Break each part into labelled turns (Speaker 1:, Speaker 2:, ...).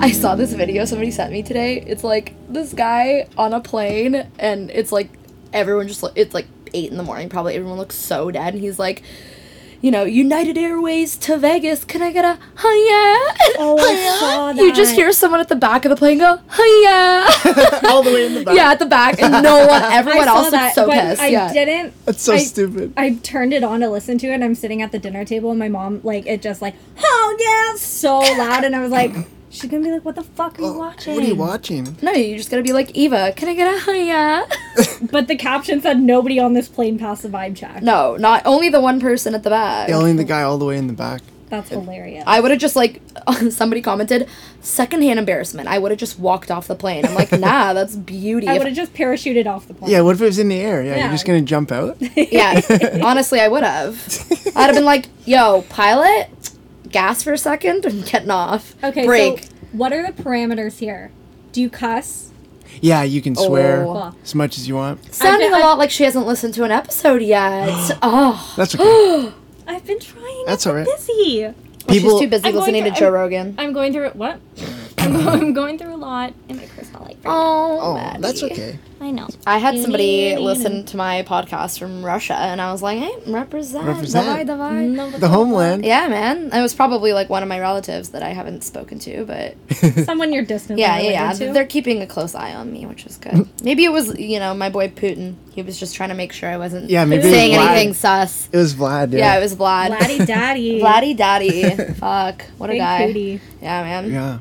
Speaker 1: I saw this video somebody sent me today. It's like this guy on a plane, and it's like everyone just, lo- it's like eight in the morning, probably. Everyone looks so dead, and he's like, you know, United Airways to Vegas. Can I get a hiya?
Speaker 2: Oh, I saw
Speaker 1: You just
Speaker 2: that.
Speaker 1: hear someone at the back of the plane go hiya.
Speaker 3: All the way in the back.
Speaker 1: yeah, at the back, and no one, everyone else looks so
Speaker 2: but
Speaker 1: pissed.
Speaker 2: I
Speaker 1: yeah.
Speaker 2: didn't.
Speaker 3: That's so
Speaker 2: I-
Speaker 3: stupid.
Speaker 2: I turned it on to listen to it. And I'm sitting at the dinner table, and my mom like it just like oh yeah, so loud, and I was like, she's gonna be like, what the fuck are you watching?
Speaker 3: Oh, What are you watching?
Speaker 1: No, you just gotta be like Eva. Can I get a hiya?
Speaker 2: But the caption said nobody on this plane passed the vibe check.
Speaker 1: no, not only the one person at the back.
Speaker 3: Yelling the guy all the way in the back.
Speaker 2: That's hilarious.
Speaker 1: I would have just like somebody commented secondhand embarrassment. I would have just walked off the plane. I'm like, nah, that's beauty.
Speaker 2: I
Speaker 1: If-
Speaker 2: would have just parachuted off the plane.
Speaker 3: Yeah, what if it was in the air? Yeah,
Speaker 2: Yeah.
Speaker 3: you're just gonna jump out.
Speaker 1: yeah, honestly, I would have. I'd have been like, yo, pilot, gas for a second, I'm getting off.
Speaker 2: Okay.
Speaker 1: break.
Speaker 2: So what are the parameters here? Do you cuss?
Speaker 3: yeah, you can swear
Speaker 1: Oh.
Speaker 3: as much as you want.
Speaker 1: Sounding
Speaker 2: I-
Speaker 1: a lot like she hasn't listened to an episode yet. oh,
Speaker 3: That's okay.
Speaker 2: I've been trying.
Speaker 3: That's
Speaker 2: I've
Speaker 3: all
Speaker 2: been
Speaker 3: right.
Speaker 2: Busy.
Speaker 3: People,
Speaker 1: she's too busy
Speaker 2: I'm going
Speaker 1: listening to
Speaker 2: to-
Speaker 1: Joe Rogan.
Speaker 2: I'm going through what? I'm, I'm going through a lot, and my car's not like. very
Speaker 1: Oh,
Speaker 3: oh, that's
Speaker 1: Maddie.
Speaker 3: okay.
Speaker 2: good. I know.
Speaker 1: I had somebody
Speaker 2: Union.
Speaker 1: listen to my podcast from Russia, and I was like, "Hey, represent,
Speaker 3: Represent.
Speaker 1: divide, divide."
Speaker 2: No, but
Speaker 3: The homeland.
Speaker 1: Yeah, man. It was probably like one of my relatives that I haven't spoken to, but
Speaker 2: Someone you're distantly
Speaker 1: yeah, yeah, yeah.
Speaker 2: related to.
Speaker 1: They're keeping a close eye on me, which is good. Maybe it was, you know, my boy Putin. He was just trying to make sure I wasn't
Speaker 3: Yeah, maybe it was
Speaker 1: saying
Speaker 3: Vlad.
Speaker 1: anything sus.
Speaker 3: It was Vlad. Yeah.
Speaker 1: Yeah, it was Vlad.
Speaker 2: Vladdy daddy.
Speaker 1: Vladdy daddy. Fuck. What a
Speaker 2: Big
Speaker 1: guy.
Speaker 2: booty.
Speaker 1: Yeah, man.
Speaker 3: yeah.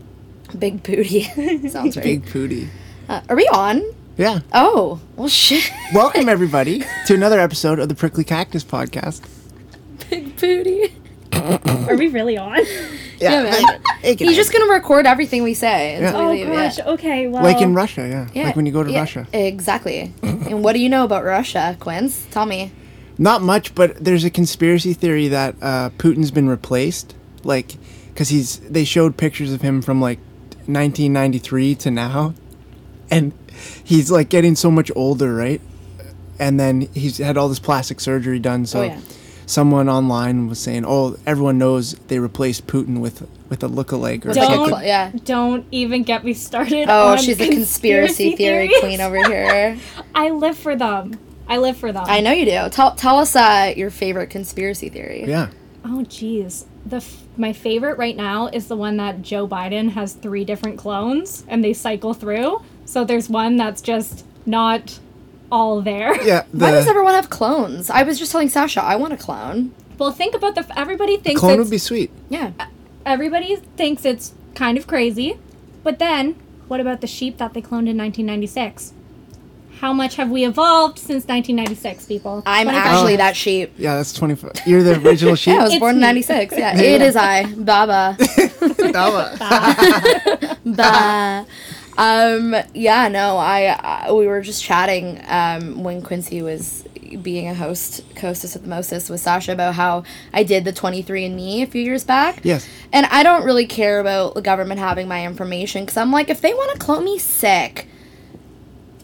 Speaker 1: Big booty. Sounds right.
Speaker 3: Big pooty.
Speaker 1: Uh, are we on?
Speaker 3: Yeah.
Speaker 1: Oh, well, shit.
Speaker 3: Welcome everybody to another episode of the Prickly Cactus Podcast.
Speaker 1: Big booty.
Speaker 2: Are we really on?
Speaker 1: Yeah, man.
Speaker 3: Hey, can
Speaker 1: He's
Speaker 3: I-
Speaker 1: just gonna record everything we say. Until we
Speaker 3: Yeah.
Speaker 2: Oh
Speaker 1: leave,
Speaker 2: gosh.
Speaker 1: yeah.
Speaker 2: Okay. Well.
Speaker 3: like in Russia. Yeah.
Speaker 1: Yeah,
Speaker 3: Like when you go to
Speaker 1: yeah,
Speaker 3: Russia.
Speaker 1: Exactly. and what do you know about Russia, Quince? Tell me.
Speaker 3: Not much, but there's a conspiracy theory that uh, Putin's been replaced, like, because he's they showed pictures of him from like 1993 to now, and he's like getting so much older, right? And then he's had all this plastic surgery done, so.
Speaker 1: Oh, yeah.
Speaker 3: Someone online was saying, "Oh, everyone knows they replaced Putin with with a lookalike or
Speaker 1: It's like a
Speaker 2: Don't-
Speaker 1: cl- yeah.
Speaker 2: Don't even get me started.
Speaker 1: Oh,
Speaker 2: on
Speaker 1: she's a conspiracy theory
Speaker 2: theories.
Speaker 1: queen over here.
Speaker 2: I live for them. I live for them.
Speaker 1: I know you do. Tell tell us uh, your favorite conspiracy theory.
Speaker 3: yeah,
Speaker 2: Oh, geez. The f- my favorite right now is the one that Joe Biden has three different clones and they cycle through. So there's one that's just not all there.
Speaker 3: yeah."
Speaker 1: Why does
Speaker 3: The
Speaker 1: everyone have clones? I was just telling Sasha I want a clone.
Speaker 2: Well, think about the f- everybody thinks
Speaker 3: clone
Speaker 2: it's,
Speaker 3: would be sweet.
Speaker 1: Yeah.
Speaker 2: everybody thinks it's kind of crazy, but then what about the sheep that they cloned in 1996? How much have we evolved since 1996, people?
Speaker 1: I'm
Speaker 2: 25
Speaker 1: actually that sheep.
Speaker 3: Yeah, that's twenty five. You're the original sheep.
Speaker 1: Yeah, I was
Speaker 2: It's
Speaker 1: born in
Speaker 2: me.
Speaker 1: 96. Yeah, it is I. Baba. Bah. um, yeah, no, I, I we were just chatting um, when Quincy was being a host, co-hostess of the Moses with Sasha about how I did the 23andMe a few years back.
Speaker 3: Yes.
Speaker 1: And I don't really care about the government having my information because I'm like, if they want to clone me, sick.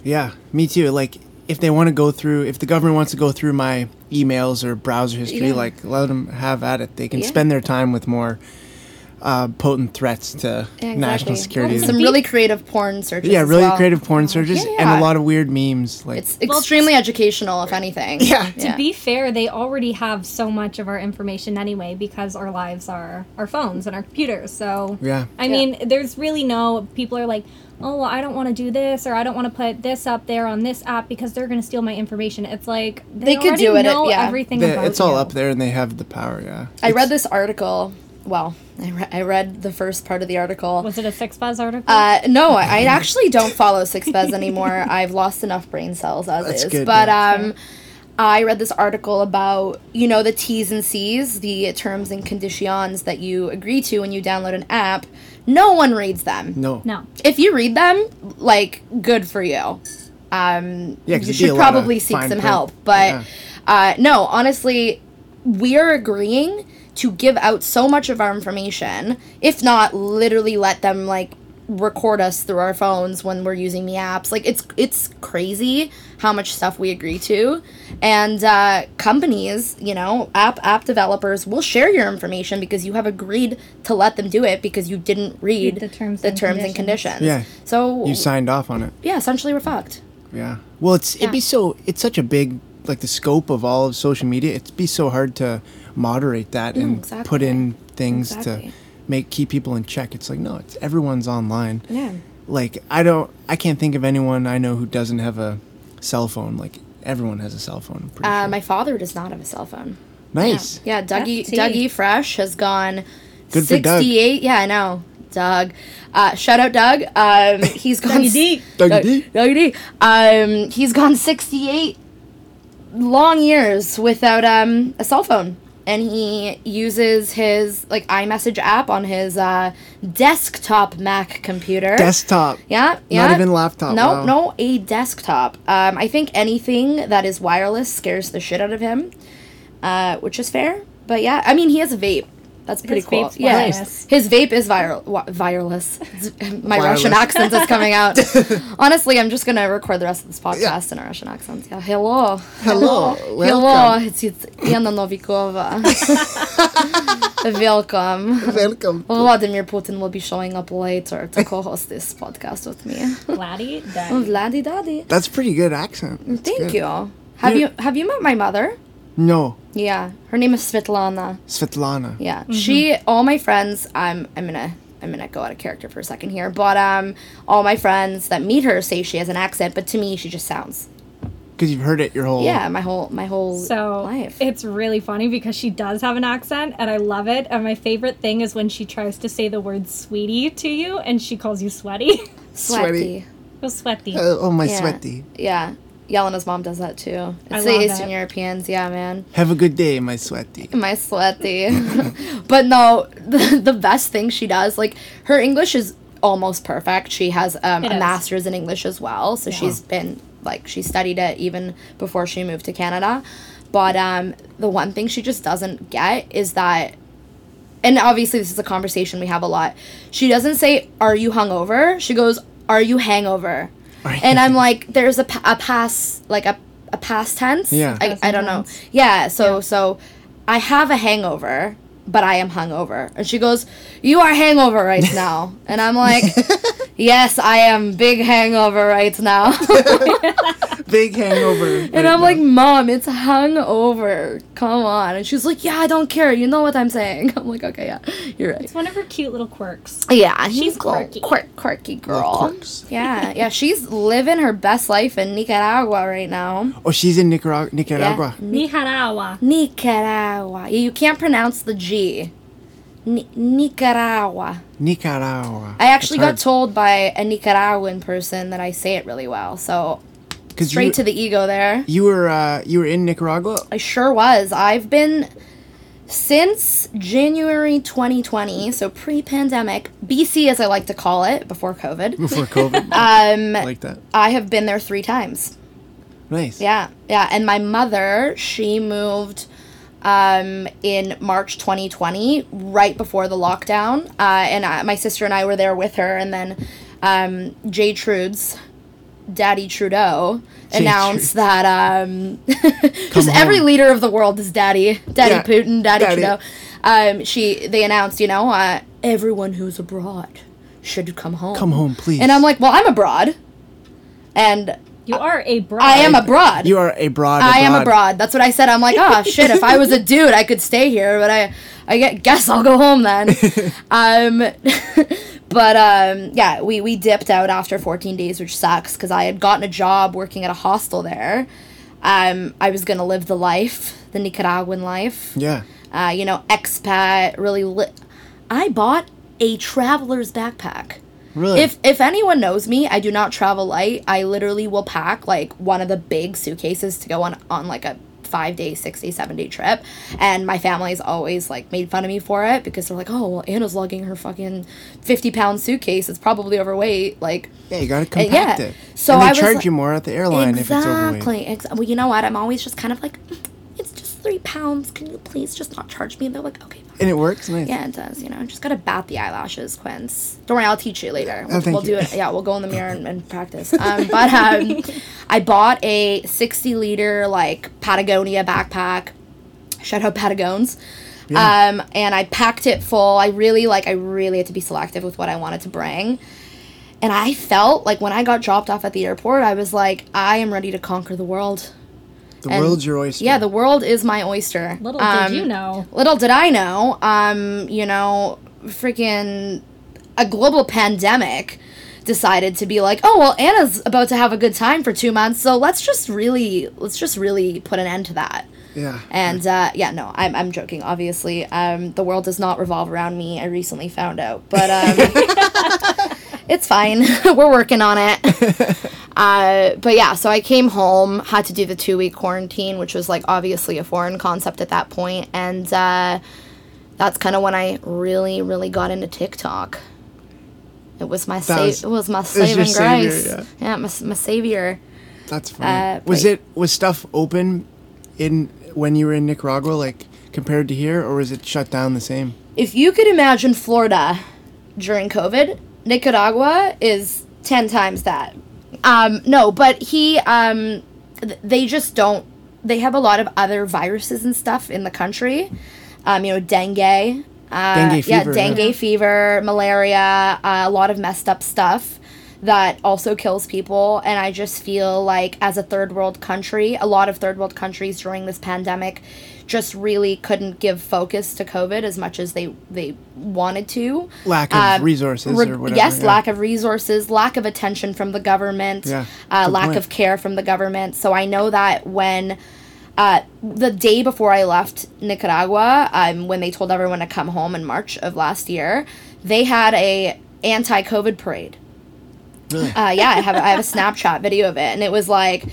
Speaker 3: Yeah, me too. Like, if they want to go through, if the government wants to go through my emails or browser history,
Speaker 1: Yeah.
Speaker 3: like, let them have at it. They can
Speaker 1: Yeah.
Speaker 3: spend their time with more uh, potent threats to
Speaker 1: Yeah,
Speaker 3: national
Speaker 1: exactly.
Speaker 3: security.
Speaker 1: Some
Speaker 3: than-
Speaker 1: really creative porn searches.
Speaker 3: yeah,
Speaker 1: as
Speaker 3: really
Speaker 1: well.
Speaker 3: creative porn searches
Speaker 1: Yeah,
Speaker 3: and
Speaker 1: yeah.
Speaker 3: a lot of weird memes. Like,
Speaker 1: It's extremely educational, if anything.
Speaker 3: Yeah. To
Speaker 2: To be fair, they already have so much of our information anyway because our lives are our phones and our computers. So
Speaker 3: Yeah.
Speaker 2: I
Speaker 1: Yeah.
Speaker 2: mean, there's really no people are like, oh, well, I don't want to do this or I don't want to put this up there on this app because they're going to steal my information. It's like
Speaker 1: They
Speaker 2: they,
Speaker 1: could
Speaker 2: already
Speaker 1: do it,
Speaker 2: Know
Speaker 1: yeah.
Speaker 2: everything
Speaker 3: the-
Speaker 2: about
Speaker 3: it's all
Speaker 2: you.
Speaker 3: up there and they have the power, yeah.
Speaker 1: I read
Speaker 3: It's-
Speaker 1: this article. Well, I, re- I read the first part of the article.
Speaker 2: Was it a Six Buzz article?
Speaker 1: Uh, no, I I actually don't follow Six Bez anymore. I've lost enough brain cells as
Speaker 3: That's
Speaker 1: is.
Speaker 3: good,
Speaker 1: but
Speaker 3: yeah.
Speaker 1: um, I read this article about you know the T's and C's, the terms and conditions that you agree to when you download an app. No one reads them.
Speaker 3: No.
Speaker 2: no.
Speaker 1: If you read them, like good for you. Um,
Speaker 3: Yeah,
Speaker 1: you
Speaker 3: 'cause it'd be a
Speaker 1: should
Speaker 3: lot of
Speaker 1: probably seek
Speaker 3: fine
Speaker 1: some
Speaker 3: print.
Speaker 1: help. But
Speaker 3: Yeah.
Speaker 1: uh, no, honestly, we are agreeing to give out so much of our information, if not literally let them like record us through our phones when we're using the apps. Like it's it's crazy how much stuff we agree to, and uh, companies, you know, app app developers will share your information because you have agreed to let them do it because you didn't read,
Speaker 2: the terms
Speaker 1: the
Speaker 2: and
Speaker 1: terms and
Speaker 2: conditions.
Speaker 1: conditions.
Speaker 3: Yeah.
Speaker 1: So
Speaker 3: You signed off on it.
Speaker 1: yeah, essentially we're fucked.
Speaker 3: Yeah. Well, it's it'd be so it's such a big like the scope of all of social media. It'd be so hard to moderate that and
Speaker 1: Mm, exactly.
Speaker 3: put in things
Speaker 1: Exactly.
Speaker 3: to make keep people in check. It's like no, it's everyone's online.
Speaker 1: Yeah.
Speaker 3: Like I don't I can't think of anyone I know who doesn't have a cell phone. Like everyone has a cell phone. I'm pretty
Speaker 1: Uh,
Speaker 3: sure.
Speaker 1: my father does not have a cell phone.
Speaker 3: nice.
Speaker 1: Yeah, Dougie
Speaker 2: That's tea.
Speaker 1: Dougie Fresh has gone
Speaker 3: Good for Doug.
Speaker 1: 68. Yeah, I know. Doug. Uh, shout out Doug. Um, he's gone
Speaker 2: Dougie D.
Speaker 3: Dougie
Speaker 1: Doug-
Speaker 3: D.
Speaker 1: Dougie D. Um, he's gone 68 long years without um, a cell phone. And he uses his like iMessage app on his uh, desktop Mac computer.
Speaker 3: Desktop.
Speaker 1: Yeah, yeah.
Speaker 3: even laptop,
Speaker 1: No,
Speaker 3: wow.
Speaker 1: no, a desktop. Um, I think anything that is wireless scares the shit out of him, uh, which is fair. But yeah, I mean, he has a vape. That's pretty
Speaker 2: His
Speaker 1: cool.
Speaker 2: vape's
Speaker 1: yeah,
Speaker 2: wireless.
Speaker 1: his vape is viral, wi- wireless. It's- My
Speaker 3: Wireless.
Speaker 1: Russian accent is coming out. Honestly, I'm just gonna record the rest of this podcast in a Russian accent. Yeah, hello,
Speaker 3: Hello,
Speaker 1: hello.
Speaker 3: welcome.
Speaker 1: It's it's Anna Novikova. welcome.
Speaker 3: Welcome.
Speaker 1: Vladimir Putin will be showing up later to co-host this podcast with me.
Speaker 2: Laddie, that
Speaker 1: Vladdy daddy.
Speaker 3: That's pretty good accent. That's
Speaker 1: mm, Thank
Speaker 3: good.
Speaker 1: you. Have
Speaker 3: Yeah.
Speaker 1: you have you met my mother?
Speaker 3: No,
Speaker 1: Yeah. Her name is Svetlana.
Speaker 3: Svetlana.
Speaker 1: Yeah. She all my friends I'm I'm gonna I'm gonna go out of character for a second here. But um all my friends that meet her say she has an accent, but to me she just sounds
Speaker 3: Because you've heard it your whole.
Speaker 1: yeah, my whole my whole
Speaker 2: So
Speaker 1: life.
Speaker 2: it's really funny because she does have an accent and I love it. And my favorite thing is when she tries to say the word sweetie to you and she calls you sweaty.
Speaker 1: sweaty.
Speaker 3: sweaty.
Speaker 2: Feel sweaty.
Speaker 3: Uh, oh my
Speaker 1: Yeah.
Speaker 3: sweaty.
Speaker 1: Yeah. Yelena's mom does that too. It's
Speaker 2: I
Speaker 1: the
Speaker 2: love
Speaker 1: Eastern
Speaker 2: it.
Speaker 1: Europeans, yeah, man.
Speaker 3: Have a good day, my sweaty.
Speaker 1: Am I sweaty? but no, the, the best thing she does, like her English is almost perfect. She has um, a
Speaker 2: It is.
Speaker 1: master's in English as well, so she's been like she studied it even before she moved to Canada. But um, the one thing she just doesn't get is that, and obviously this is a conversation we have a lot. She doesn't say, "Are you hungover?" She goes, "Are you hangover?"
Speaker 3: Are you-
Speaker 1: And I'm like, "There's a, pa- a past like a a past tense.
Speaker 3: Yeah.
Speaker 1: I, I don't know. Yeah, so so I have a hangover, but I am hungover. And she goes, "You are hangover right now." And I'm like, "Yes, I am big hangover right now."
Speaker 3: Big hangover.
Speaker 1: and I'm like, "Mom, it's hungover. Come on." And she's like, "Yeah, I don't care. You know what I'm saying." I'm like, "Okay, yeah. You're right."
Speaker 2: It's one of her cute little quirks.
Speaker 1: Yeah, she's quirky.
Speaker 2: quirky.
Speaker 1: Quirk, quirky girl.
Speaker 3: quirks.
Speaker 1: Yeah, yeah, she's living her best life in Nicaragua right now.
Speaker 3: Oh, she's in Nicaragua. Nicaragua.
Speaker 2: Nicaragua.
Speaker 1: Nicaragua. Yeah, You can't pronounce the G. Ni- Nicaragua.
Speaker 3: Nicaragua.
Speaker 1: I actually got told by a Nicaraguan person that I say it really well. So
Speaker 3: because
Speaker 1: straight
Speaker 3: you,
Speaker 1: to the ego there.
Speaker 3: you were uh, you were in Nicaragua.
Speaker 1: I sure was. I've been since January 2020, so pre-pandemic, BC as I like to call it before COVID.
Speaker 3: before COVID.
Speaker 1: Um
Speaker 3: like that.
Speaker 1: I have been there 3 times.
Speaker 3: Nice.
Speaker 1: Yeah, yeah. And my mother, she moved um, in March 2020, right before the lockdown. Uh, and I, my sister and I were there with her. And then um, Jay Trude's daddy Trudeau announced
Speaker 3: Trude.
Speaker 1: that um, just
Speaker 3: home.
Speaker 1: every leader of the world is daddy, daddy
Speaker 3: Yeah,
Speaker 1: Putin, daddy,
Speaker 3: daddy.
Speaker 1: Trudeau. Um, she they announced, you know, uh, everyone who's abroad should come home.
Speaker 3: Come home, please.
Speaker 1: And I'm like, well, I'm abroad, and
Speaker 2: You are a bride.
Speaker 1: I am abroad.
Speaker 3: you are abroad.
Speaker 1: I am abroad. That's what I said. I'm like, oh shit, if I was a dude, I could stay here, but I, I gue- guess I'll go home then. um, but um, yeah, we we dipped out after 14 days, which sucks because I had gotten a job working at a hostel there. Um, I was gonna live the life, the Nicaraguan life.
Speaker 3: Yeah.
Speaker 1: Uh, you know, expat, really lit. I bought a traveler's backpack.
Speaker 3: Really.
Speaker 1: If if anyone knows me, I do not travel light. I literally will pack like one of the big suitcases to go on on like a five day, six day, seven day trip. And my family's always like made fun of me for it because they're like, Oh well Anna's lugging her fucking fifty pound suitcase, it's probably overweight. Like
Speaker 3: yeah, you gotta compact
Speaker 1: Uh, yeah.
Speaker 3: it.
Speaker 1: So
Speaker 3: and they
Speaker 1: I was
Speaker 3: charge
Speaker 1: like-
Speaker 3: you more at the airline if it's overweight.
Speaker 1: Exactly. Ex- well, you know what? I'm always just kind of like, "Mm, it's just three pounds. Can you please just not charge me? And they're like, okay, fine.
Speaker 3: And it works nice.
Speaker 1: Yeah, it does. You know, just gotta bat the eyelashes, Quince. Don't worry, I'll teach you later. We'll,
Speaker 3: Oh, thank
Speaker 1: we'll
Speaker 3: you.
Speaker 1: do it. Yeah, we'll go in the mirror and, and practice. Um, but um, I bought a 60 liter like Patagonia backpack. Shout out Patagones. Um, and I packed it full. I really like. I really had to be selective with what I wanted to bring. And I felt like when I got dropped off at the airport, I was like, I am ready to conquer the world.
Speaker 3: The
Speaker 1: And-
Speaker 3: world's your oyster.
Speaker 1: Yeah, the world is my oyster.
Speaker 2: Little
Speaker 1: Um,
Speaker 2: did you know.
Speaker 1: Little did I know, um, you know, freaking a global pandemic decided to be like, oh well, Anna's about to have a good time for two months, so let's just really, let's just really put an end to that.
Speaker 3: yeah.
Speaker 1: And uh, yeah, no, I'm, I'm joking. Obviously, um, the world does not revolve around me. I recently found out, but um, it's fine. We're working on it. Uh, but yeah, so I came home, had to do the two week quarantine, which was like obviously a foreign concept at that point, and uh, that's kind of when I really, really got into TikTok. It was my sa-
Speaker 3: was-
Speaker 1: it was my
Speaker 3: your
Speaker 1: saving grace.
Speaker 3: savior, yeah.
Speaker 1: yeah. my, s- my savior.
Speaker 3: That's
Speaker 1: Uh,
Speaker 3: funny. was
Speaker 1: like-
Speaker 3: it was stuff open in when you were in Nicaragua, like compared to here, or was it shut down the same?
Speaker 1: if you could imagine Florida during COVID, Nicaragua is 10 times that. Um, no, but he, um, th- they just don't, they have a lot of other viruses and stuff in the country. Um, you know, dengue. Uh,
Speaker 3: Dengue
Speaker 1: Yeah,
Speaker 3: fever,
Speaker 1: dengue
Speaker 3: yeah.
Speaker 1: fever, malaria, uh, a lot of messed up stuff that also kills people. And I just feel like, as a third world country, a lot of third world countries during this pandemic just really couldn't give focus to COVID as much as they, they wanted to.
Speaker 3: Lack of
Speaker 1: Um,
Speaker 3: resources
Speaker 1: Reg-
Speaker 3: or whatever.
Speaker 1: yes,
Speaker 3: yeah.
Speaker 1: lack of resources, lack of attention from the government,
Speaker 3: Yeah,
Speaker 1: uh,
Speaker 3: good
Speaker 1: lack
Speaker 3: point.
Speaker 1: of care from the government. So I know that when uh, the day before I left Nicaragua, um, when they told everyone to come home in March of last year, they had a anti-COVID parade.
Speaker 3: Really?
Speaker 1: Uh, yeah, I have I have a Snapchat video of it, and it was like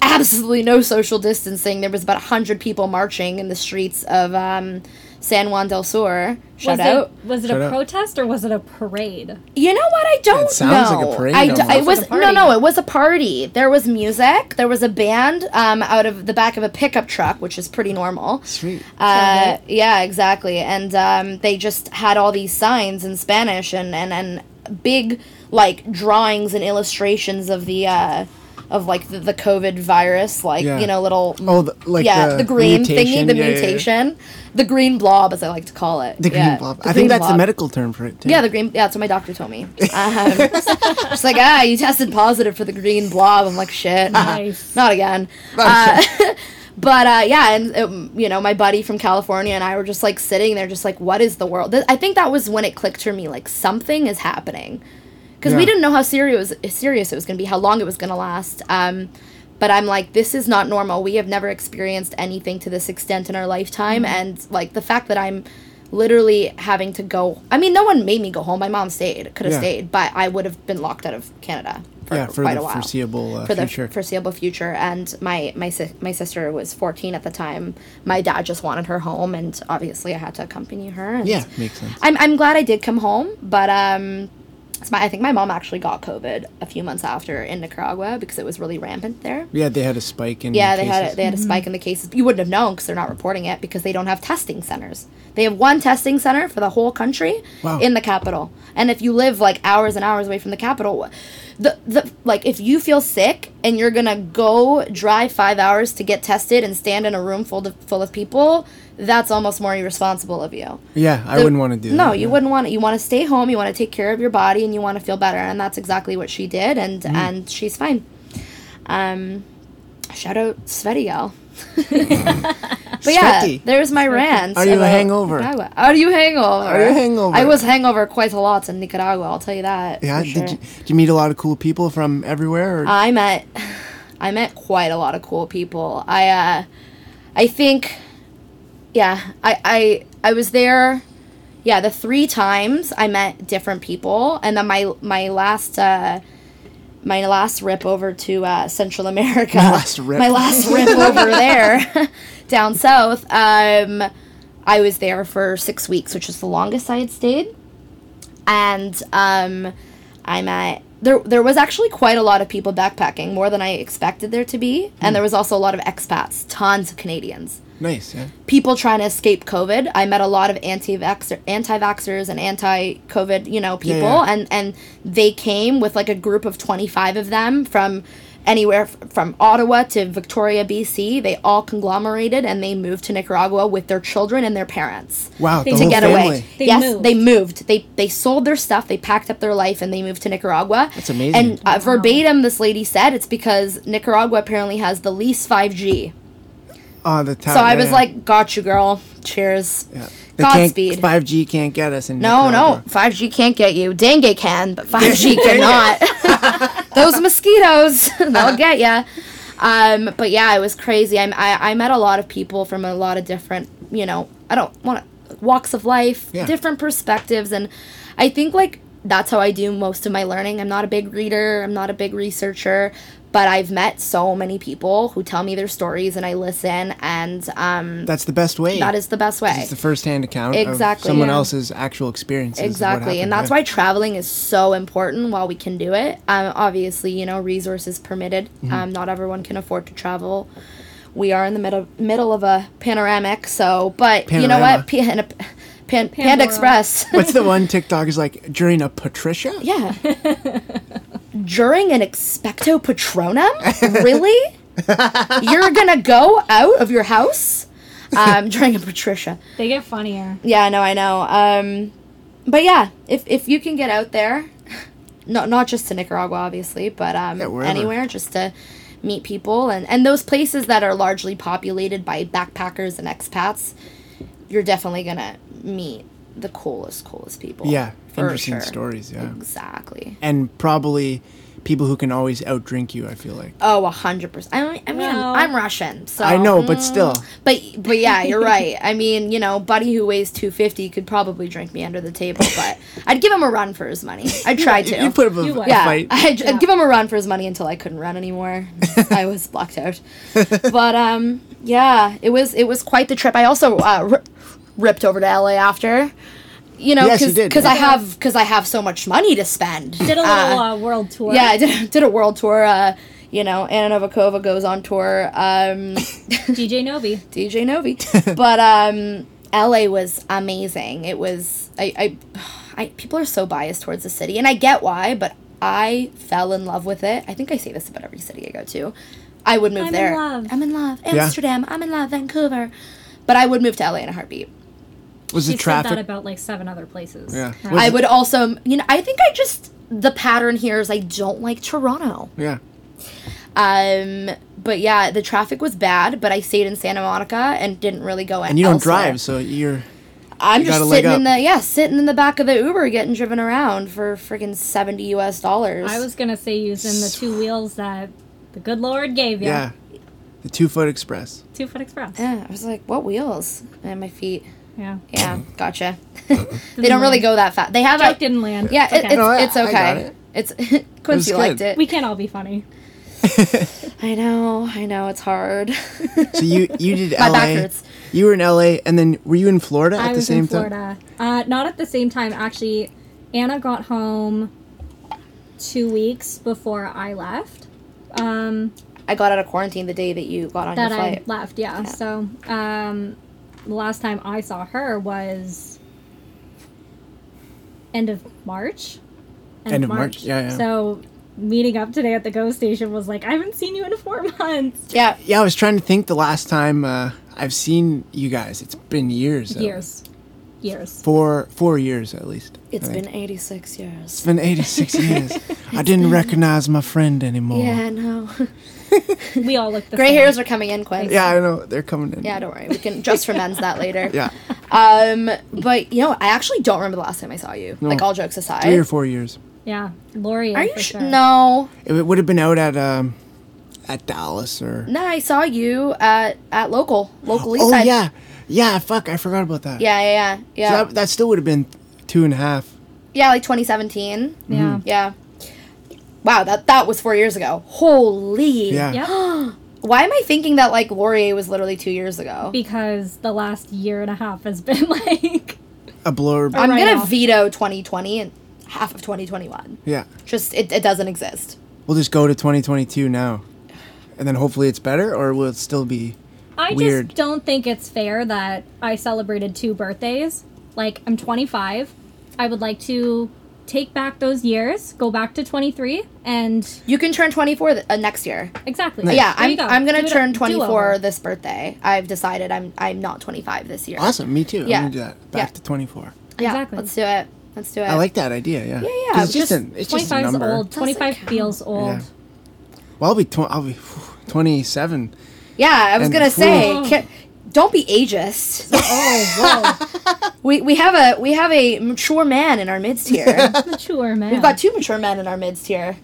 Speaker 1: absolutely no social distancing. There was about hundred people marching in the streets of um, San Juan del Sur. Shout
Speaker 2: was
Speaker 1: out. Uh-huh.
Speaker 2: it was it
Speaker 3: Shout
Speaker 2: a
Speaker 3: out.
Speaker 2: protest or was it a parade?
Speaker 1: You know what? I don't
Speaker 3: sounds
Speaker 1: know.
Speaker 3: like a parade
Speaker 1: I d- it
Speaker 3: almost.
Speaker 1: was
Speaker 2: Sounds like a
Speaker 1: no,
Speaker 2: party.
Speaker 1: no. It was a party. There was music. There was a band um, out of the back of a pickup truck, which is pretty normal.
Speaker 3: Sweet.
Speaker 1: Uh, yeah, exactly. And um, they just had all these signs in Spanish and, and, and big like drawings and illustrations of the uh, of like the, the COVID virus, like
Speaker 3: Yeah.
Speaker 1: you know little
Speaker 3: Oh, the- like
Speaker 1: yeah
Speaker 3: the
Speaker 1: the, green
Speaker 3: mutation,
Speaker 1: thingy, the
Speaker 3: yeah, yeah, yeah.
Speaker 1: mutation, the green blob as I like to call it.
Speaker 3: The green
Speaker 1: yeah,
Speaker 3: blob.
Speaker 1: the
Speaker 3: I
Speaker 1: green
Speaker 3: think that's the
Speaker 1: blob.
Speaker 3: medical term for it. Too.
Speaker 1: Yeah, the green. Yeah, that's what my doctor told me. Um, she's like, ah, you tested positive for the green blob. I'm like, shit,
Speaker 2: Nice.
Speaker 1: not again.
Speaker 3: Oh,
Speaker 1: Uh, but uh, yeah, and um, you know, my buddy from California and I were just like sitting there, just like, what is the world? Th- I think that was when it clicked for me, like something is happening, because we
Speaker 3: Yeah.
Speaker 1: didn't know how serious serious it was gonna be, how long it was gonna last. Um, but I'm like, this is not normal. We have never experienced anything to this extent in our lifetime,
Speaker 3: Mm-hmm.
Speaker 1: and like the fact that I'm literally having to go. I mean, no one made me go home. My mom stayed, could have
Speaker 3: Yeah.
Speaker 1: stayed, but I would have been locked out of Canada for
Speaker 3: Yeah, for
Speaker 1: quite
Speaker 3: the
Speaker 1: a while
Speaker 3: foreseeable uh,
Speaker 1: for the
Speaker 3: future.
Speaker 1: foreseeable future. And my my si- my sister was 14 at the time. My dad just wanted her home, and obviously I had to accompany her. And
Speaker 3: yeah, makes sense.
Speaker 1: I'm I'm glad I did come home, but um. it's My, I think my mom actually got COVID a few months after in Nicaragua because it was really rampant there.
Speaker 3: yeah, they had a spike in.
Speaker 1: Yeah, they had a,
Speaker 3: cases. Mm-hmm.
Speaker 1: they had a spike in the cases. You wouldn't have known because they're not reporting it because they don't have testing centers. They have one testing center for the whole country
Speaker 3: Wow.
Speaker 1: in the capital. And if you live like hours and hours away from the capital, the the like if you feel sick and you're gonna go drive five hours to get tested and stand in a room full of full of people, that's almost more irresponsible of you.
Speaker 3: Yeah, I
Speaker 1: The-
Speaker 3: wouldn't want to do that.
Speaker 1: No, you
Speaker 3: yeah.
Speaker 1: wouldn't want it. You want to stay home. You want to take care of your body, and you want to feel better. And that's exactly what she did, and
Speaker 3: Mm.
Speaker 1: and she's fine. Um, shout out Svetigal. but yeah,
Speaker 3: Sveti.
Speaker 1: there's my rant.
Speaker 3: Are you
Speaker 1: about
Speaker 3: hangover?
Speaker 1: Nicaragua. Are you hangover?
Speaker 3: Are you hangover?
Speaker 1: I was hangover quite a lot in Nicaragua. I'll tell you that.
Speaker 3: Yeah,
Speaker 1: for sure. Uh,
Speaker 3: did you, did you meet a lot of cool people from everywhere? Or?
Speaker 1: I met I met quite a lot of cool people. I uh I think yeah, I I I was there yeah, the three times I met different people and then my my last uh my last rip over to uh, Central America.
Speaker 3: My last rip.
Speaker 1: My last rip over there, down south. Um, I was there for six weeks, which was the longest I had stayed and um, I met there. There was actually quite a lot of
Speaker 3: Hmm.
Speaker 1: people backpacking, more than I expected there to be, and there was also a lot of expats, tons of Canadians.
Speaker 3: Nice. Yeah.
Speaker 1: people trying to escape COVID. I met a lot of anti-vaxxer, anti-vaxxers and anti-COVID, you know, people,
Speaker 3: yeah.
Speaker 1: and and they came with like a group of twenty-five of them from anywhere f- from Ottawa to Victoria, BC. They all conglomerated and they moved to Nicaragua with their children and their parents.
Speaker 3: Wow.
Speaker 2: They
Speaker 3: the
Speaker 2: to
Speaker 3: whole
Speaker 1: Get
Speaker 3: family.
Speaker 1: away.
Speaker 2: They
Speaker 1: yes,
Speaker 2: moved.
Speaker 1: they moved. They they sold their stuff. They packed up their life and they moved to Nicaragua.
Speaker 3: That's amazing.
Speaker 1: And uh, verbatim, this lady said it's because Nicaragua apparently has the least five G.
Speaker 3: Oh, the town.
Speaker 1: So I
Speaker 3: yeah,
Speaker 1: was
Speaker 3: yeah.
Speaker 1: like, "Got you, girl. Cheers.
Speaker 3: Yeah. They can't-
Speaker 1: Godspeed."
Speaker 3: 5G can't get us in.
Speaker 1: No, no,
Speaker 3: Nicaragua.
Speaker 1: 5G can't get you. Dengue can, but 5G cannot. Those mosquitoes, they'll get ya. Um, but yeah, it was crazy. I, I I met a lot of people from a lot of different, you know, I don't want to walks of life,
Speaker 3: Yeah.
Speaker 1: different perspectives, and I think like that's how I do most of my learning. I'm not a big reader. I'm not a big researcher, but I've met so many people who tell me their stories, and I listen, and um,
Speaker 3: That's the best way.
Speaker 1: that is the best way.
Speaker 3: It's the first-hand account of
Speaker 1: Exactly,
Speaker 3: someone
Speaker 1: yeah.
Speaker 3: else's actual experiences. of what
Speaker 1: Exactly, and
Speaker 3: happened,
Speaker 1: that's
Speaker 3: yeah.
Speaker 1: why traveling is so important while we can do it. Um, obviously, you know, resources permitted.
Speaker 3: Mm-hmm.
Speaker 1: Um, not everyone can afford to travel. We are in the middle middle of a panoramic, so but you know
Speaker 3: Panorama.
Speaker 1: what? P- and a, pan, Panda
Speaker 2: Pandora.
Speaker 1: Express.
Speaker 3: What's the one TikTok is like during a Patricia?
Speaker 1: yeah. During an expecto patronum, really? You're gonna go out of your house um, during a Patricia.
Speaker 2: They get funnier.
Speaker 1: Yeah, no, I know. Um, but yeah, if if you can get out there, not not just to Nicaragua, obviously, but um,
Speaker 3: Yeah, wherever.
Speaker 1: anywhere, just to meet people and and those places that are largely populated by backpackers and expats, you're definitely gonna meet the coolest, coolest people.
Speaker 3: Yeah,
Speaker 1: for
Speaker 3: interesting
Speaker 1: sure.
Speaker 3: stories. Yeah,
Speaker 1: Exactly.
Speaker 3: and probably people who can always outdrink you. I feel like.
Speaker 1: Oh, a hundred percent. I mean, I mean
Speaker 2: Well.
Speaker 1: I'm, I'm Russian, so
Speaker 3: I know,
Speaker 2: Oh.
Speaker 3: but still.
Speaker 1: But but yeah, you're right. I mean, you know, buddy who weighs two fifty could probably drink me under the table, but I'd give him a run for his money. I'd try to.
Speaker 3: You put up a,
Speaker 2: You
Speaker 3: a
Speaker 2: would.
Speaker 1: yeah,
Speaker 3: fight.
Speaker 1: I'd, I'd give him a run for his money until I couldn't run anymore. I was blocked out. But um, yeah, it was it was quite the trip. I also uh, r- ripped over to LA after. You know,
Speaker 3: Yes, you
Speaker 1: because
Speaker 3: did.
Speaker 1: I have because I have so much money to spend.
Speaker 2: Did a little
Speaker 1: Uh,
Speaker 2: uh, world tour.
Speaker 1: yeah, I did, did a world tour. Uh, you know, Anna Novakova goes on tour. Um,
Speaker 2: DJ Novi.
Speaker 1: DJ Novi. but um, LA was amazing. It was I, I, I people are so biased towards the city, and I get why, but I fell in love with it. I think I say this about every city I go to. I would move
Speaker 2: I'm in
Speaker 1: there.
Speaker 2: love.
Speaker 1: I'm in love. Amsterdam. I'm in love. Vancouver. But I would move to LA in a heartbeat.
Speaker 3: Was
Speaker 2: She
Speaker 3: the traffic?
Speaker 2: said that about like seven other places.
Speaker 3: Yeah.
Speaker 2: Right.
Speaker 3: Was
Speaker 1: I
Speaker 3: it-
Speaker 1: would also, you know, I think I just the pattern here is I don't like Toronto.
Speaker 3: yeah.
Speaker 1: Um, but yeah, the traffic was bad, but I stayed in Santa Monica and didn't really go
Speaker 3: And you don't
Speaker 1: elsewhere.
Speaker 3: drive, so you're.
Speaker 1: I'm
Speaker 3: gotta
Speaker 1: just
Speaker 3: leg
Speaker 1: sitting in
Speaker 3: up.
Speaker 1: the yeah, sitting in the back of the Uber getting driven around for freaking 70 US dollars.
Speaker 2: I was gonna say using the two wheels that the good Lord gave you.
Speaker 3: Yeah. The two foot express.
Speaker 2: Two foot express.
Speaker 1: yeah, I was like, what wheels? And my feet.
Speaker 2: Yeah.
Speaker 1: Yeah, gotcha. they don't really go that fast. They have
Speaker 2: Joke
Speaker 1: a
Speaker 2: didn't land.
Speaker 1: Yeah, it,
Speaker 2: Okay.
Speaker 1: it's
Speaker 3: No, I-
Speaker 1: it's
Speaker 3: I got
Speaker 1: okay.
Speaker 3: it.
Speaker 1: It's Quincy
Speaker 3: good.
Speaker 1: liked it.
Speaker 2: we can't all be funny.
Speaker 1: I know, I know it's hard.
Speaker 3: So you you did
Speaker 1: My
Speaker 3: LA.
Speaker 1: back hurts.
Speaker 3: You were in LA, and then were you in Florida at
Speaker 2: I
Speaker 3: the
Speaker 2: was
Speaker 3: same
Speaker 2: in
Speaker 3: time?
Speaker 2: Florida. Uh, not at the same time, actually. Anna got home two weeks before I left. Um,
Speaker 1: I got out of quarantine the day that you got on
Speaker 2: that
Speaker 1: your
Speaker 2: I
Speaker 1: flight.
Speaker 2: left, yeah. So um, the last time I saw her was end of March.
Speaker 3: End of March, yeah, yeah.
Speaker 2: So meeting up today at the GO station was like, I haven't seen you in four months.
Speaker 1: yeah.
Speaker 3: Yeah, I was trying to think the last time uh, I've seen you guys. It's been years. though.
Speaker 2: Years. Years.
Speaker 3: Four four years at least.
Speaker 1: It's
Speaker 3: I think.
Speaker 1: been 86 years.
Speaker 3: It's been 86 years. I didn't recognize my friend anymore.
Speaker 1: Yeah, no.
Speaker 2: We all look the
Speaker 1: Gray
Speaker 2: same.
Speaker 1: hairs are coming in, Quinn.
Speaker 3: Yeah, I know. They're coming in.
Speaker 1: Yeah, don't worry. We can just for men's that later.
Speaker 3: Yeah.
Speaker 1: Um, but you know, I actually don't remember the last time I saw you. Like all jokes aside.
Speaker 3: Three or four years.
Speaker 2: Yeah. Lori.
Speaker 1: Are
Speaker 2: for
Speaker 1: you sh-
Speaker 2: sure.
Speaker 1: no?
Speaker 3: It would have been out at um, at Dallas or.
Speaker 1: No, I saw you at at local local East
Speaker 3: oh,
Speaker 1: Side.
Speaker 3: yeah. Yeah, fuck. I forgot about that.
Speaker 1: yeah, yeah, yeah,
Speaker 3: So
Speaker 1: yeah.
Speaker 3: that, that still would have been two and a half.
Speaker 1: Yeah, like 2017.
Speaker 2: Yeah.
Speaker 3: Mm-hmm.
Speaker 1: Yeah. Wow, that that was four years ago. Holy.
Speaker 3: Yeah.
Speaker 2: Yep.
Speaker 1: Why am I thinking that like Laurier was literally two years ago?
Speaker 2: Because the last year and a half has been like.
Speaker 3: A blurb.
Speaker 1: I'm
Speaker 2: Right
Speaker 1: gonna
Speaker 2: off.
Speaker 1: veto 2020 and half of 2021.
Speaker 3: yeah.
Speaker 1: Just it, it doesn't exist.
Speaker 3: We'll just go to 2022 now. And then hopefully it's better or will it still be
Speaker 2: I
Speaker 3: weird.
Speaker 2: just don't think it's fair that I celebrated two birthdays. Like, I'm 25. I would like to take back those years, go back to 23, and
Speaker 1: You can turn 24 th- uh, next year.
Speaker 2: exactly.
Speaker 1: Yeah,
Speaker 2: There you
Speaker 1: I'm,
Speaker 2: go.
Speaker 1: I'm
Speaker 2: Do
Speaker 1: gonna
Speaker 2: it-
Speaker 1: turn
Speaker 2: do over.
Speaker 1: 24 this birthday. I've decided I'm I'm not 25 this year.
Speaker 3: Awesome, me too.
Speaker 1: Yeah.
Speaker 3: I'm gonna do that. Back
Speaker 1: Yeah.
Speaker 3: to 24.
Speaker 1: Yeah,
Speaker 2: Exactly.
Speaker 1: let's do it. Let's do it.
Speaker 3: I like that idea. Yeah. Yeah,
Speaker 1: yeah,
Speaker 3: It's
Speaker 1: just
Speaker 3: just, an, it's just a
Speaker 2: 25's
Speaker 3: number.
Speaker 2: old. 25
Speaker 1: count.
Speaker 2: feels old.
Speaker 3: Yeah. Well, I'll be tw- I'll be phew, 27.
Speaker 1: Yeah, I was
Speaker 3: And
Speaker 1: gonna say,
Speaker 2: food.
Speaker 1: can, don't be ageist.
Speaker 2: Oh, whoa.
Speaker 1: we we have a we have a mature man in our midst here.
Speaker 2: Mature, man.
Speaker 1: We've got two mature men in our midst here.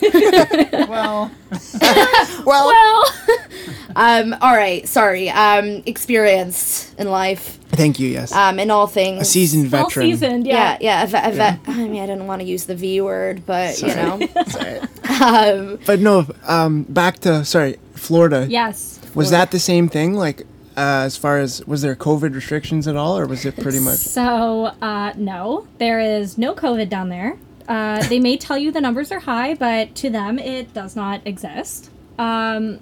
Speaker 4: Well,
Speaker 3: Well,
Speaker 2: Well,
Speaker 1: Um, all right, sorry. Um, experienced in life,
Speaker 3: thank you. Yes,
Speaker 1: um, in all things.
Speaker 3: a seasoned
Speaker 2: all
Speaker 3: veteran.
Speaker 2: seasoned,
Speaker 1: Yeah,
Speaker 2: yeah.
Speaker 1: yeah. a vet- a vet- I mean, I didn't want to use the V word, but you know.
Speaker 3: Sorry. Sorry.
Speaker 1: Um,
Speaker 3: But no, um, back to sorry, Florida.
Speaker 2: Yes.
Speaker 3: Was that the same thing? Like, uh, as far as was there COVID restrictions at all, or was it pretty much?
Speaker 2: So, uh, no, there is no COVID down there. Uh, they may tell you the numbers are high, but to them, it does not exist. Um,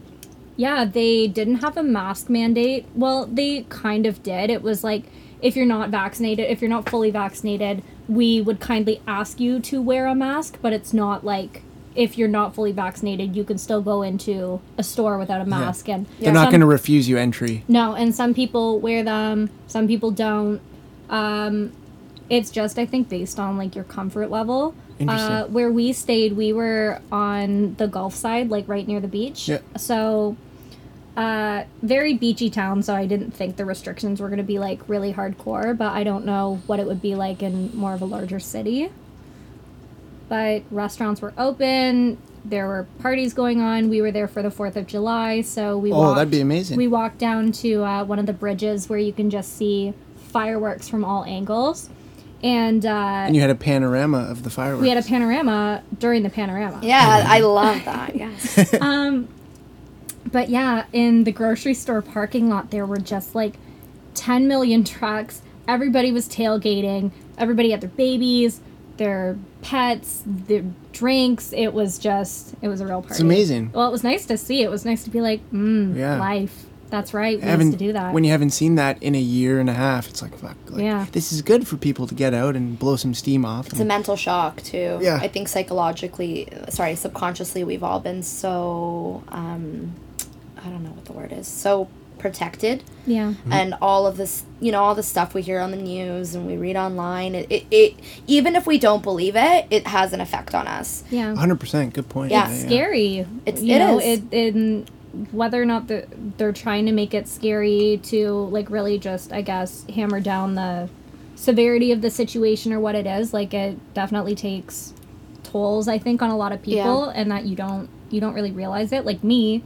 Speaker 2: yeah, they didn't have a mask mandate. Well, they kind of did. It was like if you're not vaccinated, if you're not fully vaccinated, we would kindly ask you to wear a mask, but it's not like if you're not fully vaccinated, you can still go into a store without a mask. And
Speaker 3: They're not
Speaker 2: some-
Speaker 3: going to refuse you entry.
Speaker 2: no, and some people wear them, some people don't. Um, it's just, I think, based on like your comfort level.
Speaker 3: Interesting.
Speaker 2: Uh, where we stayed, we were on the Gulf side, like right near the beach.
Speaker 3: Yeah.
Speaker 2: So, uh, very beachy town. So I didn't think the restrictions were going to be like really hardcore, but I don't know what it would be like in more of a larger city. But restaurants were open. There were parties going on. We were there for the Fourth of July, so we.
Speaker 3: Oh,
Speaker 2: walked,
Speaker 3: that'd be amazing.
Speaker 2: We walked down to uh, one of the bridges where you can just see fireworks from all angles, and, uh,
Speaker 3: And you had a panorama of the fireworks.
Speaker 2: we had a panorama during the panorama.
Speaker 1: yeah, I love that. Yes.
Speaker 2: Um, but yeah, in the grocery store parking lot, there were just like 10 million trucks. Everybody was tailgating. Everybody had their babies, their pets, their drinks. It was just, it was a real party.
Speaker 3: amazing.
Speaker 2: Well, it was nice to see. It was nice to be like, mm,
Speaker 3: Yeah.
Speaker 2: life. That's right. We
Speaker 3: Haven't-
Speaker 2: used to do that.
Speaker 3: when you haven't seen that in a year and a half. It's like fuck. Like,
Speaker 2: Yeah.
Speaker 3: This is good for people to get out and blow some steam off.
Speaker 1: It's a mental shock too.
Speaker 3: Yeah.
Speaker 1: I think psychologically, sorry, subconsciously, we've all been so um, I don't know what the word is, so protected,
Speaker 2: yeah.
Speaker 1: and all of this, you know, all the stuff we hear on the news and we read online, it, it, it even if we don't believe it, it has an effect on us.
Speaker 2: Yeah.
Speaker 3: Hundred percent. Good point.
Speaker 1: Yeah.
Speaker 2: scary.
Speaker 1: It's-
Speaker 2: you
Speaker 1: it
Speaker 2: know,
Speaker 1: is.
Speaker 2: It, in whether or not the, they're trying to make it scary to like really just I guess hammer down the severity of the situation or what it is. Like it definitely takes tolls I think on a lot of people, and that you don't you don't really realize it. Like me,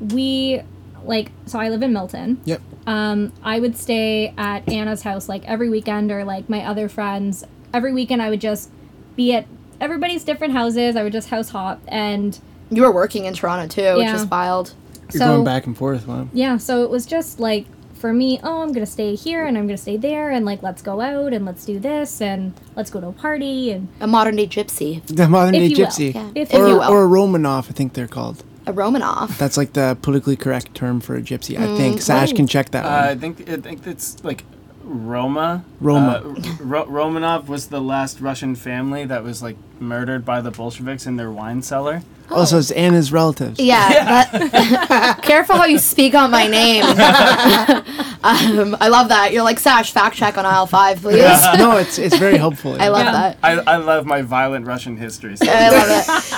Speaker 2: we like so I live in Milton.
Speaker 3: Yep.
Speaker 2: Um, I would stay at Anna's house like every weekend or like my other friends. Every weekend I would just be at everybody's different houses. I would just house hop and
Speaker 1: You were working in Toronto too, which
Speaker 2: Yeah.
Speaker 1: is wild.
Speaker 3: You're
Speaker 2: so
Speaker 3: going back and forth. Wow.
Speaker 2: yeah, so it was just like for me, oh, I'm gonna stay here and I'm gonna stay there and like let's go out and let's do this and let's go to a party and
Speaker 1: A modern day gypsy,
Speaker 3: The modern
Speaker 2: If
Speaker 3: day
Speaker 2: you will,
Speaker 3: gypsy,
Speaker 1: yeah.
Speaker 2: If
Speaker 3: or
Speaker 2: you
Speaker 1: will.
Speaker 3: or a Romanov, I think they're called.
Speaker 1: a Romanoff.
Speaker 3: That's like the politically correct term for a gypsy. I think Sash can check that
Speaker 4: uh, I
Speaker 3: one.
Speaker 4: think I think it's like Roma.
Speaker 3: Roma.
Speaker 4: Uh, Ro- Romanov was the last Russian family that was like murdered by the Bolsheviks in their wine cellar.
Speaker 1: oh.
Speaker 3: Also, it's Anna's relatives.
Speaker 1: Yeah. that- careful how you speak on my name. um, I love that. You're like Sash. Fact check on aisle five, please.
Speaker 3: no, it's it's very helpful.
Speaker 1: I love
Speaker 2: Yeah.
Speaker 1: that.
Speaker 4: I, I love my violent Russian history. So.
Speaker 1: I love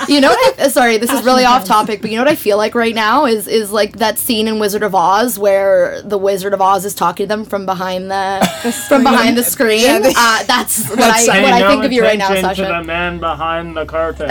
Speaker 1: it. You know what? I, sorry, this is really off topic, but you know what I feel like right now is is like that scene in Wizard of Oz where the Wizard of Oz is talking to them from behind the, from behind the screen. uh, that's what I what I think of you right now, Sasha.
Speaker 4: man behind the curtain.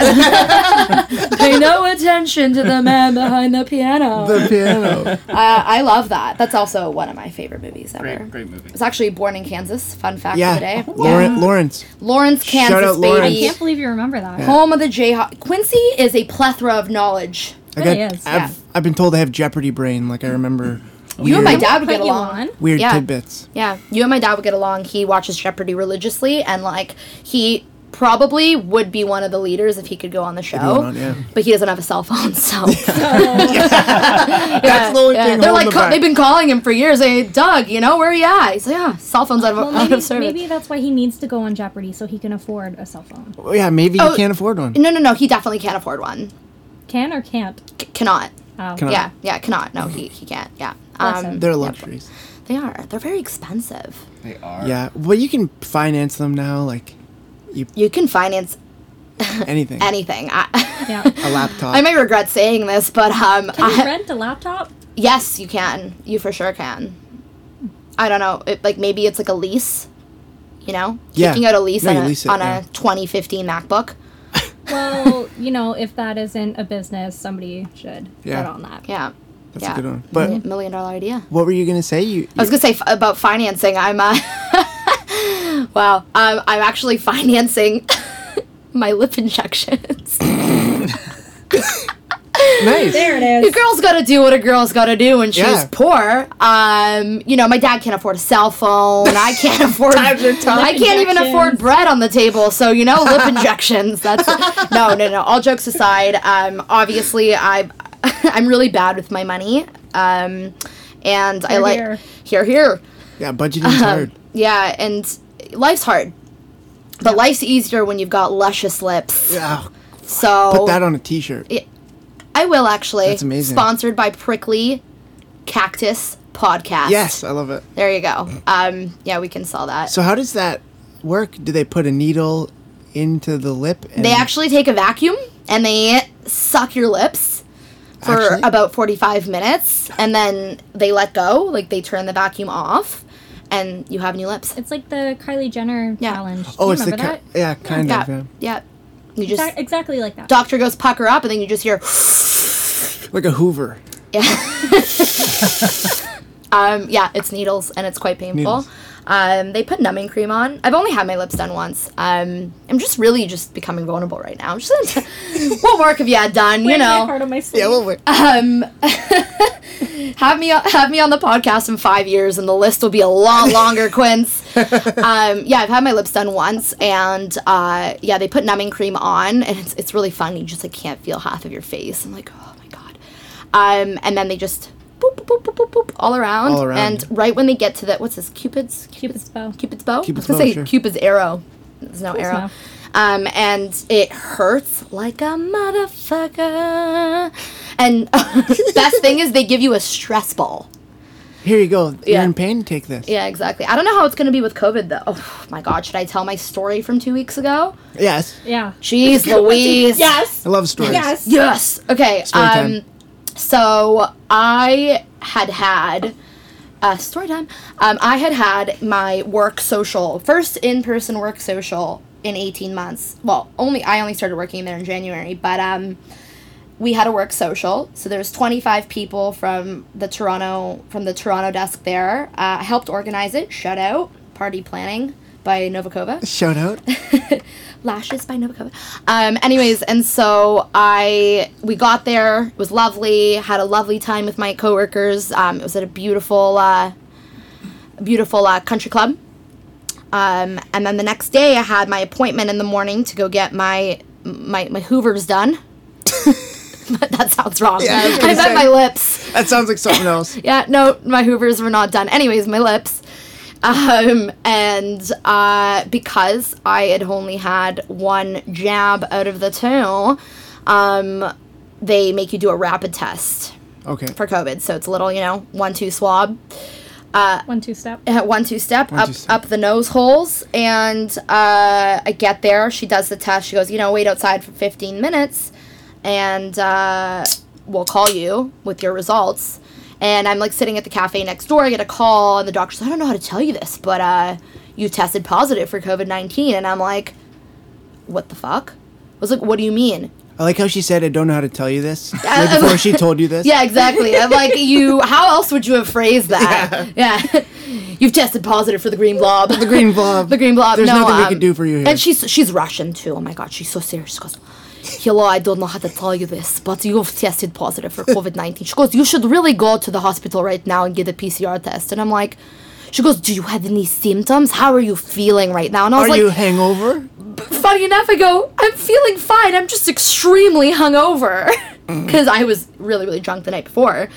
Speaker 1: Pay no attention to the man behind the piano.
Speaker 3: the piano.
Speaker 1: uh, I love that. That's also one of my favorite movies ever.
Speaker 4: great, great movie.
Speaker 1: It's actually born in Kansas. Fun fact of the
Speaker 3: Yeah,
Speaker 1: day.
Speaker 3: Lauren, Lawrence.
Speaker 1: Lawrence,
Speaker 3: Shout
Speaker 1: Kansas,
Speaker 3: out
Speaker 1: baby.
Speaker 3: Lawrence.
Speaker 2: I can't believe you remember that.
Speaker 1: Home of the Jayhawk. Quincy is a plethora of knowledge.
Speaker 3: I
Speaker 2: Really is,
Speaker 3: I've,
Speaker 1: yeah.
Speaker 3: I've been told I have Jeopardy brain. Like I remember weird,
Speaker 1: You and my
Speaker 2: We'll
Speaker 1: dad would
Speaker 2: put
Speaker 1: get
Speaker 2: you
Speaker 1: along.
Speaker 2: on.
Speaker 3: weird
Speaker 1: yeah.
Speaker 3: tidbits.
Speaker 1: Yeah, you and my dad would get along. He watches Jeopardy religiously, and like he probably would be one of the leaders if he could go on the show.
Speaker 3: on, yeah.
Speaker 1: But he doesn't have a cell phone, so
Speaker 3: That's the only
Speaker 1: Yeah,
Speaker 3: thing
Speaker 1: they're
Speaker 3: holding
Speaker 1: like
Speaker 3: them
Speaker 1: ca-
Speaker 3: back.
Speaker 1: they've been calling him for years. Hey, Doug, you know where he at? He's like, yeah, cell phone's out of,
Speaker 2: Well,
Speaker 1: out
Speaker 2: maybe,
Speaker 1: of service.
Speaker 2: maybe that's why he needs to go on Jeopardy so he can afford a cell phone.
Speaker 3: Well, yeah, maybe
Speaker 1: Oh,
Speaker 3: you can't afford one.
Speaker 1: No, no, no. He definitely can't afford one.
Speaker 2: Can or can't?
Speaker 1: C- cannot.
Speaker 2: Oh.
Speaker 3: Can I-
Speaker 1: Yeah, yeah, cannot. No, he, he can't. Yeah.
Speaker 2: Bless
Speaker 1: Um,
Speaker 2: him.
Speaker 3: They're luxuries.
Speaker 1: they are. They're very expensive.
Speaker 4: They are.
Speaker 3: Yeah, but you can finance them now, like
Speaker 1: You can finance
Speaker 3: anything.
Speaker 1: anything. I,
Speaker 2: Yeah.
Speaker 3: a laptop.
Speaker 1: I might regret saying this, but um,
Speaker 2: Can you
Speaker 1: I-
Speaker 2: rent a laptop?
Speaker 1: yes, you can. You for sure can. I don't know. It, like maybe it's like a lease. You know,
Speaker 3: Yeah.
Speaker 1: taking out a lease
Speaker 3: No,
Speaker 1: on,
Speaker 3: you
Speaker 1: a,
Speaker 3: lease it,
Speaker 1: on
Speaker 3: yeah.
Speaker 1: a 2015 MacBook.
Speaker 2: Well, you know, if that isn't a business, somebody should
Speaker 3: Yeah.
Speaker 2: get on that.
Speaker 1: Yeah.
Speaker 3: That's
Speaker 1: yeah.
Speaker 3: a good one. But
Speaker 1: Million- million dollar idea.
Speaker 3: what were you gonna say? You,
Speaker 1: I was gonna say f- about financing. I'm uh, wow. Um, I'm actually financing my lip injections.
Speaker 3: nice.
Speaker 2: There it
Speaker 1: a
Speaker 2: is.
Speaker 1: girl's gotta do what a girl's gotta do when she's
Speaker 3: Yeah.
Speaker 1: poor. Um, you know, my dad can't afford a cell phone. I can't afford. I can't even
Speaker 2: injections.
Speaker 1: afford bread on the table. So you know, lip injections. That's no, no, no. All jokes aside, um, obviously, I, I'm really bad with my money. Um, and I
Speaker 2: Hear,
Speaker 1: like
Speaker 2: hear.
Speaker 1: here, here.
Speaker 3: Yeah, budgeting's
Speaker 1: Uh-huh.
Speaker 3: hard.
Speaker 1: Yeah, and life's hard. But life's easier when you've got luscious lips.
Speaker 3: Yeah,
Speaker 1: So
Speaker 3: put that on a T-shirt.
Speaker 1: I will actually.
Speaker 3: That's amazing.
Speaker 1: Sponsored by Prickly Cactus Podcast.
Speaker 3: Yes, I love it.
Speaker 1: There you go. Um, yeah, we can sell that.
Speaker 3: So how does that work? Do they put a needle into the lip? And
Speaker 1: they actually take a vacuum and they suck your lips for
Speaker 3: Actually?
Speaker 1: about 45 minutes and then they let go, like they turn the vacuum off and you have new lips.
Speaker 2: It's like the Kylie Jenner
Speaker 1: Yeah.
Speaker 2: challenge. Do
Speaker 3: Oh,
Speaker 2: you
Speaker 3: it's the
Speaker 2: remember
Speaker 3: ki-
Speaker 2: that?
Speaker 3: yeah, kind
Speaker 1: yeah.
Speaker 3: of. Yeah.
Speaker 1: yeah. You just
Speaker 2: Exac- exactly like that.
Speaker 1: doctor goes pucker up and then you just hear
Speaker 3: Like a Hoover.
Speaker 1: Um, yeah, it's needles and it's quite painful.
Speaker 3: Needles.
Speaker 1: Um, they put numbing cream on. I've only had my lips done once. Um, I'm just really just becoming vulnerable right now. I'm just what work have you had done? You
Speaker 2: Wear my
Speaker 1: know,
Speaker 2: heart on my sleeve.
Speaker 3: wait.
Speaker 1: have me on- have me on the podcast in five years, and the list will be a lot longer, Quince. Um, yeah, I've had my lips done once, and uh, yeah, they put numbing cream on, and it's it's really fun. You just like can't feel half of your face. I'm like, oh my god. Um, and then they just. Boop, boop, boop, boop, boop, boop, all around.
Speaker 3: All around.
Speaker 1: And right when they get to the, what's this, Cupid's?
Speaker 2: Cupid's bow.
Speaker 1: Cupid's bow.
Speaker 3: Cupid's
Speaker 1: I was
Speaker 3: bow,
Speaker 1: gonna say
Speaker 3: sure.
Speaker 1: Cupid's arrow. There's no arrow.
Speaker 2: no.
Speaker 1: Um, and it hurts like a motherfucker. And best thing is they give you a stress ball.
Speaker 3: Here you go. You're
Speaker 1: Yeah.
Speaker 3: in pain. Take this.
Speaker 1: Yeah, exactly. I don't know how it's gonna be with COVID though. Oh my God, should I tell my story from two weeks ago?
Speaker 3: Yes.
Speaker 2: Yeah.
Speaker 1: Jeez Louise.
Speaker 2: Yes.
Speaker 3: I love stories.
Speaker 2: Yes.
Speaker 1: Yes. Okay.
Speaker 3: Story
Speaker 1: um,
Speaker 3: time.
Speaker 1: so I had had uh, story time. Um, I had had my work social first in-person work social in 18 months. Well, only I only started working there in January, but um, we had a work social. So there was 25 people from the Toronto from the Toronto desk there. Uh, I helped organize it. Shout out party planning by Novakova
Speaker 3: Shout out.
Speaker 1: lashes by Novakova. Um, anyways, and so I we got there. It was lovely. Had a lovely time with my coworkers. Um, it was at a beautiful, uh, beautiful uh, country club. Um, and then the next day, I had my appointment in the morning to go get my my my Hoovers done. that sounds wrong.
Speaker 3: Yeah, I was gonna
Speaker 1: I
Speaker 3: say.
Speaker 1: bet my lips.
Speaker 3: That sounds like something else.
Speaker 1: Yeah, no, my hoovers were not done. Anyways, my lips. Um, and uh, because I had only had one jab out of the two, um, they make you do a rapid test
Speaker 3: Okay.
Speaker 1: for COVID. So it's a little, you know, one two swab,
Speaker 2: One two step.
Speaker 1: uh, one two step
Speaker 3: One,
Speaker 1: up
Speaker 3: two step.
Speaker 1: up the nose holes. And uh, I get there. She does the test. She goes, you know, wait outside for fifteen minutes, and uh, we'll call you with your results. And I'm like sitting at the cafe next door. I get a call, and the doctor's like, I don't know how to tell you this, but uh, you tested positive for COVID 19. And I'm like, what the fuck? I was like, what do you mean?
Speaker 3: I like how she said, "I don't know how to tell you this."
Speaker 1: I-
Speaker 3: Like before she told you this.
Speaker 1: Yeah, exactly. I'm like, you, how else would you have phrased that? Yeah. You've tested positive for the green blob. The
Speaker 3: green blob.
Speaker 1: the green blob.
Speaker 3: There's
Speaker 1: no,
Speaker 3: nothing we
Speaker 1: um,
Speaker 3: can do for you here.
Speaker 1: And she's she's Russian too. Oh my god, she's so serious. She goes, Hello, I don't know how to tell you this, but you've tested positive for COVID 19. She goes, You should really go to the hospital right now and get a PCR test. And I'm like, She goes, "Do you have any symptoms? How are you feeling right now?" And I was
Speaker 3: Are
Speaker 1: like,
Speaker 3: you hangover?
Speaker 1: funny enough, I go, I'm feeling fine. I'm just extremely hungover
Speaker 3: Mm.
Speaker 1: because I was really, really drunk the night before.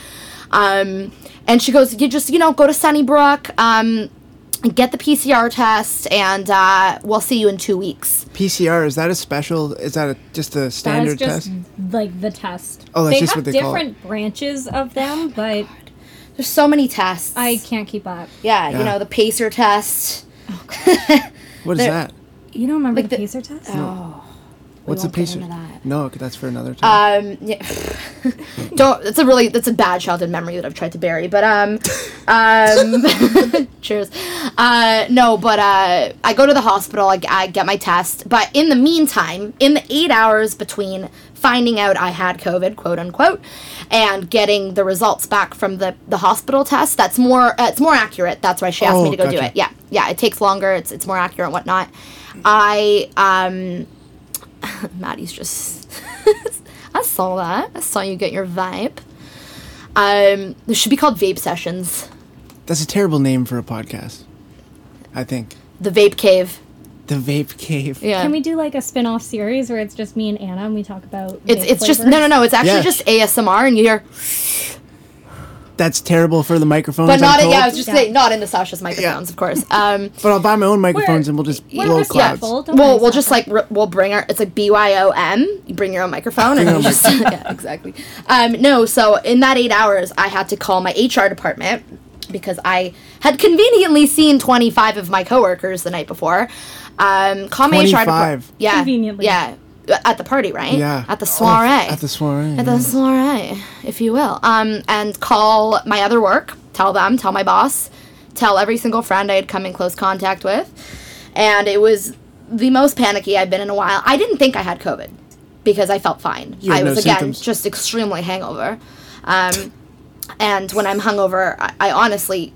Speaker 1: Um, and she goes, you just, you know, go to Sunnybrook, um, get the PCR test, and uh, we'll see you in two weeks.
Speaker 3: PCR is that a special? Is that a, just a
Speaker 2: That is
Speaker 3: standard
Speaker 2: just
Speaker 3: test?
Speaker 2: like the test.
Speaker 3: Oh, that's
Speaker 2: they
Speaker 3: just
Speaker 2: have
Speaker 3: what they call it.
Speaker 2: different branches of
Speaker 1: Oh,
Speaker 2: them, but
Speaker 1: There's so many tests.
Speaker 2: I can't keep up.
Speaker 1: yeah,
Speaker 3: Yeah.
Speaker 1: you know, the pacer test.
Speaker 3: What is
Speaker 1: there-
Speaker 3: that?
Speaker 2: You don't remember
Speaker 1: Like
Speaker 2: the,
Speaker 1: the- Oh.
Speaker 2: pacer test?
Speaker 3: What's
Speaker 1: won't
Speaker 3: a
Speaker 1: get
Speaker 3: pacer?
Speaker 1: into that.
Speaker 3: No, that's for another time.
Speaker 1: Um, yeah. Don't. That's a really. That's a bad childhood memory that I've tried to bury. But um, um, cheers. Uh, no, but uh, I go to the hospital. I, I get my test. But in the meantime, in the eight hours between finding out I had COVID, quote unquote, and getting the results back from the the hospital test, that's more. Uh, it's more accurate. That's why she asked
Speaker 3: Oh,
Speaker 1: me to go do
Speaker 3: gotcha.
Speaker 1: it. Yeah, yeah. It takes longer. It's it's more accurate and whatnot. I um. Maddie's just. I saw that. I saw you get your vibe. Um, this should be called vape sessions.
Speaker 3: that's a terrible name for a podcast. I think
Speaker 1: The vape cave.
Speaker 3: the vape cave.
Speaker 1: Yeah.
Speaker 2: Can we do like a spin-off series where it's just me and Anna and we talk about
Speaker 1: It's
Speaker 2: vape
Speaker 1: it's just no no
Speaker 2: flavors?
Speaker 1: no. It's actually
Speaker 3: Yeah.
Speaker 1: just ASMR, and you hear,
Speaker 3: That's terrible for the microphones.
Speaker 1: but not
Speaker 3: I'm
Speaker 1: in, yeah. I
Speaker 3: told.
Speaker 1: was just
Speaker 2: Yeah.
Speaker 1: saying, not into Sasha's microphones, of course. Um,
Speaker 3: But I'll buy my own
Speaker 2: We're-
Speaker 3: microphones and we'll just
Speaker 2: we're
Speaker 3: blow
Speaker 2: respectful.
Speaker 3: clouds.
Speaker 2: Well, don't worry,
Speaker 1: we'll we'll
Speaker 2: it's
Speaker 1: just
Speaker 2: not
Speaker 1: like r- we'll bring our. It's like B Y O M. You bring your own microphone, and
Speaker 3: Bring
Speaker 1: you
Speaker 3: your own
Speaker 1: just yeah, exactly. Um, no, so in that eight hours, I had to call my HR department because I had conveniently seen twenty five of my coworkers the night before. Um, call my HR
Speaker 3: 25?
Speaker 1: department. Yeah,
Speaker 2: Conveniently.
Speaker 1: Yeah, at the party, right?
Speaker 3: Yeah.
Speaker 1: at the
Speaker 3: Oh,
Speaker 1: soiree.
Speaker 3: at the soiree.
Speaker 1: At the soiree, if you will. Um, and call my other work, tell them, tell my boss, tell every single friend I had come in close contact with. And it was the most panicky I've been in a while. I didn't think I had COVID because I felt fine.
Speaker 3: You had
Speaker 1: I
Speaker 3: no
Speaker 1: was, again,
Speaker 3: symptoms.
Speaker 1: just extremely hangover. Um, and when I'm hungover, I, I honestly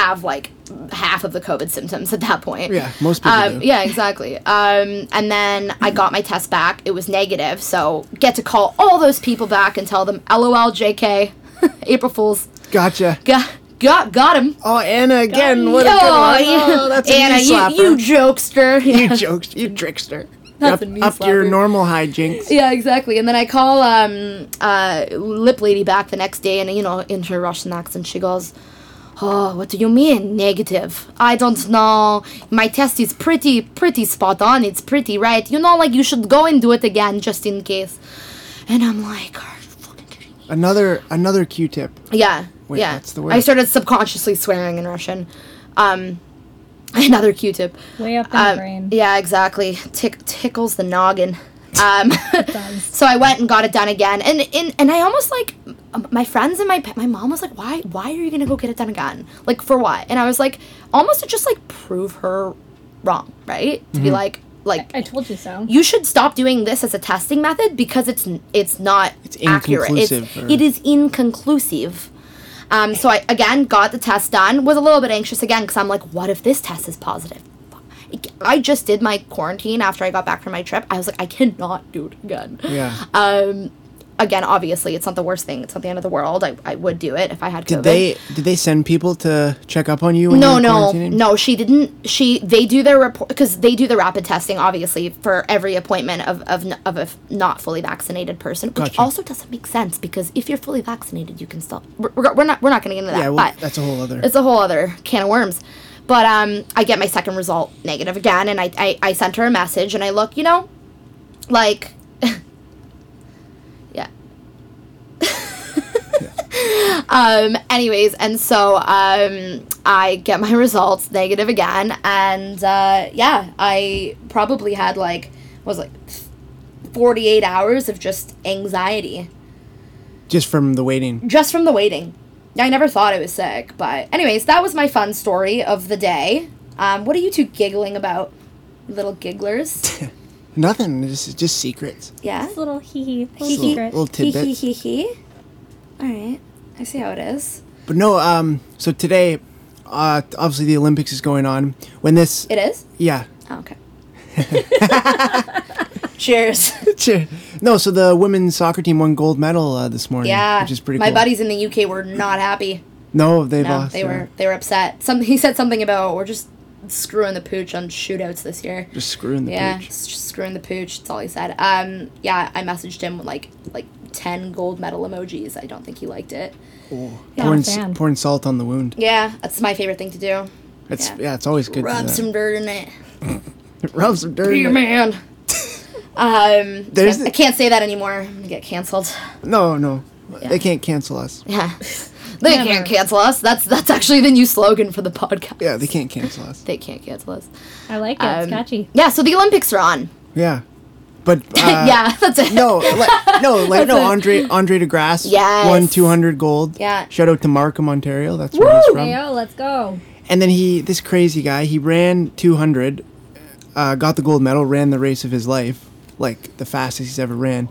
Speaker 1: have like half of the COVID symptoms at that point.
Speaker 3: Yeah, most people
Speaker 1: Um,
Speaker 3: do.
Speaker 1: Yeah, exactly. Um, and then I got my test back. It was negative, so get to call all those people back and tell them, "LOL, JK, April Fools,
Speaker 3: Gotcha.
Speaker 1: got got got him."
Speaker 3: Oh, Anna again. What a good one.
Speaker 1: Oh,
Speaker 3: Oh, that's a
Speaker 1: Anna,
Speaker 3: knee
Speaker 1: you,
Speaker 3: slapper.
Speaker 1: you jokester.
Speaker 3: You jokes. You trickster.
Speaker 1: That's
Speaker 3: up
Speaker 1: a knee
Speaker 3: up your
Speaker 1: slapper.
Speaker 3: normal hijinks.
Speaker 1: Yeah, exactly. And then I call um, uh, Lip Lady back the next day, and you know, in her Russian accent, she goes, "Oh, what do you mean negative? I don't know. My test is pretty, pretty spot on. It's pretty right. You know, like you should go and do it again just in case." And I'm like, "Are you fucking kidding me?"
Speaker 3: Another another Q-tip.
Speaker 1: Yeah,
Speaker 3: Wait,
Speaker 1: yeah.
Speaker 3: that's the word.
Speaker 1: I started subconsciously swearing in Russian. Um, another Q-tip.
Speaker 2: way up in the
Speaker 3: Uh,
Speaker 1: Um,
Speaker 2: brain.
Speaker 1: yeah, exactly. Tick- tickles the noggin. Um,
Speaker 2: does.
Speaker 1: so I went and got it done again, and and, and I almost like m- my friends and my pa- my mom was like, why why are you gonna go get it done again? Like for what? And I was like, almost to just like prove her wrong, right? To
Speaker 3: Mm-hmm.
Speaker 1: be like like
Speaker 2: I told you so.
Speaker 1: you should stop doing this as a testing method because it's n- it's not
Speaker 3: It's
Speaker 1: accurate. It's,
Speaker 3: inconclusive, or-
Speaker 1: It is inconclusive. Um, so I again got the test done. Was a little bit anxious again because I'm like, what if this test is positive? I just did my quarantine after I got back from my trip. I was like, I cannot do it again.
Speaker 3: Yeah.
Speaker 1: Um, again, obviously, it's not the worst thing. It's not the end of the world. I, I would do it if I had COVID.
Speaker 3: Did they did they send people to check up on you? When
Speaker 1: No,
Speaker 3: you were
Speaker 1: no,
Speaker 3: quarantining?
Speaker 1: no. She didn't. She they do their report because they do the rapid testing obviously for every appointment of of n- of a f- not fully vaccinated person, which
Speaker 3: Gotcha.
Speaker 1: also doesn't make sense because if you're fully vaccinated, you can still. We're, we're we're not we're not going to get into that.
Speaker 3: Yeah, well,
Speaker 1: but
Speaker 3: that's a whole other.
Speaker 1: it's a whole other can of worms. But um, I get my second result negative again, and I I, I sent her a message, and I look, you know, like, yeah. um. Anyways, and so um, I get my results negative again, and uh, yeah, I probably had like was like forty eight hours of just anxiety
Speaker 3: Just from the waiting.
Speaker 1: just from the waiting. I never thought I was sick, but anyways, that was my fun story of the day. Um, what are you two giggling about, little gigglers?
Speaker 3: Nothing. This is just secrets.
Speaker 1: Yeah,
Speaker 2: Just little hee hee, little
Speaker 1: Hee hee.
Speaker 2: secret.
Speaker 3: Little
Speaker 1: hee hee
Speaker 3: tidbits.
Speaker 1: hee hee. All right, I see how it is.
Speaker 3: But no. Um. So today, uh, obviously the Olympics is going on. When this,
Speaker 1: It is.
Speaker 3: yeah.
Speaker 1: Oh, okay. Cheers.
Speaker 3: Sure. No. So the women's soccer team won gold medal uh, this morning.
Speaker 1: Yeah,
Speaker 3: Which is pretty.
Speaker 1: my
Speaker 3: cool.
Speaker 1: buddies in the UK were not happy.
Speaker 3: No, they
Speaker 1: No,
Speaker 3: lost.
Speaker 1: they
Speaker 3: yeah.
Speaker 1: were they were upset. Some he said something about we're just screwing the pooch on shootouts this year.
Speaker 3: just screwing the
Speaker 1: yeah,
Speaker 3: pooch.
Speaker 1: s- just screwing the pooch. That's all he said. Um, yeah, I messaged him with like like ten gold medal emojis. I don't think he liked it.
Speaker 2: Not a
Speaker 3: pouring, s-
Speaker 2: fan.
Speaker 3: pouring salt on the wound.
Speaker 1: Yeah, that's my favorite thing to do.
Speaker 3: It's yeah,
Speaker 1: Yeah.
Speaker 3: it's uh, always good.
Speaker 1: Rub
Speaker 3: to do
Speaker 1: some dirt in it.
Speaker 3: that. rub some dirt.
Speaker 1: Be
Speaker 3: in
Speaker 1: your
Speaker 3: it.
Speaker 1: man. um,
Speaker 3: There's
Speaker 1: yeah,
Speaker 3: the-
Speaker 1: I can't say that anymore. I'm gonna get canceled.
Speaker 3: No, no, they can't cancel us.
Speaker 1: Yeah, they
Speaker 2: Never.
Speaker 1: can't cancel us. That's that's actually the new slogan for the podcast.
Speaker 3: Yeah, they can't cancel us.
Speaker 1: They can't cancel us.
Speaker 2: I like it.
Speaker 1: Um,
Speaker 2: it's catchy.
Speaker 1: Yeah, so the Olympics are on.
Speaker 3: Yeah, but uh,
Speaker 1: yeah, that's it.
Speaker 3: No, like, no, like no. Andre Andre DeGrasse
Speaker 1: Yes.
Speaker 3: won two hundred gold.
Speaker 1: Yeah.
Speaker 3: Shout out to Markham, Ontario. That's where he's from.
Speaker 2: Ayo, let's go.
Speaker 3: And then he, this crazy guy, he ran two hundred, uh, got the gold medal, ran the race of his life, like the fastest he's ever ran.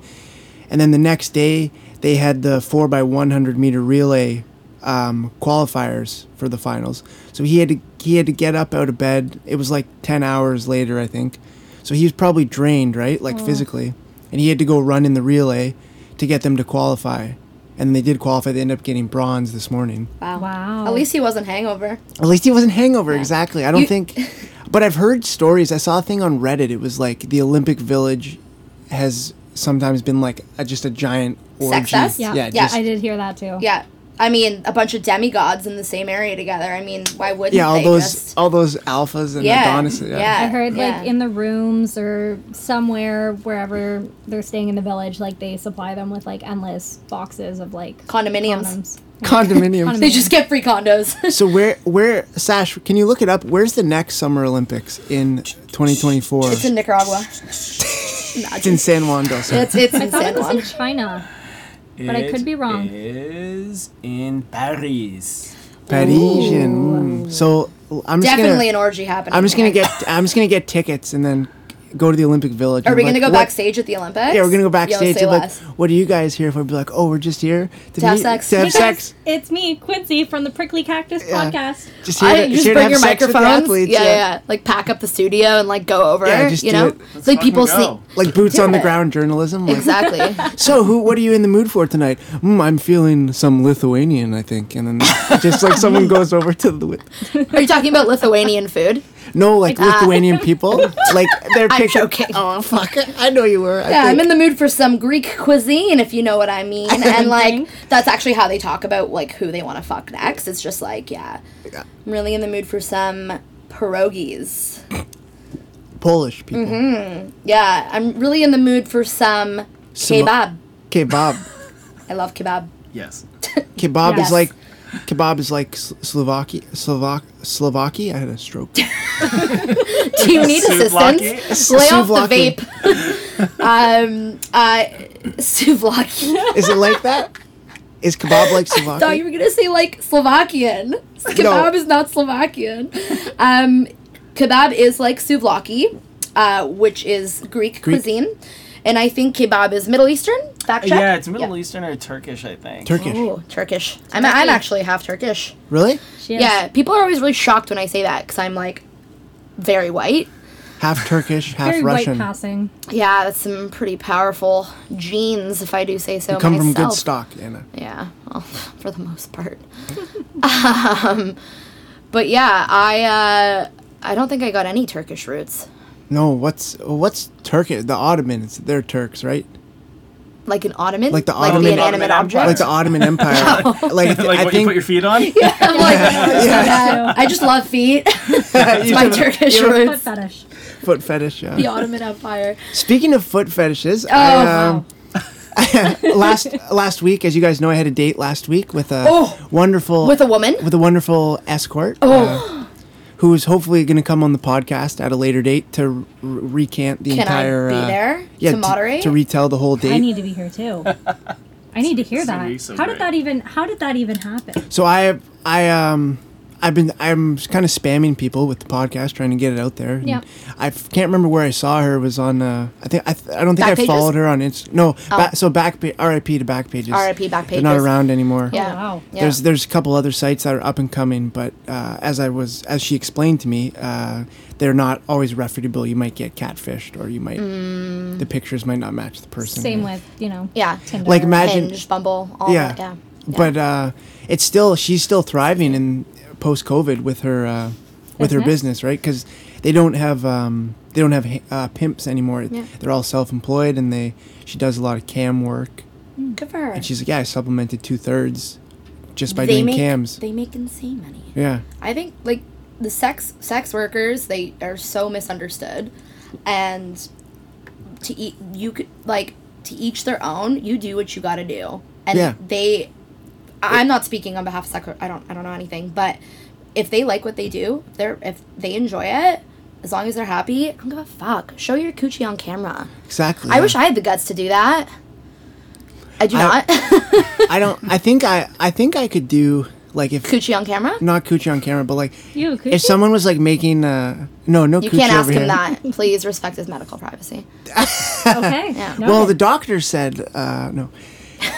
Speaker 3: And then the next day, they had the four by one hundred meter relay um, qualifiers for the finals. So he had to he had to get up out of bed. It was like ten hours later, I think. So he was probably drained, right, like physically, and he had to go run in the relay to get them to qualify. And they did qualify. They ended up getting bronze this morning.
Speaker 1: Wow.
Speaker 2: Wow.
Speaker 1: At least he wasn't hangover.
Speaker 3: At least he wasn't hangover. Exactly. I don't
Speaker 1: You-
Speaker 3: think. But I've heard stories. I saw a thing on Reddit. It was like the Olympic Village has sometimes been like a, just a giant orgy.
Speaker 1: Sex fest?
Speaker 2: Yeah,
Speaker 3: Yeah.
Speaker 2: yeah,
Speaker 3: Just,
Speaker 2: I did hear that too.
Speaker 1: Yeah. I mean, a bunch of demigods in the same area together. I mean, why wouldn't
Speaker 3: yeah. All
Speaker 1: they
Speaker 3: those
Speaker 1: just-
Speaker 3: all those alphas and
Speaker 1: Yeah,
Speaker 3: Adonises. Yeah.
Speaker 1: yeah.
Speaker 2: I heard like
Speaker 1: Yeah.
Speaker 2: in the rooms or somewhere wherever they're staying in the village, like they supply them with like endless boxes of like
Speaker 1: condominiums.
Speaker 2: condoms.
Speaker 3: Condominiums.
Speaker 1: They just get free condos.
Speaker 3: so where where Sash? Can you look it up? Where's the next Summer Olympics in 2024?
Speaker 1: it's in Nicaragua.
Speaker 3: It's in San Juan del Sur.
Speaker 1: It's it's in
Speaker 2: I thought
Speaker 1: San
Speaker 2: it was
Speaker 1: Juan.
Speaker 2: in China. But I could
Speaker 4: It
Speaker 2: be wrong.
Speaker 4: Is in Paris.
Speaker 3: Parisian. Mm. So I'm just
Speaker 1: Definitely
Speaker 3: gonna.
Speaker 1: an orgy happening.
Speaker 3: I'm just gonna
Speaker 1: there.
Speaker 3: get. I'm just gonna get tickets and then go to the Olympic Village.
Speaker 1: Are
Speaker 3: and
Speaker 1: we
Speaker 3: be
Speaker 1: gonna
Speaker 3: like,
Speaker 1: go
Speaker 3: "What-
Speaker 1: backstage at the Olympics?
Speaker 3: Yeah, we're gonna go
Speaker 1: Yo,
Speaker 3: backstage.
Speaker 1: say
Speaker 3: and be like,
Speaker 1: less.
Speaker 3: what are you guys here for? We'd be like, oh, we're just here to,
Speaker 1: have
Speaker 3: meet-
Speaker 1: sex."
Speaker 3: To have
Speaker 2: Hey
Speaker 3: sex.
Speaker 2: guys, It's me, Quincy, from the Prickly Cactus
Speaker 3: Yeah.
Speaker 2: podcast.
Speaker 3: Just here,
Speaker 1: I
Speaker 3: to,
Speaker 1: just
Speaker 3: here to
Speaker 1: bring
Speaker 3: have
Speaker 1: your
Speaker 3: sex with the
Speaker 1: microphones.
Speaker 3: athletes,
Speaker 1: yeah, yeah, yeah. Like pack up the studio and like go over.
Speaker 3: Yeah, just
Speaker 1: you
Speaker 3: do
Speaker 1: know,
Speaker 3: it.
Speaker 4: Let's
Speaker 1: like
Speaker 4: fucking
Speaker 1: people see.
Speaker 4: go.
Speaker 3: Like boots on the
Speaker 1: it.
Speaker 3: ground journalism. Like,
Speaker 1: Exactly.
Speaker 3: so, who? What are you in the mood for tonight? Mm, I'm feeling some Lithuanian, I think. And then just like someone goes over to the.
Speaker 1: Are you talking about Lithuanian food?
Speaker 3: No, like Lithuanian people. Like they're
Speaker 1: I'm
Speaker 3: picture.
Speaker 1: joking.
Speaker 3: Oh fuck! I know you were. I
Speaker 1: Yeah, I'm
Speaker 3: think.
Speaker 1: in the mood for some Greek cuisine, if you know what I mean. And like,
Speaker 2: Okay.
Speaker 1: that's actually how they talk about like who they want to fuck next. It's just like, yeah, I'm really in the mood for some pierogies.
Speaker 3: Polish people.
Speaker 1: Mm-hmm. Yeah, I'm really in the mood for some
Speaker 3: Samo-
Speaker 1: kebab.
Speaker 3: Kebab.
Speaker 1: I love kebab.
Speaker 4: Yes.
Speaker 3: Kebab is
Speaker 2: Yes.
Speaker 3: like. Kebab is like Sl- Slovakia. Slovak. Slovakia. I had a stroke.
Speaker 1: Do you need
Speaker 4: Souvlaki?
Speaker 1: assistance? Lay off the
Speaker 3: Souvlaki.
Speaker 1: vape. um, uh, souvlaki.
Speaker 3: Is it like that? Is kebab like Slovakia?
Speaker 1: Thought you were gonna say like Slovakian. Kebab is not Slovakian. Um, kebab is like souvlaki, uh, which is Greek, cuisine, and I think kebab is Middle Eastern. Fact check.
Speaker 4: Yeah, it's Middle Eastern or Turkish, I think.
Speaker 3: Turkish.
Speaker 1: Ooh, Turkish. I'm, I'm actually half Turkish.
Speaker 3: Really?
Speaker 2: She
Speaker 1: Yeah, people are always really shocked when I say that because I'm like very white.
Speaker 3: Half Turkish, half
Speaker 2: very
Speaker 3: Russian.
Speaker 2: white passing.
Speaker 1: Yeah, that's some pretty powerful genes, if I do say so
Speaker 3: Come
Speaker 1: myself.
Speaker 3: from good stock, Anna.
Speaker 1: Yeah, well, for the most part. um, but yeah, I uh, I don't think I got any Turkish roots,
Speaker 3: No, what's what's Turkish? The Ottomans, they're Turks, right?
Speaker 1: like an ottoman,
Speaker 3: Like the
Speaker 1: like
Speaker 3: Ottoman-
Speaker 1: the inanimate
Speaker 4: Ottoman
Speaker 1: object.
Speaker 4: Empire.
Speaker 3: Like the Ottoman Empire. Like,
Speaker 4: like
Speaker 3: I
Speaker 4: what you
Speaker 3: think
Speaker 4: put your feet on?
Speaker 1: I'm like, yeah, I just love feet.
Speaker 3: that's
Speaker 1: my Turkish
Speaker 2: Foot
Speaker 1: roots.
Speaker 2: fetish.
Speaker 3: foot fetish. Yeah.
Speaker 1: The Ottoman Empire.
Speaker 3: Speaking of foot fetishes,
Speaker 2: Oh.
Speaker 3: I, um, last last week, as you guys know, I had a date last week with a
Speaker 1: Oh.
Speaker 3: wonderful
Speaker 1: With a woman?
Speaker 3: with a wonderful escort. Oh. who is hopefully going to come on the podcast at a later date to r- recant the
Speaker 1: Can I
Speaker 3: entire.
Speaker 1: be
Speaker 3: uh,
Speaker 1: there
Speaker 3: yeah,
Speaker 1: to moderate?
Speaker 3: to retell the whole date.
Speaker 2: I need to be here too. I need to hear
Speaker 4: So
Speaker 2: that.
Speaker 4: we- so
Speaker 2: how did
Speaker 4: great.
Speaker 2: that even? How did that even happen?
Speaker 3: So I I um I've been I'm kind of spamming people with the podcast, trying to get it out there. and
Speaker 2: Yeah.
Speaker 3: I f- can't remember where I saw her. It Was on uh I think I, th- I don't think I
Speaker 1: Backpages?
Speaker 3: followed her on Inst. No,
Speaker 1: Oh.
Speaker 3: ba- so back pa- R.I.P. to Backpages.
Speaker 1: R.I.P.
Speaker 3: They're not
Speaker 1: Backpages.
Speaker 3: around anymore.
Speaker 1: Yeah.
Speaker 2: wow.
Speaker 1: Yeah.
Speaker 3: There's there's a couple other sites that are up and coming, but uh, as I was as she explained to me, uh, they're not always reputable. You might get catfished, or you might
Speaker 1: Mm.
Speaker 3: the pictures might not match the person.
Speaker 2: Same with you know.
Speaker 1: Yeah.
Speaker 2: Tinder.
Speaker 3: Like imagine
Speaker 1: Hinge, Bumble, all
Speaker 3: Yeah.
Speaker 1: that. Yeah.
Speaker 3: But uh, it's still she's still thriving in post COVID with her uh, with her
Speaker 2: Business.
Speaker 3: business, right? Because they don't have um, they don't have uh, pimps anymore.
Speaker 1: Yeah.
Speaker 3: They're all self employed, and they she does a lot of cam work.
Speaker 1: Good for her.
Speaker 3: And she's like, yeah, I supplemented two thirds just by
Speaker 1: they
Speaker 3: doing
Speaker 1: make
Speaker 3: cams.
Speaker 1: they make insane money.
Speaker 3: yeah,
Speaker 1: I think like the sex sex workers they are so misunderstood, and to eat you could like to each their own. You do what you got to do, and
Speaker 3: Yeah.
Speaker 1: they. I- I'm not speaking on behalf of sex. wor- I don't I don't know anything, but if they like what they do, they're if they enjoy it. As long as they're happy, I don't give a fuck. Show your coochie on camera.
Speaker 3: exactly.
Speaker 1: I
Speaker 3: yeah.
Speaker 1: wish I had the guts to do that. I do
Speaker 3: I-
Speaker 1: not.
Speaker 3: I don't. I think I. I think I could do like if
Speaker 1: coochie on camera?
Speaker 3: not coochie on camera, but like
Speaker 2: You,
Speaker 3: if someone was like making uh no no
Speaker 1: You
Speaker 3: coochie
Speaker 1: can't ask
Speaker 3: over
Speaker 1: him
Speaker 3: here.
Speaker 1: that. Please respect his medical privacy.
Speaker 2: okay. No.
Speaker 3: Well, the doctor said uh no.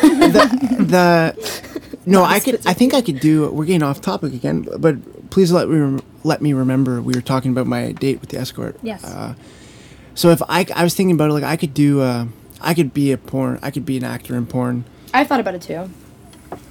Speaker 3: the, the no, I could. I think I could do. We're getting off topic again, but please let me rem- let me remember. We were talking about my date with the escort.
Speaker 2: Yes.
Speaker 3: Uh, so if I, I was thinking about it, like I could do. Uh, I could be a porn. I could be an actor in porn,
Speaker 1: I thought about it too.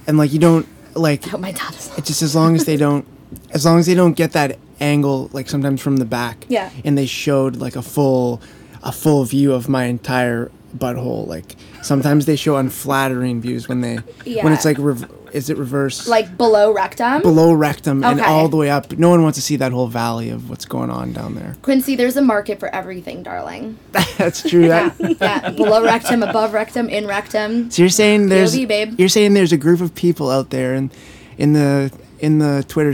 Speaker 3: and like you don't like.
Speaker 1: But my dad is not.
Speaker 3: It's just as long as they don't, as long as they don't get that angle, like sometimes from the back.
Speaker 1: Yeah.
Speaker 3: And they showed like a full, a full view of my entire butthole. Like sometimes they show unflattering views when they, when
Speaker 1: Yeah.
Speaker 3: it's like, rev- is it reverse?
Speaker 1: Like below rectum.
Speaker 3: below rectum and
Speaker 1: Okay.
Speaker 3: all the way up. No one wants to see that whole valley of what's going on down there.
Speaker 1: Quincy, there's a market for everything, darling.
Speaker 3: That's true.
Speaker 1: Yeah,
Speaker 3: That,
Speaker 1: yeah. Below rectum, above rectum, in rectum.
Speaker 3: so you're saying there's,
Speaker 1: POV, babe.
Speaker 3: you're saying there's a group of people out there and in the in the Twitter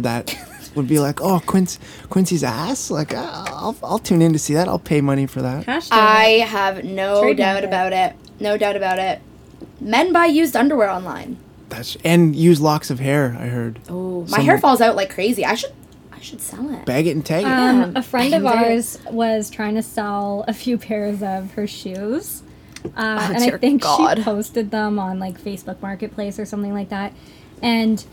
Speaker 3: that would be like, oh, Quince, Quincy's ass. Like, uh, I'll I'll tune in to see that. I'll pay money for that.
Speaker 2: Hashtag.
Speaker 1: I have no
Speaker 2: Trademark
Speaker 1: doubt
Speaker 2: it.
Speaker 1: about it. No doubt about it. Men buy used underwear online.
Speaker 3: That's and use locks of hair. I heard.
Speaker 1: Oh, my
Speaker 3: Someone-
Speaker 1: hair falls out like crazy. I should, I should sell it.
Speaker 3: Bag it and tag it.
Speaker 1: Uh,
Speaker 2: Um, a friend of
Speaker 1: Banged it.
Speaker 2: ours was trying to sell a few pairs of her shoes. Uh,
Speaker 1: Oh,
Speaker 2: and I
Speaker 1: dear
Speaker 2: think
Speaker 1: God.
Speaker 2: she posted them on like Facebook Marketplace or something like that. And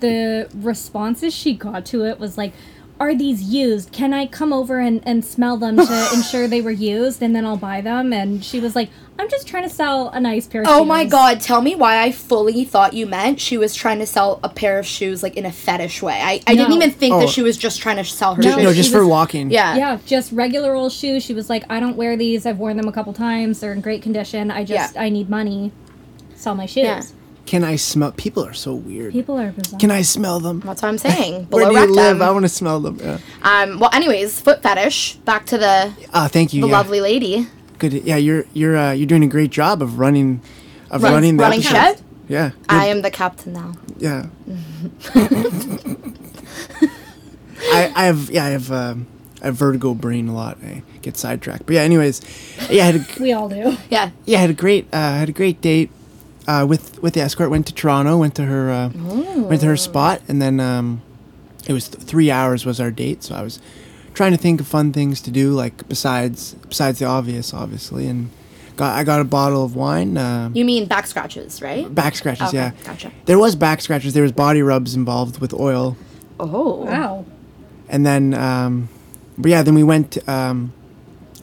Speaker 2: the responses she got to it was like, Are these used? Can I come over and, and smell them to ensure they were used and then I'll buy them? And she was like, I'm just trying to sell a nice pair of shoes.
Speaker 1: Oh my god, tell me why I fully thought you meant she was trying to sell a pair of shoes like in a fetish way. I, I didn't
Speaker 2: No.
Speaker 1: even think
Speaker 3: Oh.
Speaker 1: that she was just trying to sell her
Speaker 2: No,
Speaker 1: shoes.
Speaker 3: no,
Speaker 2: she
Speaker 3: just for
Speaker 2: was-
Speaker 3: walking.
Speaker 1: yeah.
Speaker 2: yeah, just regular old shoes. She was like, I don't wear these. I've worn them a couple times. They're in great condition. I just,
Speaker 1: Yeah.
Speaker 2: I need money. Sell my shoes.
Speaker 1: Yeah.
Speaker 3: Can I smell? People are so weird.
Speaker 2: People are bizarre.
Speaker 3: Can I smell them?
Speaker 1: That's what I'm saying.
Speaker 3: Where
Speaker 1: Below
Speaker 3: do you
Speaker 1: rectum.
Speaker 3: live? I want to smell them. Yeah.
Speaker 1: um well anyways, foot fetish. Back to the
Speaker 3: Ah, thank you.
Speaker 1: the
Speaker 3: yeah.
Speaker 1: lovely lady.
Speaker 3: Good. Yeah, you're you're uh, you're doing a great job of running, of
Speaker 1: Run-
Speaker 3: running the
Speaker 1: running
Speaker 3: episode.
Speaker 1: show?
Speaker 3: Yeah.
Speaker 1: I am the captain now.
Speaker 3: Yeah. I, I have yeah I have um, I have vertigo brain a lot. I get sidetracked. But yeah, anyways, yeah I had a,
Speaker 2: We all do.
Speaker 1: Yeah.
Speaker 3: yeah I had a great uh, I had a great date uh, with with the escort. Went to Toronto. Went to her uh, went to her spot, and then um, it was th- three hours was our date. So I was trying to think of fun things to do like besides besides the obvious, obviously, and got I got a bottle of wine. Uh,
Speaker 1: You mean back scratches, right?
Speaker 3: Back scratches,
Speaker 1: Okay,
Speaker 3: yeah.
Speaker 1: gotcha.
Speaker 3: There was back scratches. There was body rubs involved with oil,
Speaker 1: Oh.
Speaker 2: Wow.
Speaker 3: and then, um, but yeah, then we went. Um,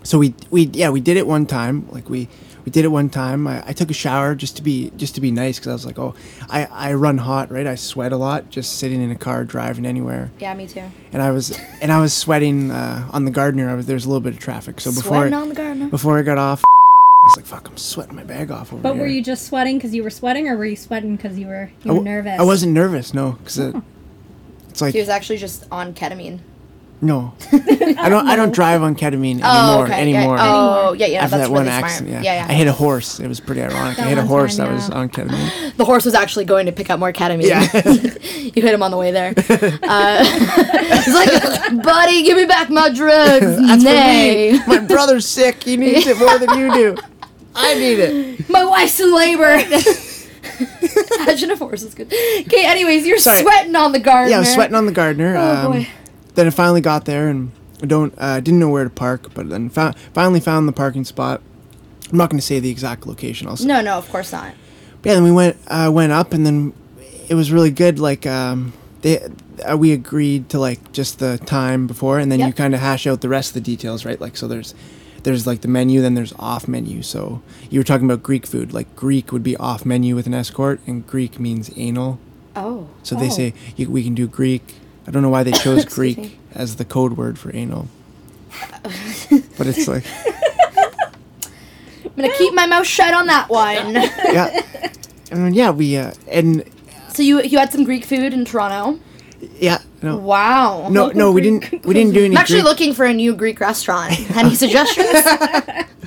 Speaker 3: so we we yeah we did it one time. Like we we did it one time. I, I took a shower just to be just to be nice because I was like, oh, I I run hot, right? I sweat a lot just sitting in a car driving anywhere,
Speaker 1: Yeah, me too.
Speaker 3: and I was and I was sweating uh, on the Gardener. I was there's a little bit of traffic, so before
Speaker 1: Sweating
Speaker 3: I-
Speaker 1: on the gardener.
Speaker 3: before I got off, I was like, fuck, I'm sweating my bag off over
Speaker 2: But
Speaker 3: here.
Speaker 2: were you just sweating because you were sweating, or were you sweating because you were you
Speaker 3: I
Speaker 2: were
Speaker 3: w-
Speaker 2: nervous?
Speaker 3: I wasn't nervous, no, because
Speaker 1: Hmm.
Speaker 3: it's like
Speaker 1: He was actually just on ketamine.
Speaker 3: No, I don't. I don't drive on ketamine anymore. Anymore.
Speaker 1: Oh, Yeah. Oh, yeah, yeah.
Speaker 3: After
Speaker 1: that's
Speaker 3: that one
Speaker 1: really
Speaker 3: accident,
Speaker 1: smart.
Speaker 3: yeah.
Speaker 1: yeah,
Speaker 3: I hit a horse. It was pretty ironic.
Speaker 2: That
Speaker 3: I hit a
Speaker 2: one
Speaker 3: horse
Speaker 2: time,
Speaker 3: that was
Speaker 2: yeah.
Speaker 3: on ketamine.
Speaker 1: The horse was actually going to pick up more ketamine.
Speaker 3: Yeah.
Speaker 1: you hit him on the way there. Uh, he's like, buddy, give me back my drugs. Nay.
Speaker 3: My brother's sick. He needs it more than you do. I need it.
Speaker 1: My wife's in labor. Imagine if horse is good. Okay, anyways, you're
Speaker 3: Sorry.
Speaker 1: sweating on the garden.
Speaker 3: Yeah, I was sweating on the gardener. um,
Speaker 1: Oh, boy.
Speaker 3: Then I finally got there and I don't uh, didn't know where to park, but then found, finally found the parking spot. I'm not going to say the exact location. I'll say
Speaker 1: No, no, of course not.
Speaker 3: But yeah, then we went uh, went up, and then it was really good. Like um, they uh, we agreed to like just the time before, and then you
Speaker 1: Yep.
Speaker 3: kind of hash out the rest of the details, right? Like so, there's there's like the menu, then there's off menu. So you were talking about Greek food. Like Greek would be off menu with an escort, and Greek means anal.
Speaker 1: Oh.
Speaker 3: So they
Speaker 2: Oh.
Speaker 3: say you, we can do Greek. I don't know why they chose
Speaker 1: Excuse
Speaker 3: Greek
Speaker 1: me.
Speaker 3: as the code word for anal. but it's like,
Speaker 1: I'm gonna keep my mouth shut on that one.
Speaker 3: yeah. And yeah, we, uh, and
Speaker 1: so you you had some Greek food in Toronto.
Speaker 3: yeah, no.
Speaker 1: Wow.
Speaker 3: No, no, we didn't. We didn't do any.
Speaker 1: I'm actually
Speaker 3: Greek,
Speaker 1: looking for a new Greek restaurant. Any suggestions?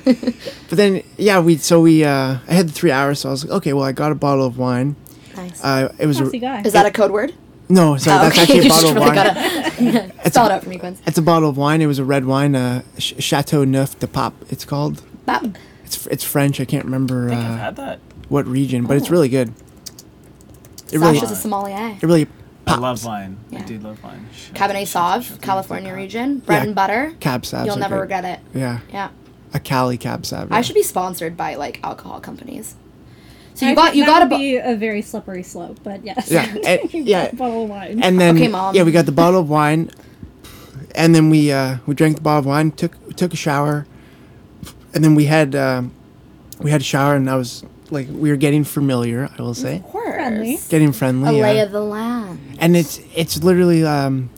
Speaker 3: But then, yeah, we. So we. Uh, I had the three hours, so I was like, okay, well, I got a bottle of wine.
Speaker 1: nice.
Speaker 3: Uh, it was a,
Speaker 2: Classy guy.
Speaker 1: Is that a code word?
Speaker 3: no, sorry, that's
Speaker 1: Oh, okay.
Speaker 3: actually
Speaker 1: You
Speaker 3: a
Speaker 1: just
Speaker 3: bottle of
Speaker 1: really
Speaker 3: wine.
Speaker 1: gotta spell it out for me, Quince.
Speaker 3: It's a bottle of wine. It was a red wine, uh, Ch- Chateau Neuf de Pape. It's called.
Speaker 1: Bap.
Speaker 3: It's fr- it's French. I can't remember
Speaker 4: think I've
Speaker 3: uh,
Speaker 4: had that.
Speaker 3: what region, but it's really good. It really,
Speaker 1: Sasha's a
Speaker 3: it
Speaker 1: sommelier.
Speaker 3: really
Speaker 4: I
Speaker 3: pops.
Speaker 4: love wine. I
Speaker 1: Yeah.
Speaker 4: do love wine. Shit.
Speaker 1: Cabernet Sauv, California region, bread
Speaker 3: Yeah.
Speaker 1: and butter.
Speaker 3: Cab Savs.
Speaker 1: You'll
Speaker 3: are
Speaker 1: never
Speaker 3: good.
Speaker 1: regret it.
Speaker 3: Yeah,
Speaker 1: Yeah.
Speaker 3: a Cali Cab Sav.
Speaker 1: I should be sponsored by like alcohol companies. So
Speaker 2: I
Speaker 1: you got
Speaker 2: think
Speaker 1: you
Speaker 2: that
Speaker 1: got a
Speaker 2: would
Speaker 1: bo-
Speaker 2: be a very slippery slope, but yes.
Speaker 3: Yeah, and, yeah,
Speaker 2: Bottle of wine.
Speaker 3: and then
Speaker 1: Okay, Mom.
Speaker 3: yeah, we got the bottle of wine, and then we uh, we drank the bottle of wine, took took a shower, and then we had um, we had a shower, and I was like, we were getting familiar, I will say,
Speaker 1: of course.
Speaker 2: Friendly.
Speaker 3: getting
Speaker 1: A
Speaker 3: friendly. yeah.
Speaker 1: lay of the land.
Speaker 3: and it's it's literally um,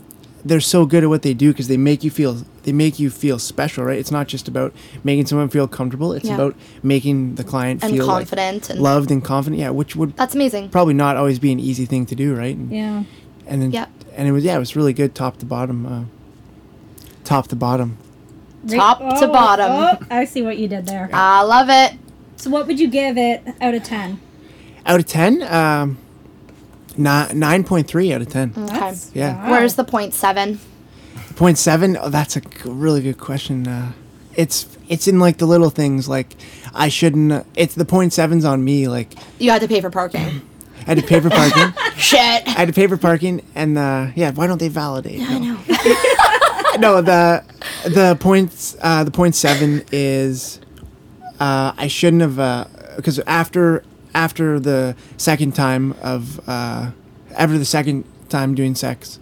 Speaker 3: they're so good at what they do because they make you feel they make you feel special, right? It's not just about making someone feel comfortable; it's
Speaker 1: Yeah.
Speaker 3: about making the client
Speaker 1: And
Speaker 3: feel like,
Speaker 1: confident and-
Speaker 3: loved and confident. Yeah, which would
Speaker 1: That's amazing.
Speaker 3: probably not always be an easy thing to do, right? And,
Speaker 2: Yeah.
Speaker 3: and then
Speaker 1: Yep.
Speaker 3: and it was yeah, it was really good top to bottom, uh, top to bottom.
Speaker 1: Top to bottom.
Speaker 2: Oh, I see what you did there.
Speaker 1: I love it.
Speaker 2: So what would you give it out of 10?
Speaker 3: Out of ten, um, nine nine point three out of ten.
Speaker 1: Mm.
Speaker 2: That's-
Speaker 3: Yeah.
Speaker 2: wow.
Speaker 1: Where's the point seven?
Speaker 3: Point seven. Oh, that's a g- really good question. Uh, it's it's in like the little things. Like I shouldn't. It's the point sevens on me. Like
Speaker 1: You had to pay for parking.
Speaker 3: I had to pay for parking.
Speaker 1: Shit.
Speaker 3: I had to pay for parking, and uh, yeah, why don't they validate? No, no, the the points uh, the point seven is uh, I shouldn't have because after after the second time of uh, after the second time doing sex,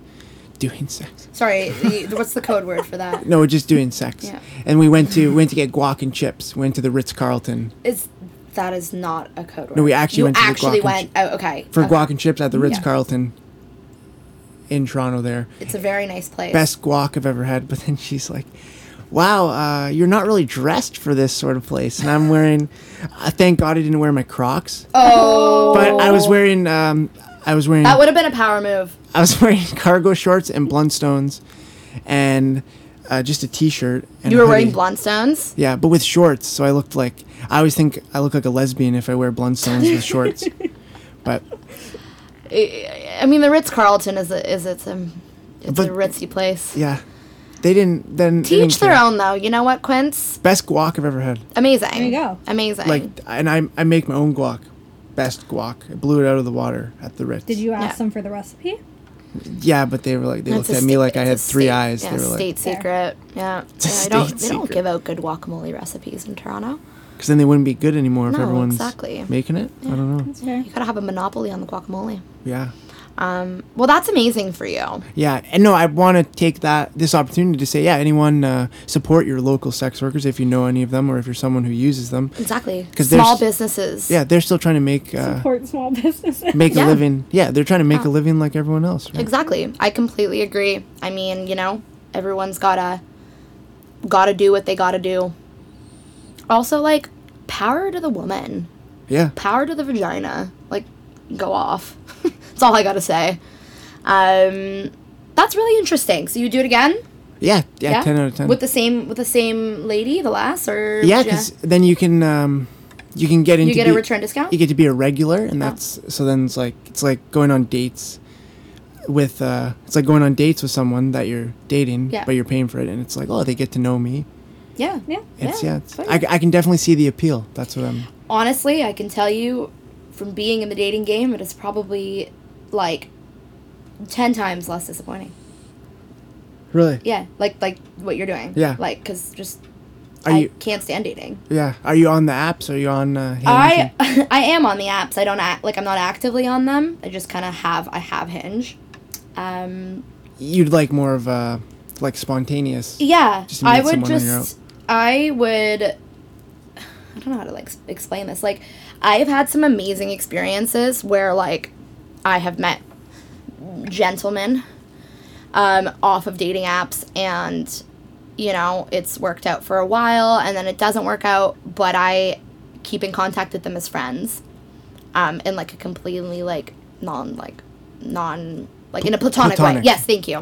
Speaker 3: doing sex.
Speaker 1: Sorry. the- what's the code word for that?
Speaker 3: No, we're just doing sex.
Speaker 1: Yeah.
Speaker 3: And we went to went to get guac and chips. Went to the Ritz Carlton
Speaker 1: Is that is not a code word?
Speaker 3: we actually
Speaker 1: you
Speaker 3: went to the
Speaker 1: actually
Speaker 3: guac
Speaker 1: went.
Speaker 3: and ch-
Speaker 1: Oh, okay.
Speaker 3: for
Speaker 1: okay.
Speaker 3: guac and chips at the Ritz Carlton in Toronto. There,
Speaker 1: It's a very nice place.
Speaker 3: best guac I've ever had. But then she's like, "Wow, uh, you're not really dressed for this sort of place." And I'm wearing. Uh, thank God I didn't wear my Crocs.
Speaker 1: Oh,
Speaker 3: But I was wearing. Um, I was wearing.
Speaker 1: that would have been a power move.
Speaker 3: I was wearing cargo shorts and Blundstones, and uh, just a T-shirt. And
Speaker 1: You
Speaker 3: a
Speaker 1: were wearing
Speaker 3: hoodie.
Speaker 1: Blundstones.
Speaker 3: Yeah, but with shorts, so I looked like I always think I look like a lesbian if I wear Blundstones with shorts. But
Speaker 1: I I mean, the Ritz Carlton is a, is it's a it's
Speaker 3: But-
Speaker 1: a ritzy place.
Speaker 3: yeah, they didn't. Then they
Speaker 1: To each
Speaker 3: didn't
Speaker 1: their
Speaker 3: care.
Speaker 1: own, though. You know what, Quince?
Speaker 3: Best guac I've ever had.
Speaker 1: Amazing.
Speaker 2: you go.
Speaker 1: Amazing.
Speaker 3: Like, and I I make my own guac. Best guac. I blew it out of the water at the Ritz.
Speaker 2: Did you ask
Speaker 1: Yeah.
Speaker 2: them for the recipe?
Speaker 3: Yeah, but they were like they
Speaker 1: That's
Speaker 3: looked
Speaker 1: a
Speaker 3: at me
Speaker 1: sta-
Speaker 3: like I
Speaker 1: it's a
Speaker 3: had three
Speaker 1: state-
Speaker 3: eyes.
Speaker 1: Yeah,
Speaker 3: they were
Speaker 1: state
Speaker 3: like,
Speaker 1: secret. Yeah. yeah I
Speaker 3: a
Speaker 1: don't, they
Speaker 3: state
Speaker 1: don't
Speaker 3: secret.
Speaker 1: give out good guacamole recipes in Toronto.
Speaker 3: because then they wouldn't be good anymore if
Speaker 1: No,
Speaker 3: everyone's
Speaker 1: exactly.
Speaker 3: making it. I don't know.
Speaker 2: Okay.
Speaker 1: You gotta have a monopoly on the guacamole.
Speaker 3: Yeah.
Speaker 1: Um, well, that's amazing for you.
Speaker 3: Yeah, and no, I want to take that this opportunity to say, yeah, anyone uh, support your local sex workers if you know any of them or if you're someone who uses them.
Speaker 1: Exactly.
Speaker 3: 'Cause
Speaker 1: Small
Speaker 3: there's-
Speaker 1: businesses.
Speaker 3: Yeah, they're still trying to make uh,
Speaker 2: Support small businesses.
Speaker 3: make
Speaker 1: Yeah. Ah.
Speaker 3: a living. Yeah, they're trying to make
Speaker 1: Yeah.
Speaker 3: a living like everyone else. Right?
Speaker 1: Exactly. I completely agree. I mean, you know, everyone's gotta gotta do what they gotta do. Also, like, power to the woman.
Speaker 3: Yeah,
Speaker 1: Power to the vagina. Like, go off. that's all I gotta say. Um, that's really interesting. So you do it again?
Speaker 3: yeah, yeah, Ten out of ten.
Speaker 1: With the same with the same lady, the last or
Speaker 3: yeah, because then you can um, you can get into
Speaker 1: you get a
Speaker 3: be-
Speaker 1: return discount.
Speaker 3: You get to be a regular, and that's so then it's like it's like going on dates with uh, it's like going on dates with someone that you're dating,
Speaker 1: Yeah.
Speaker 3: but you're paying for it, and it's like oh, they get to know me.
Speaker 1: yeah,
Speaker 2: Yeah.
Speaker 3: It's
Speaker 1: Yeah,
Speaker 3: yeah, it's,
Speaker 1: fun.
Speaker 3: I, I can definitely see the appeal. That's what I'm.
Speaker 1: honestly, I can tell you from being in the dating game, it is probably like 10 times less disappointing.
Speaker 3: Really?
Speaker 1: Yeah, like like what you're doing.
Speaker 3: Yeah.
Speaker 1: Like cuz just
Speaker 3: Are
Speaker 1: I
Speaker 3: you-
Speaker 1: can't stand dating.
Speaker 3: Yeah. Are you on the apps? Are you on? Uh, Hinge
Speaker 1: I
Speaker 3: and-
Speaker 1: I am on the apps. I don't act like I'm not actively on them. I just kind of have I have Hinge. Um
Speaker 3: You'd like more of a like spontaneous.
Speaker 1: yeah,
Speaker 3: Just to
Speaker 1: I
Speaker 3: meet
Speaker 1: would
Speaker 3: someone on your
Speaker 1: just I would I don't know how to like s- explain this. Like I have had some amazing experiences where like I have met gentlemen um, off of dating apps and you know it's worked out for a while and then it doesn't work out but i keep in contact with them as friends um, in like a completely like non like non like in a platonic, way
Speaker 3: platonic.
Speaker 1: yes thank you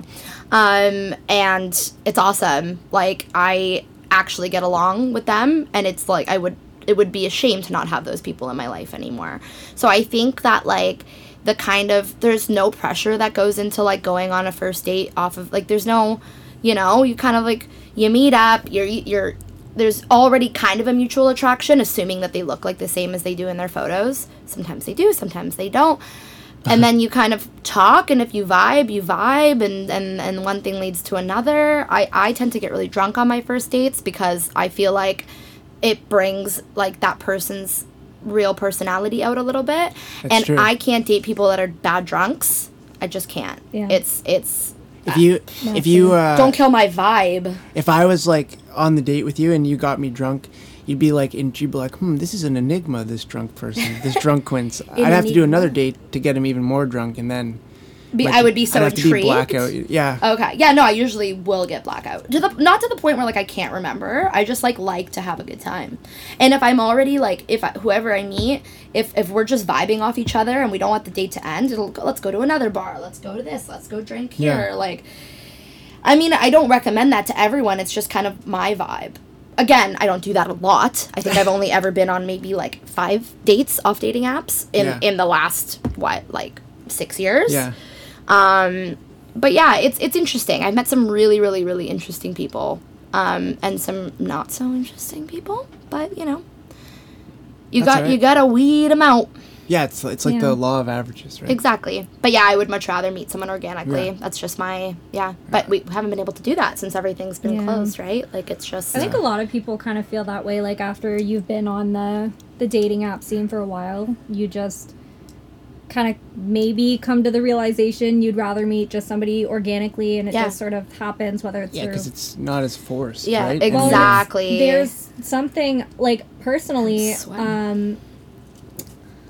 Speaker 1: um, and it's awesome like i actually get along with them and it's like i would it would be a shame to not have those people in my life anymore so i think that like the kind of there's no pressure that goes into like going on a first date off of like there's no you know you kind of like you meet up you're you're there's already kind of a mutual attraction assuming that they look like the same as they do in their photos sometimes they do sometimes they don't and then you kind of talk and if you vibe you vibe and, and and one thing leads to another i i tend to get really drunk on my first dates because i feel like it brings like that person's real personality out a little bit
Speaker 3: That's
Speaker 1: and
Speaker 3: true.
Speaker 1: i can't date people that are bad drunks i just can't
Speaker 2: Yeah.
Speaker 1: it's it's
Speaker 3: If you, if you, uh,
Speaker 1: don't kill my vibe
Speaker 3: if I was like on the date with you and you got me drunk, you'd be like, and you'd be like, hmm, this is an enigma. This drunk person, this drunk quince. I'd have to do
Speaker 1: Enigma.
Speaker 3: another date to get him even more drunk, and then
Speaker 1: be,
Speaker 3: like,
Speaker 1: i would be so
Speaker 3: I'd have
Speaker 1: intrigued
Speaker 3: to be blackout. Yeah,
Speaker 1: Okay. Yeah, no, I usually will get blackout. To the not to the point where like I can't remember. I just like like to have a good time. And if I'm already like if I, whoever I meet, if if we're just vibing off each other and we don't want the date to end, it'll go, let's go to another bar. Let's go to this. Let's go drink
Speaker 3: Yeah.
Speaker 1: here. Like I mean, I don't recommend that to everyone. It's just kind of my vibe. Again, I don't do that a lot. I think I've only ever been on maybe like 5 dates off dating apps in
Speaker 3: Yeah.
Speaker 1: in the last what like 6 years
Speaker 3: yeah.
Speaker 1: Um, but yeah, it's it's interesting. I've met some really, really, really interesting people, um, and some not so interesting people. But you know, you
Speaker 3: That's
Speaker 1: got
Speaker 3: all
Speaker 1: you
Speaker 3: right.
Speaker 1: gotta weed them out
Speaker 3: Yeah, it's it's like
Speaker 2: Yeah.
Speaker 3: the law of averages, right?
Speaker 1: exactly. But yeah, I would much rather meet someone organically.
Speaker 3: Yeah.
Speaker 1: That's just my yeah. But we haven't been able to do that since everything's been
Speaker 2: Yeah.
Speaker 1: closed, right? Like it's just
Speaker 2: I think a lot of people kind of feel that way. Like after you've been on the the dating app scene for a while, you just kind of maybe come to the realization you'd rather meet just somebody organically, and it
Speaker 1: Yeah.
Speaker 2: just sort of happens whether it's
Speaker 3: Yeah,
Speaker 2: through.
Speaker 3: because it's not as forced.
Speaker 1: yeah,
Speaker 3: right? And, uh,
Speaker 1: exactly.
Speaker 2: There's something like personally,
Speaker 1: I'm sweating.
Speaker 2: um,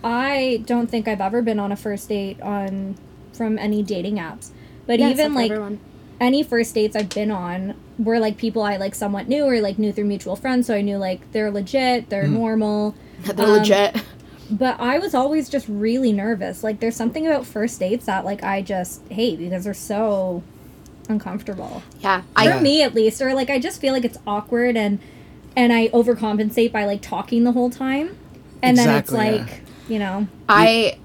Speaker 2: I don't think I've ever been on a first date on from any dating apps. But
Speaker 1: Yeah, it's
Speaker 2: even
Speaker 1: not for
Speaker 2: like
Speaker 1: everyone.
Speaker 2: any first dates I've been on were like people I like somewhat knew or like knew through mutual friends, so I knew like they're legit, they're normal.
Speaker 1: they're
Speaker 2: um,
Speaker 1: legit.
Speaker 2: But I was always just really nervous. Like there's something about first dates that like I just hate because they're so uncomfortable.
Speaker 1: Yeah,
Speaker 2: For
Speaker 1: I
Speaker 2: me at least, or like I just feel like it's awkward and and I overcompensate by like talking the whole time. And
Speaker 3: Exactly,
Speaker 2: then
Speaker 3: yeah.
Speaker 2: it's like, you know,
Speaker 1: I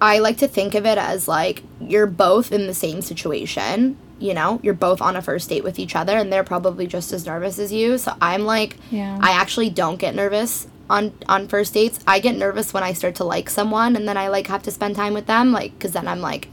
Speaker 1: I like to think of it as like you're both in the same situation. You know, you're both on a first date with each other, and they're probably just as nervous as you. So I'm like,
Speaker 2: Yeah.
Speaker 1: I actually don't get nervous on on first dates. I get nervous when I start to like someone, and then I like have to spend time with them, like because then I'm like.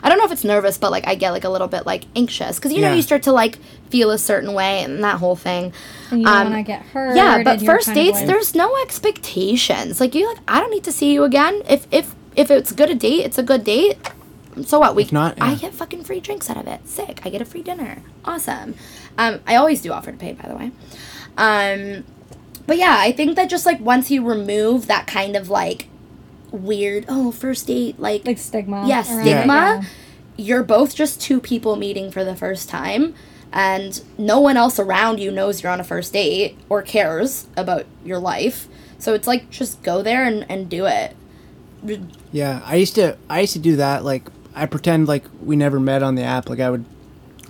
Speaker 1: I don't know if it's nervous, but like I get like a little bit like anxious because you know
Speaker 3: Yeah.
Speaker 1: you start to like feel a certain way and that whole thing.
Speaker 2: and you don't
Speaker 1: Um,
Speaker 2: want to get hurt.
Speaker 1: Yeah,
Speaker 2: and
Speaker 1: but
Speaker 2: you're
Speaker 1: first
Speaker 2: kind of,
Speaker 1: dates,
Speaker 2: like-
Speaker 1: there's no expectations. Like you like, I don't need to see you again. If if if it's good a date, it's a good date. So what? We
Speaker 3: If not,
Speaker 1: I
Speaker 3: yeah.
Speaker 1: get fucking free drinks out of it. Sick. I get a free dinner. Awesome. Um, I always do offer to pay, by the way. Um, but yeah, I think that just like once you remove that kind of like weird, oh, first date, like
Speaker 2: like stigma.
Speaker 1: Yes,
Speaker 2: around it,
Speaker 1: stigma.
Speaker 2: yeah.
Speaker 1: You're both just two people meeting for the first time, and no one else around you knows you're on a first date or cares about your life. So it's like just go there and, and do it.
Speaker 3: Yeah, I used to I used to do that. Like I pretend like we never met on the app. Like I would,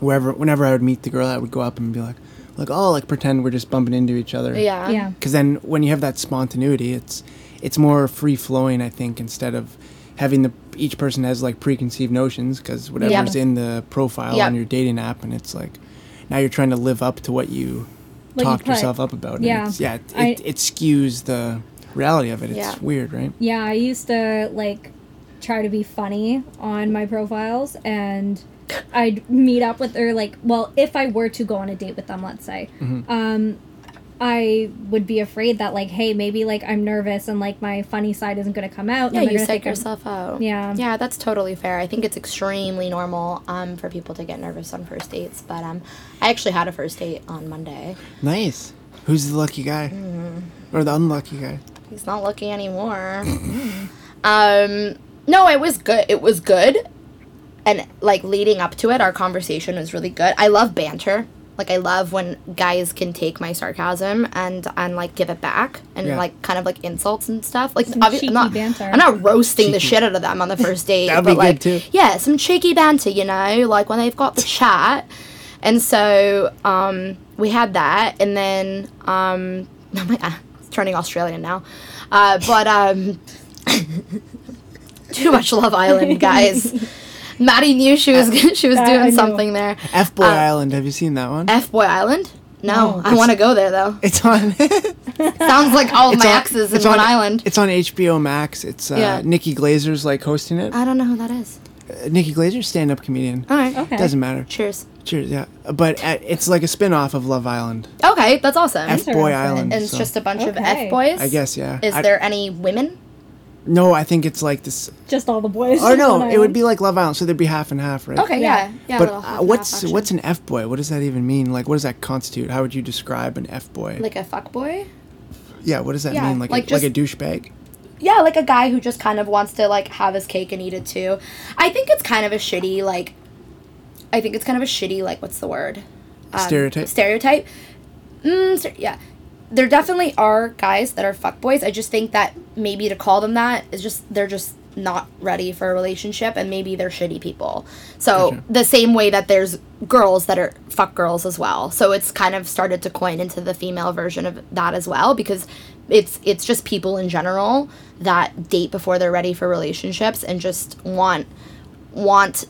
Speaker 3: wherever whenever I would meet the girl, I would go up and be like, like oh, like pretend we're just bumping into each other.
Speaker 1: Yeah.
Speaker 2: Yeah.
Speaker 3: Because then when you have that spontaneity, it's it's more free flowing. I think instead of having the each person has like preconceived notions because whatever's in the profile
Speaker 1: Yeah.
Speaker 3: on your dating app, and it's like now you're trying to live up to what you
Speaker 2: What you
Speaker 3: talked
Speaker 2: put.
Speaker 3: yourself up about. and
Speaker 2: Yeah.
Speaker 3: it's, yeah. It,
Speaker 2: I-
Speaker 3: it, it skews the reality of it. It's
Speaker 1: Yeah.
Speaker 3: weird, right?
Speaker 2: Yeah, I used to like try to be funny on my profiles and I'd meet up with or like well, if I were to go on a date with them, let's say.
Speaker 3: Mm-hmm.
Speaker 2: Um I would be afraid that like, hey, maybe like I'm nervous and like my funny side isn't gonna come out. and
Speaker 1: Yeah,
Speaker 2: then they're
Speaker 1: you
Speaker 2: gonna
Speaker 1: psych
Speaker 2: think I'm-
Speaker 1: yourself out.
Speaker 2: Yeah.
Speaker 1: Yeah, that's totally fair. I think it's extremely normal um, for people to get nervous on first dates. But um, I actually had a first date on Monday.
Speaker 3: Nice. Who's the lucky guy?
Speaker 1: Mm-hmm.
Speaker 3: Or the unlucky guy?
Speaker 1: He's not lucky anymore.
Speaker 2: Mm-hmm.
Speaker 1: um, no, it was good. It was good. And like leading up to it, our conversation was really good. I love banter. Like I love when guys can take my sarcasm and and like give it back and
Speaker 3: Yeah.
Speaker 1: like kind of like insults and stuff. Like
Speaker 2: Some
Speaker 1: obvi-
Speaker 2: cheeky
Speaker 1: I'm not
Speaker 2: banter.
Speaker 1: I'm not roasting the shit out of them on the first date.
Speaker 3: That'd
Speaker 1: but
Speaker 3: be good,
Speaker 1: like
Speaker 3: too.
Speaker 1: yeah, some cheeky banter, you know, like when they've got the chat. And so um, we had that, and then um, oh my god, it's turning Australian now. Uh, but um, too much Love Island, guys. Maddie knew she was she
Speaker 3: Uh,
Speaker 1: was
Speaker 2: I- I
Speaker 1: doing
Speaker 2: knew.
Speaker 1: something there.
Speaker 3: F Boy Island. Have you seen that one?
Speaker 1: Uh, F Boy Island. No, I want to go there though.
Speaker 3: it's on.
Speaker 1: Sounds like all of
Speaker 3: It's
Speaker 1: my
Speaker 3: on-
Speaker 1: exes in
Speaker 3: it's
Speaker 1: one
Speaker 3: on-
Speaker 1: island.
Speaker 3: It's on HBO Max. It's uh,
Speaker 1: Yeah.
Speaker 3: Nikki Glazer's like hosting it. Uh,
Speaker 1: I don't know who that is.
Speaker 3: Nikki Glazer, stand-up comedian.
Speaker 1: All right.
Speaker 2: Okay.
Speaker 3: Doesn't matter.
Speaker 1: Cheers.
Speaker 3: Cheers. Yeah, but uh, it's like a spin-off of Love Island.
Speaker 1: Okay, that's awesome.
Speaker 3: F Boy
Speaker 2: Interesting.
Speaker 3: Island.
Speaker 1: and it's
Speaker 3: so-
Speaker 1: just a bunch of
Speaker 2: Okay.
Speaker 1: F boys.
Speaker 3: I guess yeah.
Speaker 1: Is
Speaker 3: I-
Speaker 1: there any women?
Speaker 3: No, I think it's like this.
Speaker 2: Just all the boys.
Speaker 3: Or
Speaker 2: on
Speaker 3: no, it would
Speaker 2: island.
Speaker 3: be like Love Island, so there'd be half and half, right?
Speaker 1: Okay,
Speaker 2: Yeah.
Speaker 1: yeah, yeah.
Speaker 3: but
Speaker 1: little half
Speaker 3: uh,
Speaker 1: and
Speaker 3: what's
Speaker 1: half action.
Speaker 3: what's an F boy? What does that even mean? Like, what does that constitute? How would you describe an F boy?
Speaker 1: like a fuck boy?
Speaker 3: yeah, what does that
Speaker 1: yeah,
Speaker 3: mean? Like,
Speaker 1: like
Speaker 3: a,
Speaker 1: just-
Speaker 3: like a douchebag?
Speaker 1: Yeah, like a guy who just kind of wants to like have his cake and eat it too. I think it's kind of a shitty like. I think it's kind of a shitty like what's the word? Um,
Speaker 3: Stereotype?
Speaker 1: Stereotype. Mm, st- yeah, there definitely are guys that are fuckboys. I just think that maybe to call them that is just they're just not ready for a relationship and maybe they're shitty people. So
Speaker 3: Gotcha.
Speaker 1: the same way that there's girls that are fuck girls as well. So it's kind of started to coin into the female version of that as well because it's it's just people in general that date before they're ready for relationships and just want want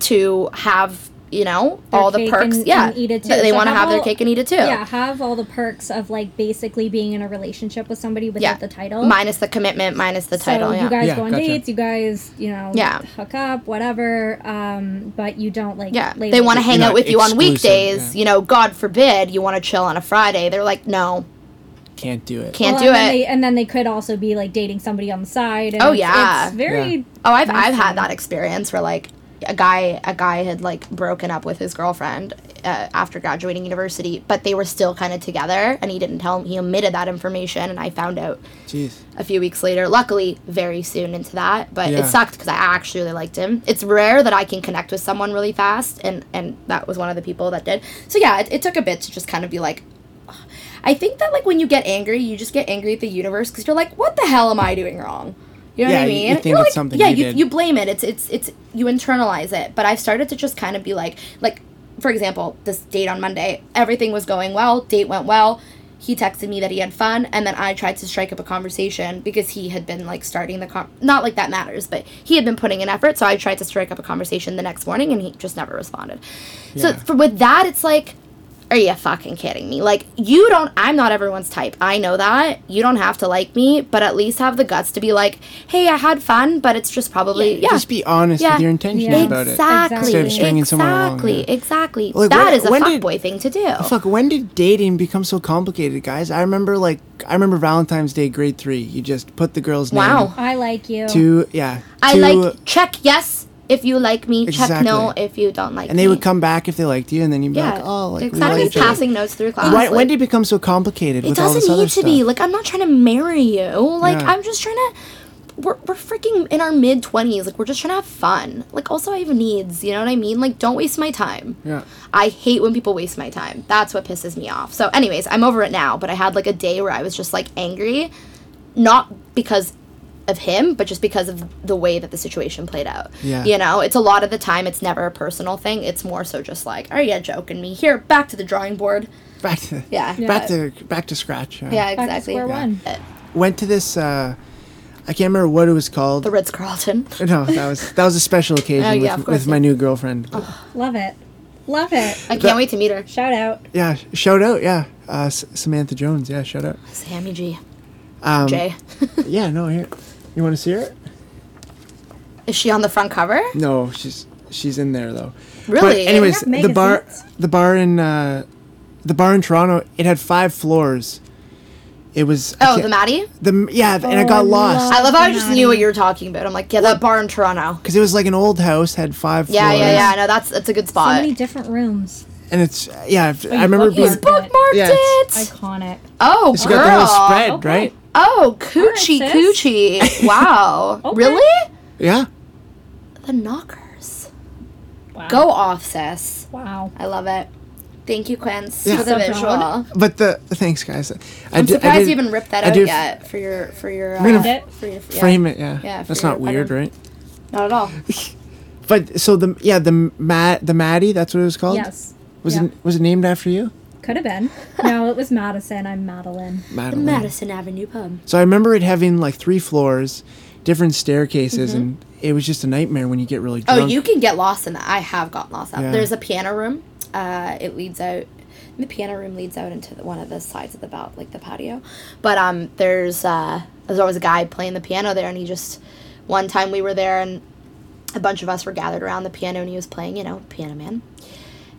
Speaker 1: to have you know
Speaker 2: Their
Speaker 1: all the
Speaker 2: cake
Speaker 1: perks
Speaker 2: and-
Speaker 1: yeah
Speaker 2: and eat it
Speaker 1: that
Speaker 2: too.
Speaker 1: they
Speaker 2: So
Speaker 1: want to
Speaker 2: how
Speaker 1: have their
Speaker 2: about-
Speaker 1: cake and eat it too
Speaker 2: Yeah, have all the perks of like basically being in a relationship with somebody without
Speaker 1: Yeah.
Speaker 2: the title.
Speaker 1: minus the commitment minus the
Speaker 2: so
Speaker 1: title yeah
Speaker 2: you guys
Speaker 3: Yeah,
Speaker 2: go on
Speaker 3: gotcha.
Speaker 2: dates, you guys, you know,
Speaker 1: Yeah.
Speaker 2: hook up, whatever. Um, but you don't like.
Speaker 1: yeah
Speaker 2: label
Speaker 1: they want to
Speaker 2: it.
Speaker 1: hang
Speaker 3: You're
Speaker 1: out
Speaker 3: not
Speaker 1: with you on
Speaker 3: exclusive,
Speaker 1: weekdays
Speaker 3: yeah.
Speaker 1: you know god forbid you want to chill on a friday they're like no
Speaker 3: Can't do it.
Speaker 1: can't do
Speaker 2: Well, and Then
Speaker 1: it
Speaker 2: they, and then they could also be like dating somebody on the side. And
Speaker 1: Oh,
Speaker 2: it's-
Speaker 1: yeah.
Speaker 2: it's very.
Speaker 3: Yeah.
Speaker 1: oh i've i've
Speaker 2: Listen.
Speaker 1: had that experience where like a guy a guy had like broken up with his girlfriend uh, after graduating university but they were still kind of together and he didn't tell he omitted that information and i found out
Speaker 3: Jeez.
Speaker 1: a few weeks later. Luckily, very soon into that, but
Speaker 3: Yeah.
Speaker 1: it sucked because I actually really liked him. It's rare that I can connect with someone really fast, and and that was one of the people that did. So yeah, it, it took a bit to just kind of be like. "Ugh." I think that like when you get angry, you just get angry at the universe because you're like, what the hell am I doing wrong? You know
Speaker 3: Yeah,
Speaker 1: what I
Speaker 3: you- you
Speaker 1: mean?
Speaker 3: think
Speaker 1: You're
Speaker 3: it's
Speaker 1: like-
Speaker 3: something
Speaker 1: yeah,
Speaker 3: you
Speaker 1: you,
Speaker 3: did.
Speaker 1: you blame it. It's it's it's you internalize it. But I started to just kind of be like, like for example, this date on Monday, everything was going well. Date went well. He texted me that he had fun, and then I tried to strike up a conversation because he had been like starting the con. Not like that matters, but he had been putting in effort. So I tried to strike up a conversation the next morning, and he just never responded. So
Speaker 3: Yeah.
Speaker 1: for, with that, it's like. Are you fucking kidding me? Like, you don't, I'm not everyone's type. I know that. You don't have to like me, but at least have the guts to be like, hey, I had fun, but it's just probably, yeah.
Speaker 3: Just be honest
Speaker 1: Yeah.
Speaker 3: with your intentions
Speaker 2: Yeah.
Speaker 3: about it.
Speaker 1: Exactly.
Speaker 2: Instead of
Speaker 3: stringing someone along,
Speaker 1: exactly.
Speaker 3: yeah.
Speaker 1: Exactly.
Speaker 3: Like,
Speaker 1: that
Speaker 3: when-
Speaker 1: is a
Speaker 3: when did-
Speaker 1: fuckboy thing to do.
Speaker 3: Oh, Fuck, when did dating become so complicated, guys? I remember like I remember Valentine's Day grade 3. You just put the girl's
Speaker 1: Wow.
Speaker 3: name
Speaker 2: I like you.
Speaker 3: to yeah,
Speaker 1: I
Speaker 3: to-
Speaker 1: like, check yes if you like me, check no
Speaker 3: Exactly.
Speaker 1: if you don't like me.
Speaker 3: and they would come back if they liked you and then you'd be
Speaker 1: yeah.
Speaker 3: like, "Oh, like
Speaker 1: exactly.
Speaker 3: we like
Speaker 1: Just
Speaker 3: each other."
Speaker 1: passing notes through class.
Speaker 3: Why, when
Speaker 1: like-
Speaker 3: did it become so complicated
Speaker 1: It
Speaker 3: with all this
Speaker 1: doesn't
Speaker 3: other
Speaker 1: need to
Speaker 3: stuff?
Speaker 1: be. Like, I'm not trying to marry you. Like,
Speaker 3: Yeah.
Speaker 1: I'm just trying to. We're, we're freaking in our mid 20s. Like, we're just trying to have fun. Like, also, I have needs. You know what I mean? Like, don't waste my time.
Speaker 3: Yeah.
Speaker 1: I hate when people waste my time. That's what pisses me off. So, anyways, I'm over it now, but I had like a day where I was just like angry, not because of him, but just because of the way that the situation played out.
Speaker 3: Yeah.
Speaker 1: You know, it's a lot of the time, it's never a personal thing. It's more so just like, are you joking me? Here, back to the drawing board.
Speaker 3: back to
Speaker 1: Yeah.
Speaker 3: back to back to scratch. Yeah.
Speaker 1: Yeah,
Speaker 2: Back to
Speaker 1: exactly.
Speaker 2: square one.
Speaker 3: Went to this. Uh, I can't remember what it was called.
Speaker 1: The Ritz Carlton.
Speaker 3: no, that was that was a special occasion
Speaker 1: Oh, yeah, of
Speaker 3: with,
Speaker 1: course
Speaker 3: with my
Speaker 1: it- Oh.
Speaker 3: new girlfriend.
Speaker 2: Love it. Love it.
Speaker 1: I can't
Speaker 3: That-
Speaker 1: wait to meet her.
Speaker 2: Shout out.
Speaker 3: Yeah, shout out. Yeah, uh, S- Samantha Jones. Yeah, shout out.
Speaker 1: Sammy G.
Speaker 3: Um,
Speaker 1: Jay.
Speaker 3: Yeah, no, here. You want to see her?
Speaker 1: Is she on the front cover?
Speaker 3: No, she's she's in there though. But
Speaker 1: Really?
Speaker 3: anyways,
Speaker 2: They have
Speaker 3: the bar
Speaker 2: magazines.
Speaker 3: the bar in uh, the bar in Toronto, it had five floors. It was I
Speaker 1: Oh,
Speaker 3: can't-
Speaker 1: the Maddie?
Speaker 3: the yeah, and
Speaker 2: Oh,
Speaker 3: it
Speaker 2: I
Speaker 3: got lost
Speaker 1: I love how I
Speaker 2: the
Speaker 1: just
Speaker 2: Maddie.
Speaker 1: knew what you were talking about. I'm like, yeah, that bar in Toronto.
Speaker 3: because it was like an old house had five
Speaker 1: Yeah,
Speaker 3: floors.
Speaker 1: yeah, yeah. No, that's that's a good
Speaker 2: So
Speaker 1: spot.
Speaker 2: many different rooms.
Speaker 3: and it's yeah. I've,
Speaker 2: you
Speaker 3: I remember
Speaker 2: bookmarked
Speaker 3: being.
Speaker 1: He's bookmarked
Speaker 3: Yeah,
Speaker 1: it.
Speaker 2: Iconic.
Speaker 1: oh,
Speaker 3: She
Speaker 1: girl.
Speaker 3: got the whole spread,
Speaker 2: Okay.
Speaker 3: right?
Speaker 1: Oh, coochie
Speaker 2: Alright,
Speaker 1: coochie. Wow.
Speaker 2: Okay.
Speaker 1: Really?
Speaker 3: Yeah.
Speaker 1: The knockers.
Speaker 2: Wow.
Speaker 1: Go off, sis.
Speaker 2: Wow.
Speaker 1: I love it. Thank you, Quince,
Speaker 3: Yeah.
Speaker 1: for the
Speaker 2: So
Speaker 1: visual.
Speaker 2: proud.
Speaker 3: But the thanks, guys.
Speaker 1: I'm surprised you
Speaker 3: did
Speaker 1: even ripped that
Speaker 3: I
Speaker 1: out
Speaker 3: do f-
Speaker 1: yet for your for your uh,
Speaker 3: gonna
Speaker 2: f-
Speaker 1: for your yeah.
Speaker 3: Frame it, yeah.
Speaker 1: Yeah,
Speaker 3: That's
Speaker 1: for
Speaker 3: not
Speaker 1: your- I
Speaker 3: weird,
Speaker 1: don't-
Speaker 3: right?
Speaker 1: Not at all.
Speaker 3: But so the yeah the Matt the Maddie that's what it was called.
Speaker 2: Yes.
Speaker 3: Was
Speaker 2: yeah.
Speaker 3: it was it named after you?
Speaker 2: Could have been. No, it was Madison. I'm Madeline.
Speaker 1: The
Speaker 3: Madeline.
Speaker 1: Madison Avenue pub.
Speaker 3: So I remember it having like three floors, different staircases, and it was just a nightmare when you get really
Speaker 1: Mm-hmm. Oh,
Speaker 3: drunk.
Speaker 1: you can get lost in that. I have gotten lost. Out.
Speaker 3: Yeah.
Speaker 1: There's a piano room. Uh, it leads out. The piano room leads out into the, one of the sides of the about like the patio, but um, there's uh, there's always a guy playing the piano there, and he just one time we were there, and a bunch of us were gathered around the piano, and he was playing, you know, Piano Man,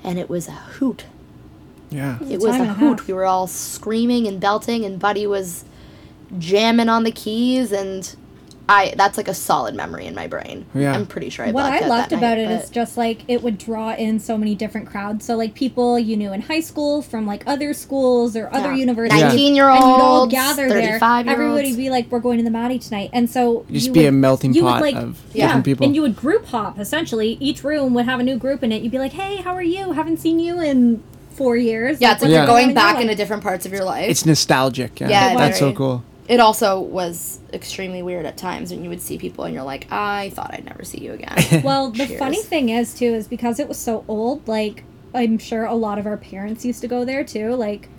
Speaker 1: and it was a hoot.
Speaker 3: Yeah.
Speaker 1: It was
Speaker 2: time
Speaker 1: a
Speaker 2: and a
Speaker 1: hoot.
Speaker 2: half.
Speaker 1: We were all screaming and belting, and Buddy was jamming on the keys, and I that's like a solid memory in my brain.
Speaker 3: Yeah.
Speaker 1: I'm pretty sure I
Speaker 2: what
Speaker 1: blacked
Speaker 2: I
Speaker 1: out
Speaker 2: loved
Speaker 1: that
Speaker 2: about
Speaker 1: night,
Speaker 2: it is
Speaker 1: but-
Speaker 2: just like it would draw in so many different crowds. So like people you knew in high school from like other schools or other universities.
Speaker 3: Yeah.
Speaker 1: 19 year
Speaker 2: And you'd all
Speaker 1: olds,
Speaker 2: gather
Speaker 1: 35
Speaker 2: there.
Speaker 1: year
Speaker 2: Everybody
Speaker 1: olds.
Speaker 2: would be like, "We're going to the Maddie tonight," and so
Speaker 3: Just
Speaker 2: you
Speaker 3: be
Speaker 2: would-
Speaker 3: a melting
Speaker 2: you would,
Speaker 3: pot
Speaker 2: like-
Speaker 3: of
Speaker 1: Yeah,
Speaker 3: different people.
Speaker 2: And you would group hop essentially. Each room would have a new group in it. You'd be like, "Hey, how are you? Haven't seen you in four years."
Speaker 1: Yeah, it's like
Speaker 2: what's
Speaker 3: Yeah.
Speaker 1: you're
Speaker 2: going on
Speaker 1: going
Speaker 2: in
Speaker 1: back
Speaker 2: your
Speaker 1: into
Speaker 2: life?
Speaker 1: different parts of your life.
Speaker 3: it's nostalgic. Yeah.
Speaker 1: Yeah,
Speaker 3: that's so
Speaker 1: very.
Speaker 3: cool.
Speaker 1: it also was extremely weird at times when you would see people and you're like, I thought I'd never see you again.
Speaker 2: Well, the
Speaker 1: Cheers.
Speaker 2: funny thing is too is because it was so old. Like I'm sure a lot of our parents used to go there too. Like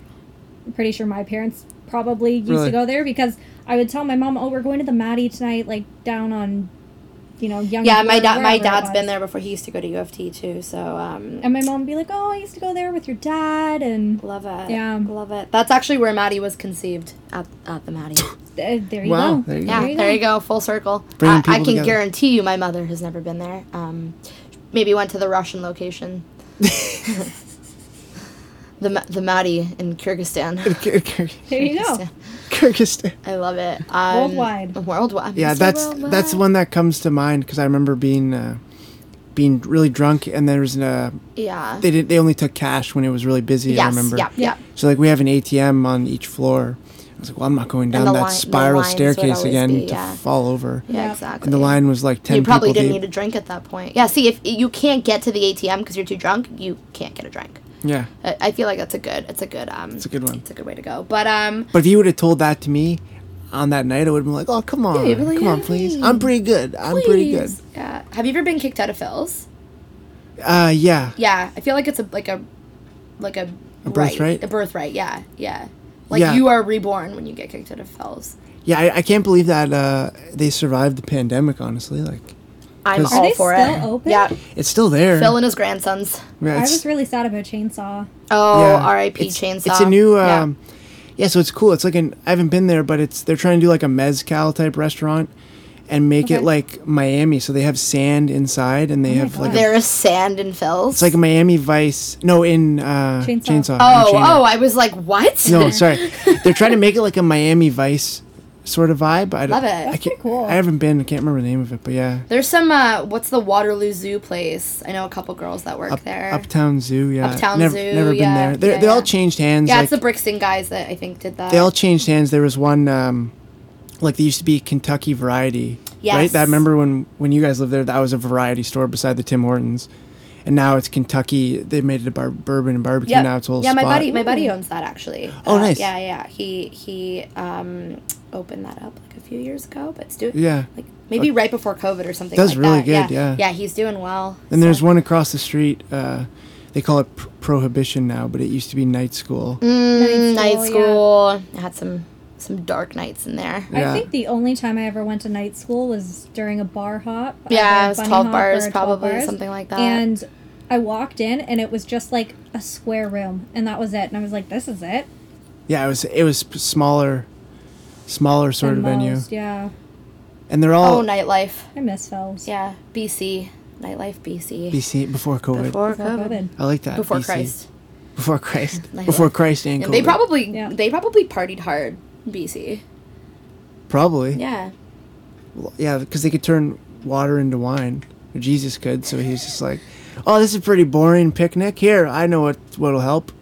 Speaker 2: I'm pretty sure my parents probably used
Speaker 3: Really?
Speaker 2: to go there because I would tell my mom, "Oh, we're going to the Maddie tonight," like down on, you know, young.
Speaker 1: yeah, my dad,
Speaker 2: dad,
Speaker 1: my dad's been there before. He used to go to U of T too, so um,
Speaker 2: And my mom would be like, "Oh, I used to go there with your dad," and uh,
Speaker 1: love it.
Speaker 2: Yeah.
Speaker 1: love it. That's actually where Maddie was conceived at, at the Maddie.
Speaker 2: there you
Speaker 3: Wow,
Speaker 2: go.
Speaker 3: there you
Speaker 1: yeah,
Speaker 3: go.
Speaker 1: there you, go, full circle.
Speaker 3: Bringing
Speaker 1: I, I
Speaker 3: people
Speaker 1: can
Speaker 3: together.
Speaker 1: guarantee you, my mother has never been there. Um, maybe went to the Russian location. The, Ma- the Maddie in Kyrgyzstan.
Speaker 2: There you go.
Speaker 1: Kyrgyzstan.
Speaker 3: Kyrgyzstan.
Speaker 1: I love it. Um,
Speaker 2: Worldwide.
Speaker 1: Worldwide.
Speaker 3: Yeah,
Speaker 1: Mr.
Speaker 3: that's that's the
Speaker 1: Worldwide.
Speaker 3: one that comes to mind because I remember being uh, being really drunk and there was a
Speaker 1: Yeah.
Speaker 3: they did they only took cash when it was really busy. I
Speaker 1: yes.
Speaker 3: remember.
Speaker 1: Yeah. Yeah.
Speaker 3: So like we have an ATM on each floor. I was like, well, I'm not going down
Speaker 1: the
Speaker 3: that
Speaker 1: line- the
Speaker 3: spiral
Speaker 1: lines would
Speaker 3: staircase
Speaker 1: always
Speaker 3: again
Speaker 1: be,
Speaker 3: to
Speaker 1: yeah.
Speaker 3: fall over.
Speaker 1: Yeah.
Speaker 2: Yeah.
Speaker 1: Exactly.
Speaker 3: And the line was like ten
Speaker 1: You probably
Speaker 3: people
Speaker 1: didn't
Speaker 3: deep.
Speaker 1: need a drink at that point. Yeah. See, if you can't get to the ATM because you're too drunk, you can't get a drink.
Speaker 3: yeah,
Speaker 1: I, I feel like that's a good. It's a good. Um. It's
Speaker 3: a good one.
Speaker 1: It's a good way to go. But um.
Speaker 3: but if you would have told that to me on that night, I would have been like, oh come on,
Speaker 1: you'd be like,
Speaker 3: come on,
Speaker 1: "Hey,
Speaker 3: please. I'm pretty good. I'm pretty good.
Speaker 1: please, Yeah. Have you ever been kicked out of Phil's?
Speaker 3: Uh, yeah.
Speaker 1: Yeah. I feel like it's a like a like a,
Speaker 3: A birthright?
Speaker 1: A birthright. Yeah. Yeah. Like
Speaker 3: Yeah.
Speaker 1: you are reborn when you get kicked out of Phil's.
Speaker 3: Yeah, I, I can't believe that uh, they survived the pandemic. Honestly, like
Speaker 1: I'm
Speaker 3: 'Cause-
Speaker 1: all
Speaker 3: Are
Speaker 2: they
Speaker 1: for
Speaker 2: still
Speaker 1: it.
Speaker 2: open?
Speaker 1: Yeah.
Speaker 3: it's still there.
Speaker 1: Phil and his grandsons.
Speaker 3: Yeah,
Speaker 2: I
Speaker 3: it's-
Speaker 2: was really sad about Chainsaw.
Speaker 1: Oh,
Speaker 3: yeah.
Speaker 1: R.I.P.
Speaker 3: It's-
Speaker 1: Chainsaw.
Speaker 3: It's a new.
Speaker 1: Yeah.
Speaker 3: Um, yeah. so it's cool. It's like an I haven't been there, but it's they're trying to do like a mezcal type restaurant, and make
Speaker 2: Okay.
Speaker 3: it like Miami. So they have sand inside, and they have like a,
Speaker 1: Oh There is sand in Phil's.
Speaker 3: it's like a Miami Vice. No, in uh,
Speaker 2: Chainsaw.
Speaker 3: Chainsaw. in
Speaker 1: Oh,
Speaker 3: Chainsaw.
Speaker 1: oh, I was like, what?
Speaker 3: No, sorry. They're trying to make it like a Miami Vice sort of vibe. I don't-
Speaker 1: Love it. That's
Speaker 3: I can't-
Speaker 2: pretty cool.
Speaker 3: I haven't been. I can't remember the name of it, but yeah,
Speaker 1: There's some, uh, what's the Waterloo Zoo place? I know a couple girls that work there.
Speaker 3: Uptown Zoo. Yeah,
Speaker 1: Uptown
Speaker 3: never,
Speaker 1: Zoo,
Speaker 3: Never been
Speaker 1: yeah,
Speaker 3: there. They're,
Speaker 1: yeah,
Speaker 3: they all
Speaker 1: yeah.
Speaker 3: changed hands.
Speaker 1: yeah,
Speaker 3: like,
Speaker 1: it's the Brixton guys that I think did that.
Speaker 3: they all changed hands. There was one, um, like there used to be Kentucky Variety, right?
Speaker 1: Yes.
Speaker 3: That remember when when you guys lived there, that was a variety store beside the Tim Hortons, and now it's Kentucky. They made it a bar- bourbon and barbecue.
Speaker 1: Yep.
Speaker 3: Now it's a little
Speaker 1: yeah, my
Speaker 3: spot.
Speaker 1: buddy, my buddy owns that actually.
Speaker 3: Oh,
Speaker 1: Uh,
Speaker 3: nice.
Speaker 1: Yeah, yeah. He he um opened that up like a few years ago, but it's doing
Speaker 3: Yeah.
Speaker 1: like maybe right before COVID or something.
Speaker 3: Does
Speaker 1: like
Speaker 3: really
Speaker 1: that. Yeah.
Speaker 3: good, yeah.
Speaker 1: Yeah, he's doing well.
Speaker 3: And
Speaker 1: so-
Speaker 3: there's one across the street. Uh, they call it pr- Prohibition now, but it used to be Night School.
Speaker 1: Mm,
Speaker 2: Night
Speaker 3: Oh,
Speaker 1: night
Speaker 2: school,
Speaker 1: school. I had some some dark nights in there.
Speaker 3: Yeah.
Speaker 2: I think the only time I ever went to night school was during a bar hop. either
Speaker 1: Yeah,
Speaker 2: a
Speaker 1: it was
Speaker 2: bunny
Speaker 1: 12
Speaker 2: hop or
Speaker 1: bars
Speaker 2: a 12
Speaker 1: probably,
Speaker 2: bars.
Speaker 1: something like that.
Speaker 2: And I walked in and it was just like a square room and that was it. And I was like, this is it.
Speaker 3: Yeah, it was it was p- smaller, smaller sort
Speaker 2: And
Speaker 3: of venue,
Speaker 2: most, Yeah.
Speaker 3: and they're all
Speaker 1: Oh, nightlife.
Speaker 2: I miss Phil's.
Speaker 1: Yeah, BC nightlife, BC.
Speaker 3: BC before COVID.
Speaker 1: Before
Speaker 2: Before COVID.
Speaker 1: COVID.
Speaker 3: I like that.
Speaker 1: Before
Speaker 3: BC.
Speaker 1: Christ.
Speaker 3: Before Christ.
Speaker 1: Like-
Speaker 3: before Christ and
Speaker 1: Yeah,
Speaker 3: COVID.
Speaker 1: they probably
Speaker 2: Yeah.
Speaker 1: they probably partied hard BC.
Speaker 3: probably.
Speaker 1: Yeah.
Speaker 3: Well, yeah, because they could turn water into wine. Or Jesus could, so he was just like, oh, this is a pretty boring picnic. Here, I know what what'll help.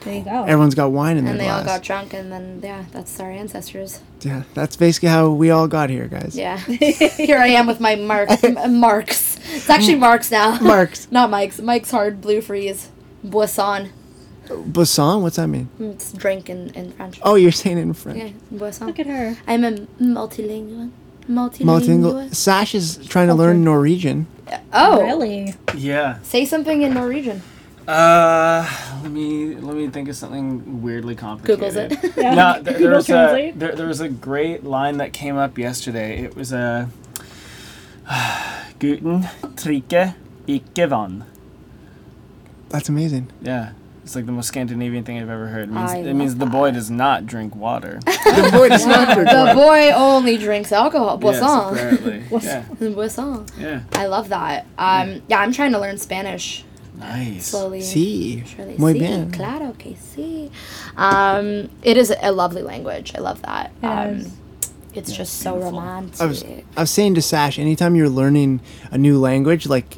Speaker 2: There you go.
Speaker 3: Everyone's got wine in
Speaker 1: And
Speaker 3: their
Speaker 1: they all
Speaker 3: glass.
Speaker 1: got drunk, and then yeah, that's our ancestors.
Speaker 3: yeah, that's basically how we all got here, guys.
Speaker 1: Yeah, here I am with my mark m- uh, marks. It's actually marks now.
Speaker 3: Marks.
Speaker 1: not Mike's. Mike's hard blue freeze. Boisson. Mm,
Speaker 3: Boisson, what's that mean?
Speaker 1: It's drink in, in French.
Speaker 3: Oh, you're saying it in French.
Speaker 1: Yeah, boisson.
Speaker 2: Look at her.
Speaker 1: I'm a multilingual.
Speaker 3: Multilingual.
Speaker 1: Multilingual.
Speaker 3: Sash is trying to learn Norwegian.
Speaker 1: Oh,
Speaker 2: Really?
Speaker 4: Yeah.
Speaker 1: say something in Norwegian.
Speaker 4: Uh, let me let me think of something weirdly complicated.
Speaker 1: Googles it.
Speaker 2: Yeah.
Speaker 4: No, th- there
Speaker 2: Google
Speaker 4: was a,
Speaker 2: Translate.
Speaker 4: there, there was a great line that came up yesterday. It was a guten trike ikke vann.
Speaker 3: That's amazing.
Speaker 4: Yeah. It's like the most Scandinavian thing I've ever heard. It means,
Speaker 1: I
Speaker 4: it
Speaker 1: love
Speaker 4: means the boy does not drink water.
Speaker 3: the boy does not drink
Speaker 1: the
Speaker 3: wine.
Speaker 1: boy only drinks alcohol.
Speaker 4: Yes,
Speaker 1: Boisson.
Speaker 4: apparently. yeah.
Speaker 1: Boisson.
Speaker 4: Yeah.
Speaker 1: I love that. Um, yeah, I'm trying to learn Spanish
Speaker 4: Nice.
Speaker 1: slowly.
Speaker 3: Sí.
Speaker 1: Surely.
Speaker 3: Muy
Speaker 1: sí,
Speaker 3: bien.
Speaker 1: Claro que sí. Um, it is a lovely language. I love that.
Speaker 2: It
Speaker 1: um,
Speaker 2: is.
Speaker 1: It's just so
Speaker 4: beautiful.
Speaker 1: romantic.
Speaker 3: I was, I was saying to Sash, anytime you're learning a new language, like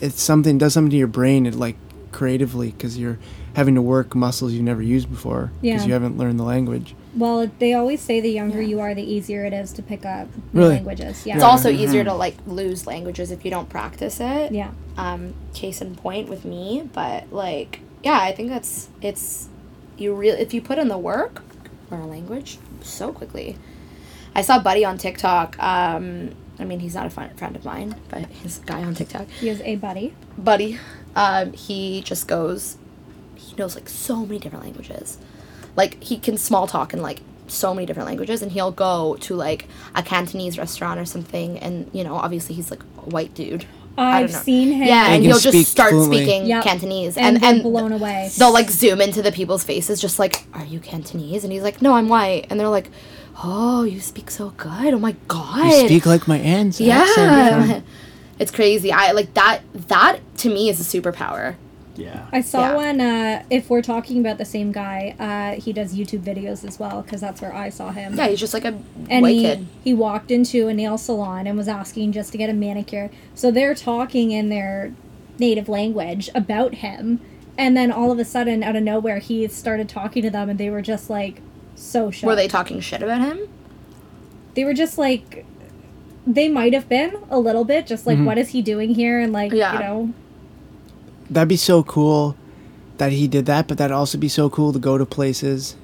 Speaker 3: it's something does something to your brain, it like creatively because you're having to work muscles you've never used before because
Speaker 2: Yeah.
Speaker 3: you haven't learned the language.
Speaker 2: Well, they always say the younger you are, the easier it is to pick up new
Speaker 3: Really?
Speaker 2: languages. Yeah.
Speaker 1: it's also easier
Speaker 3: Mm-hmm.
Speaker 1: to like lose languages if you don't practice it.
Speaker 2: yeah.
Speaker 1: Um, case in point with me, but like, yeah, I think that's it's you really if you put in the work, learn a language so quickly. I saw Buddy on TikTok. Um, I mean, he's not a fun, friend of mine, but he's a guy on TikTok.
Speaker 2: He is a buddy.
Speaker 1: buddy. Um, he just goes. He knows like so many different languages. Like he can small talk in like so many different languages, and he'll go to like a Cantonese restaurant or something, and you know, obviously he's like a white dude. I
Speaker 2: I've
Speaker 1: don't know.
Speaker 2: seen him.
Speaker 1: Yeah, and,
Speaker 3: And he can
Speaker 1: he'll just
Speaker 3: speak
Speaker 1: start
Speaker 3: fluently.
Speaker 1: speaking
Speaker 2: Yep.
Speaker 1: Cantonese, and
Speaker 2: And, they're
Speaker 1: and,
Speaker 2: blown away.
Speaker 1: they'll like zoom into the people's faces, just like, "Are you Cantonese?" And he's like, "No, I'm white," and they're like, "Oh, you speak so good! Oh my god!"
Speaker 3: You speak like my aunt's accent.
Speaker 1: yeah, it's crazy. I like that. That to me is a superpower.
Speaker 4: Yeah.
Speaker 2: I saw
Speaker 1: Yeah.
Speaker 2: one. Uh, if we're talking about the same guy, uh, he does YouTube videos as well because that's where I saw him.
Speaker 1: Yeah, he's just like a
Speaker 2: and
Speaker 1: white
Speaker 2: he,
Speaker 1: kid.
Speaker 2: he walked into a nail salon and was asking just to get a manicure. So they're talking in their native language about him. And then all of a sudden, out of nowhere, he started talking to them and they were just like so shocked.
Speaker 1: Were they talking shit about him?
Speaker 2: They were just like, they might have been a little bit, just like, "What is he doing here? And like,
Speaker 1: Yeah.
Speaker 2: you know,
Speaker 3: That'd be so cool that he did that, but that'd also be so cool to go to places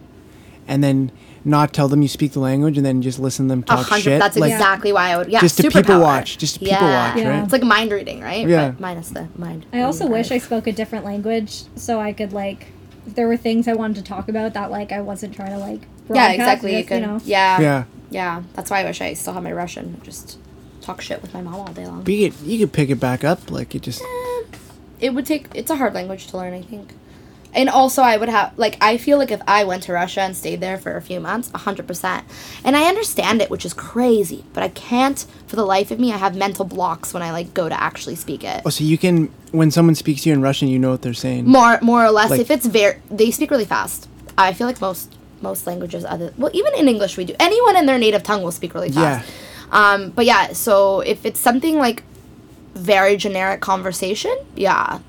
Speaker 3: and then not tell them you speak the language and then just listen to them
Speaker 1: A
Speaker 3: talk
Speaker 1: hundred.
Speaker 3: shit.
Speaker 1: That's
Speaker 3: like,
Speaker 1: exactly why I would. Yeah,
Speaker 3: just to people
Speaker 1: superpower.
Speaker 3: watch. Just to people
Speaker 1: Yeah.
Speaker 3: watch,
Speaker 2: Yeah.
Speaker 3: right?
Speaker 1: It's like mind reading, right?
Speaker 3: Yeah.
Speaker 1: But minus the mind.
Speaker 2: I also
Speaker 1: reading
Speaker 2: wish I
Speaker 1: part.
Speaker 2: spoke a different language so I could like, if there were things I wanted to talk about that like I wasn't trying to like,
Speaker 1: Yeah,
Speaker 2: broadcast
Speaker 1: exactly. You
Speaker 2: this,
Speaker 1: can.
Speaker 2: you know,
Speaker 1: Yeah.
Speaker 3: yeah.
Speaker 1: Yeah. That's why I wish I still had my Russian. Just talk shit with my mom all day long.
Speaker 3: But you could, you could pick it back up. Like, it just. oh,
Speaker 1: it would take. It's a hard language to learn, I think. And also, I would have like I feel like if I went to Russia and stayed there for a few months, hundred percent. And I understand it, which is crazy, but I can't for the life of me. I have mental blocks when I like go to actually speak it.
Speaker 3: Oh, so you can when someone speaks to you in Russian, you know what they're saying.
Speaker 1: more more or less
Speaker 3: Like-
Speaker 1: if it's very they speak really fast i feel like most most languages other well even in english we do anyone in their native tongue will speak really fast um but yeah so if it's something like very generic conversation yeah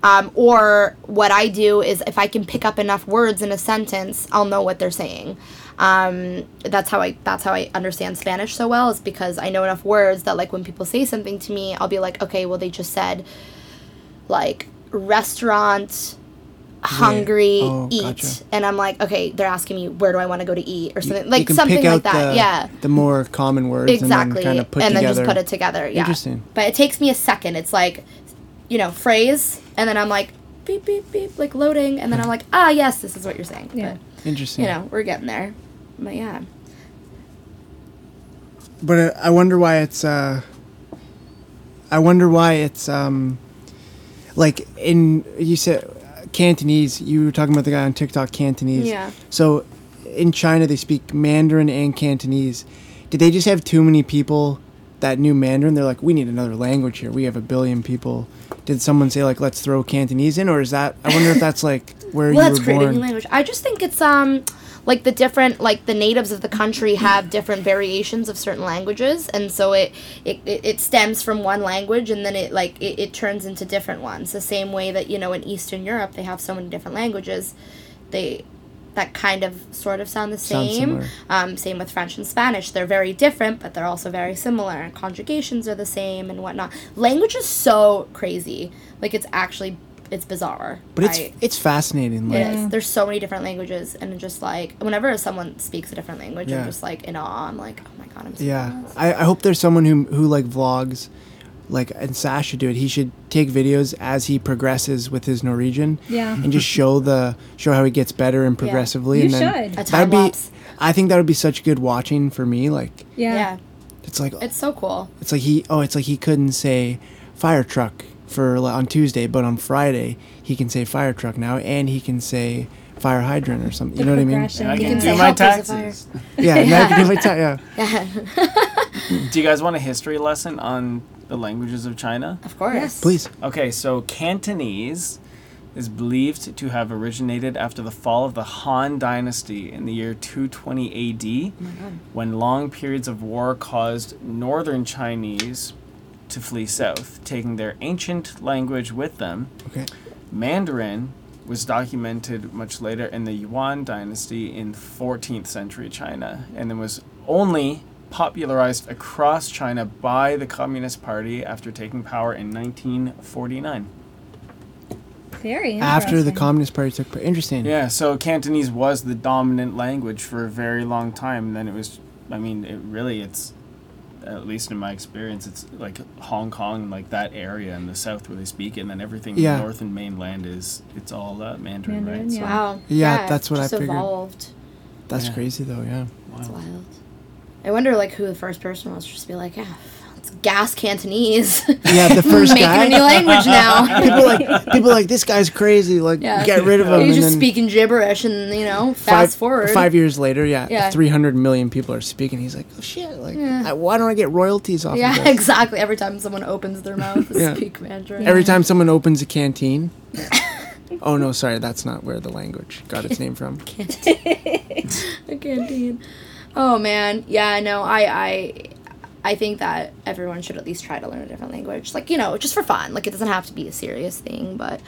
Speaker 1: um, or what I do is if I can pick up enough words in a sentence, I'll know what they're saying. Um, that's how I that's how I understand Spanish so well is because I know enough words that like when people say something to me, I'll be like, okay, well they just said like restaurant hungry
Speaker 3: Oh,
Speaker 1: eat
Speaker 3: gotcha.
Speaker 1: and i'm like okay they're asking me where do i want to go to eat or something
Speaker 3: You
Speaker 1: like
Speaker 3: can
Speaker 1: something
Speaker 3: pick
Speaker 1: like
Speaker 3: out
Speaker 1: that
Speaker 3: the,
Speaker 1: yeah
Speaker 3: The more common words
Speaker 1: exactly
Speaker 3: and then kind of put
Speaker 1: and
Speaker 3: together.
Speaker 1: then just put it together yeah
Speaker 3: Interesting.
Speaker 1: but it takes me a second it's like you know phrase and then i'm like beep beep beep like loading and then i'm like ah yes this is what you're saying
Speaker 2: Yeah.
Speaker 1: but,
Speaker 3: Interesting.
Speaker 1: you know we're getting there but yeah
Speaker 3: But uh, I wonder why it's. Uh, I wonder why it's um, like in you said uh, Cantonese. You were talking about the guy on TikTok Cantonese.
Speaker 1: Yeah.
Speaker 3: So, in China they speak Mandarin and Cantonese. Did they just have too many people that knew Mandarin? They're like, we need another language here. We have a billion people. Did someone say like, let's throw Cantonese in, or is that? I wonder if that's like where
Speaker 1: well
Speaker 3: you
Speaker 1: that's
Speaker 3: were
Speaker 1: creating
Speaker 3: born.
Speaker 1: new language i just think it's um like the different like the natives of the country have different variations of certain languages and so it it, it it stems from one language and then it like it, it turns into different ones the same way that you know in eastern europe they have so many different languages they that kind of sort of sound the
Speaker 3: Sound
Speaker 1: same
Speaker 3: similar.
Speaker 1: um, same with french and spanish they're very different but they're also very similar and conjugations are the same and whatnot language is so crazy like it's actually it's bizarre
Speaker 3: But it's
Speaker 1: I-
Speaker 3: it's fascinating. Like
Speaker 1: it is. There's so many different languages, and it's just like whenever someone speaks a different language,
Speaker 3: Yeah.
Speaker 1: I'm just like in awe. I'm like, oh my god, I'm so
Speaker 3: yeah,
Speaker 1: jealous."
Speaker 3: I, I hope there's someone who who like vlogs, like and Sash should do it. He should take videos as he progresses with his Norwegian.
Speaker 2: Yeah.
Speaker 3: and just show the show how he gets better and progressively.
Speaker 2: You
Speaker 3: and then
Speaker 2: should. A
Speaker 1: time
Speaker 3: That'd be.
Speaker 1: lapse.
Speaker 3: I think that would be such good watching for me. Like
Speaker 2: Yeah.
Speaker 1: yeah,
Speaker 3: it's like
Speaker 1: it's so cool.
Speaker 3: It's like he oh, it's like he couldn't say fire truck for like, on Tuesday, but on Friday he can say fire truck now, and he can say fire hydrant or something. You know what I mean?
Speaker 2: progression.
Speaker 4: And I
Speaker 2: You
Speaker 4: can
Speaker 2: can
Speaker 4: do
Speaker 1: say
Speaker 4: my
Speaker 1: help is a
Speaker 4: taxes.
Speaker 3: Yeah, and I can do my ta- yeah.
Speaker 4: Do you guys want a history lesson on the languages of China?
Speaker 1: Of course.
Speaker 2: Yes.
Speaker 3: Please,
Speaker 4: Okay, so Cantonese is believed to have originated after the fall of the Han Dynasty in the year 220 AD, when long periods of war caused northern Chinese to flee south, taking their ancient language with them.
Speaker 3: okay.
Speaker 4: Mandarin was documented much later in the Yuan dynasty in 14th century China and then was only popularized across China by the Communist Party after taking power in 1949.
Speaker 2: Very
Speaker 3: After the
Speaker 2: interesting.
Speaker 3: Communist Party took place, interesting.
Speaker 4: Yeah, so Cantonese was the dominant language for a very long time and then it was I mean it really it's at least in my experience it's like Hong Kong like that area in the south where they speak it, and then everything in
Speaker 3: Yeah.
Speaker 4: the north and mainland is it's all uh, Mandarin,
Speaker 2: Mandarin,
Speaker 4: right? So-
Speaker 2: yeah.
Speaker 1: Wow.
Speaker 3: Yeah, that's what
Speaker 1: just
Speaker 3: I figured.
Speaker 1: evolved.
Speaker 3: That's
Speaker 4: Yeah.
Speaker 3: crazy though. Yeah,
Speaker 1: It's wild. I wonder like who the first person was. Just be like, yeah, it's gas Cantonese.
Speaker 3: yeah. The first
Speaker 1: Making a new
Speaker 3: guy.
Speaker 1: language now.
Speaker 3: People like people like this guy's crazy. Like
Speaker 1: Yeah.
Speaker 3: get rid of him.
Speaker 1: You're
Speaker 3: and
Speaker 1: just
Speaker 3: then
Speaker 1: speaking gibberish, and you know,
Speaker 3: five,
Speaker 1: fast forward.
Speaker 3: Five years later, yeah,
Speaker 1: Yeah.
Speaker 3: three hundred million people are speaking. He's like, oh shit. Like, I, why don't I get royalties off? of
Speaker 1: Yeah,
Speaker 3: this?
Speaker 1: exactly. Every time someone opens their mouth, to
Speaker 3: Yeah.
Speaker 1: speak Mandarin.
Speaker 3: Every time someone opens a canteen. oh no, sorry, that's not where the language got its name from.
Speaker 1: a canteen. Oh man, yeah, no, I, I, I think that everyone should at least try to learn a different language, like you know, just for fun. Like it doesn't have to be a serious thing, but,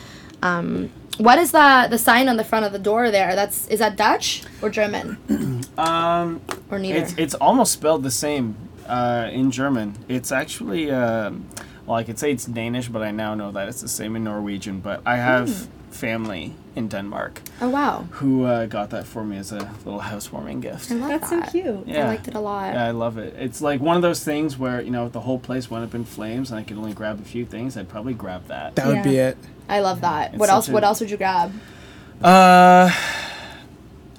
Speaker 1: um, what is the the sign on the front of the door there? That's is that Dutch or German
Speaker 4: Um
Speaker 1: or neither?
Speaker 4: It's it's almost spelled the same uh, in German. It's actually um well, I could say it's Danish, but I now know that it's the same in Norwegian. But I have
Speaker 1: Hmm.
Speaker 4: family in Denmark
Speaker 1: oh wow,
Speaker 4: who uh, got that for me as a little housewarming gift.
Speaker 1: I love
Speaker 2: That's so
Speaker 1: that.
Speaker 2: cute.
Speaker 1: I
Speaker 4: Yeah.
Speaker 1: liked it a lot.
Speaker 4: Yeah, I love it. It's like one of those things where you know if the whole place went up in flames and I could only grab a few things, I'd probably grab that.
Speaker 3: That would be
Speaker 2: Yeah.
Speaker 3: it.
Speaker 1: I love that.
Speaker 4: It's
Speaker 1: What
Speaker 4: such
Speaker 1: else?
Speaker 4: a-
Speaker 1: What else would you grab?
Speaker 4: Uh,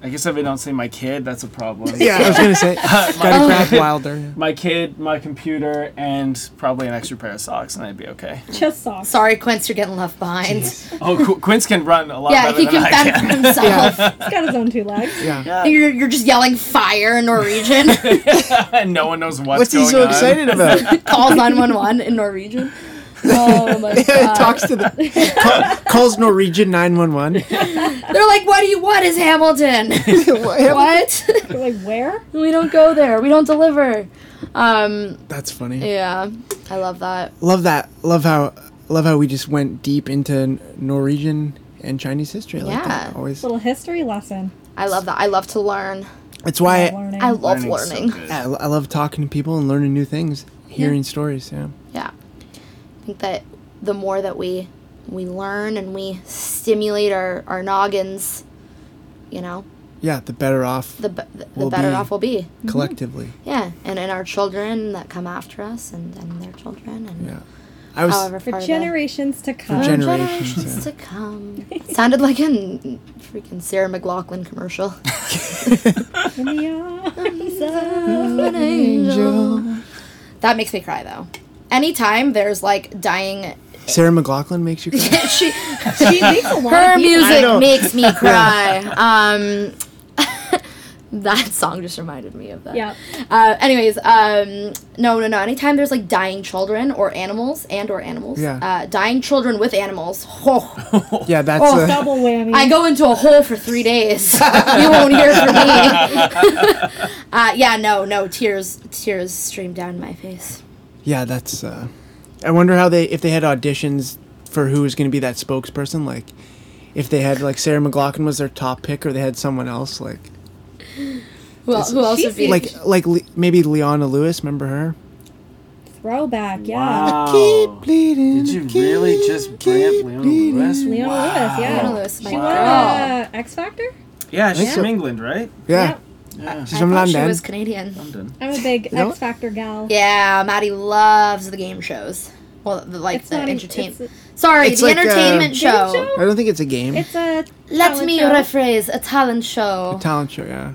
Speaker 4: I guess if I don't say my kid, that's a problem.
Speaker 3: Yeah, I was gonna say, gotta grab Wilder.
Speaker 4: My kid, my computer, and probably an extra pair of socks, and I'd be okay.
Speaker 2: Just soft.
Speaker 1: Sorry, Quince, you're getting left behind.
Speaker 4: Oh, Qu- Quince can run a lot
Speaker 1: Yeah,
Speaker 4: better
Speaker 1: he
Speaker 4: than
Speaker 1: can
Speaker 4: I
Speaker 1: fend for
Speaker 4: can.
Speaker 1: himself.
Speaker 2: He's got his own two legs.
Speaker 3: Yeah.
Speaker 1: You're, you're just yelling fire in Norwegian.
Speaker 4: and no one knows what's,
Speaker 3: What's
Speaker 4: going
Speaker 3: he so
Speaker 4: on.
Speaker 3: excited about?
Speaker 1: calls 911 in Norwegian. Oh my god.
Speaker 3: Talks to the ca- calls Norwegian nine one one.
Speaker 1: They're like, what do you want is Hamilton? what?
Speaker 2: You're like, where?
Speaker 1: we don't go there. We don't deliver. Um,
Speaker 3: That's funny.
Speaker 1: yeah. I love that.
Speaker 3: Love that. Love how. Love how we just went deep into N- Norwegian and Chinese history. Like that.
Speaker 1: Yeah.
Speaker 3: Always.
Speaker 2: Little history lesson.
Speaker 1: I love that. I love to learn.
Speaker 3: That's why
Speaker 2: About
Speaker 3: I,
Speaker 2: learning.
Speaker 1: I love
Speaker 4: Learning's so
Speaker 1: learning.
Speaker 4: good.
Speaker 3: I, I love talking to people and learning new things, hearing stories. Yeah.
Speaker 1: yeah. I think that the more that we we learn and we stimulate our, our noggins, you know,
Speaker 3: Yeah. The better off
Speaker 1: the, be- the
Speaker 3: We'll
Speaker 1: better
Speaker 3: be-
Speaker 1: off we'll be.
Speaker 3: collectively.
Speaker 1: Yeah. And, and our children that come after us and, and their children and
Speaker 3: Yeah. I was.
Speaker 1: however
Speaker 2: For
Speaker 1: far they-
Speaker 2: generations to come.
Speaker 3: For gen- generations,
Speaker 1: generations to come. Sounded like a n- freaking Sarah McLaughlin commercial.
Speaker 2: In the arms of-
Speaker 1: An angel. That makes me cry though. Anytime there's like dying,
Speaker 3: Sarah McLaughlin makes you cry.
Speaker 1: she
Speaker 2: she makes a lot
Speaker 1: her
Speaker 2: of people-
Speaker 1: music
Speaker 3: know.
Speaker 1: makes me cry. Um, That song just reminded me of that.
Speaker 2: Yeah.
Speaker 1: Uh, anyways, um, no, no, no. Anytime there's like dying children or animals and or animals.
Speaker 3: Yeah.
Speaker 1: Uh, dying children with animals. Oh,
Speaker 3: Yeah, that's
Speaker 1: Oh,
Speaker 3: uh,
Speaker 2: Double whammy.
Speaker 1: I go into a hole for three days. you won't hear from me. uh, yeah, no, no. Tears, tears stream down my face.
Speaker 3: yeah, that's. Uh, I wonder how they if they had auditions for who was going to be that spokesperson. Like, if they had like Sarah McLaughlin was their top pick, or they had someone else like
Speaker 1: Who, el- who else would be?
Speaker 3: like like Le- maybe Leona Lewis. Remember her?
Speaker 2: Throwback, yeah.
Speaker 4: Wow.
Speaker 3: Keep bleeding.
Speaker 4: Did you really just bring up
Speaker 3: keep
Speaker 4: Leona
Speaker 3: bleeding.
Speaker 4: Lewis?
Speaker 2: Leona
Speaker 4: Wow.
Speaker 2: Lewis, yeah.
Speaker 1: Leona Lewis, my
Speaker 2: She
Speaker 1: Wow.
Speaker 2: won uh, X Factor?
Speaker 4: Yeah, she's
Speaker 3: Yeah.
Speaker 4: from England, right?
Speaker 3: Yeah,
Speaker 4: Yeah.
Speaker 3: she's
Speaker 1: I
Speaker 3: from
Speaker 1: thought
Speaker 3: London.
Speaker 1: she was Canadian.
Speaker 4: London.
Speaker 2: I'm a big
Speaker 3: You know
Speaker 2: X Factor gal.
Speaker 1: Yeah, Maddie loves the game shows. Well, the, like
Speaker 2: It's
Speaker 1: the
Speaker 2: not a- it's
Speaker 1: entertainment.
Speaker 2: a-
Speaker 1: Sorry,
Speaker 3: It's
Speaker 1: the
Speaker 3: like, uh,
Speaker 1: entertainment
Speaker 2: Game
Speaker 1: show.
Speaker 2: show?
Speaker 3: I don't think it's a game.
Speaker 2: It's a
Speaker 1: Let
Speaker 2: talent
Speaker 1: me
Speaker 2: show.
Speaker 1: rephrase a talent show.
Speaker 3: talent show. Yeah,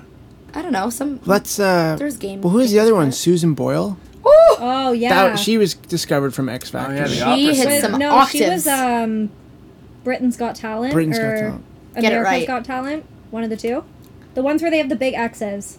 Speaker 1: I don't know some.
Speaker 3: let's. Uh,
Speaker 1: There's game.
Speaker 3: well, who is the other one?
Speaker 1: games,
Speaker 3: Susan Boyle.
Speaker 1: right? Ooh!
Speaker 2: Oh yeah.
Speaker 3: That she was discovered from X
Speaker 4: Oh,
Speaker 3: Factor.
Speaker 4: yeah, the
Speaker 1: She
Speaker 4: opera
Speaker 1: hit
Speaker 4: singer.
Speaker 2: But
Speaker 1: some-
Speaker 2: no, she
Speaker 1: octaves.
Speaker 2: was um, Britain's Got Talent
Speaker 3: Britain's
Speaker 2: or
Speaker 3: Got Talent.
Speaker 2: America's
Speaker 1: Get it right.
Speaker 2: Got Talent, one of the two. The ones where they have the big X's.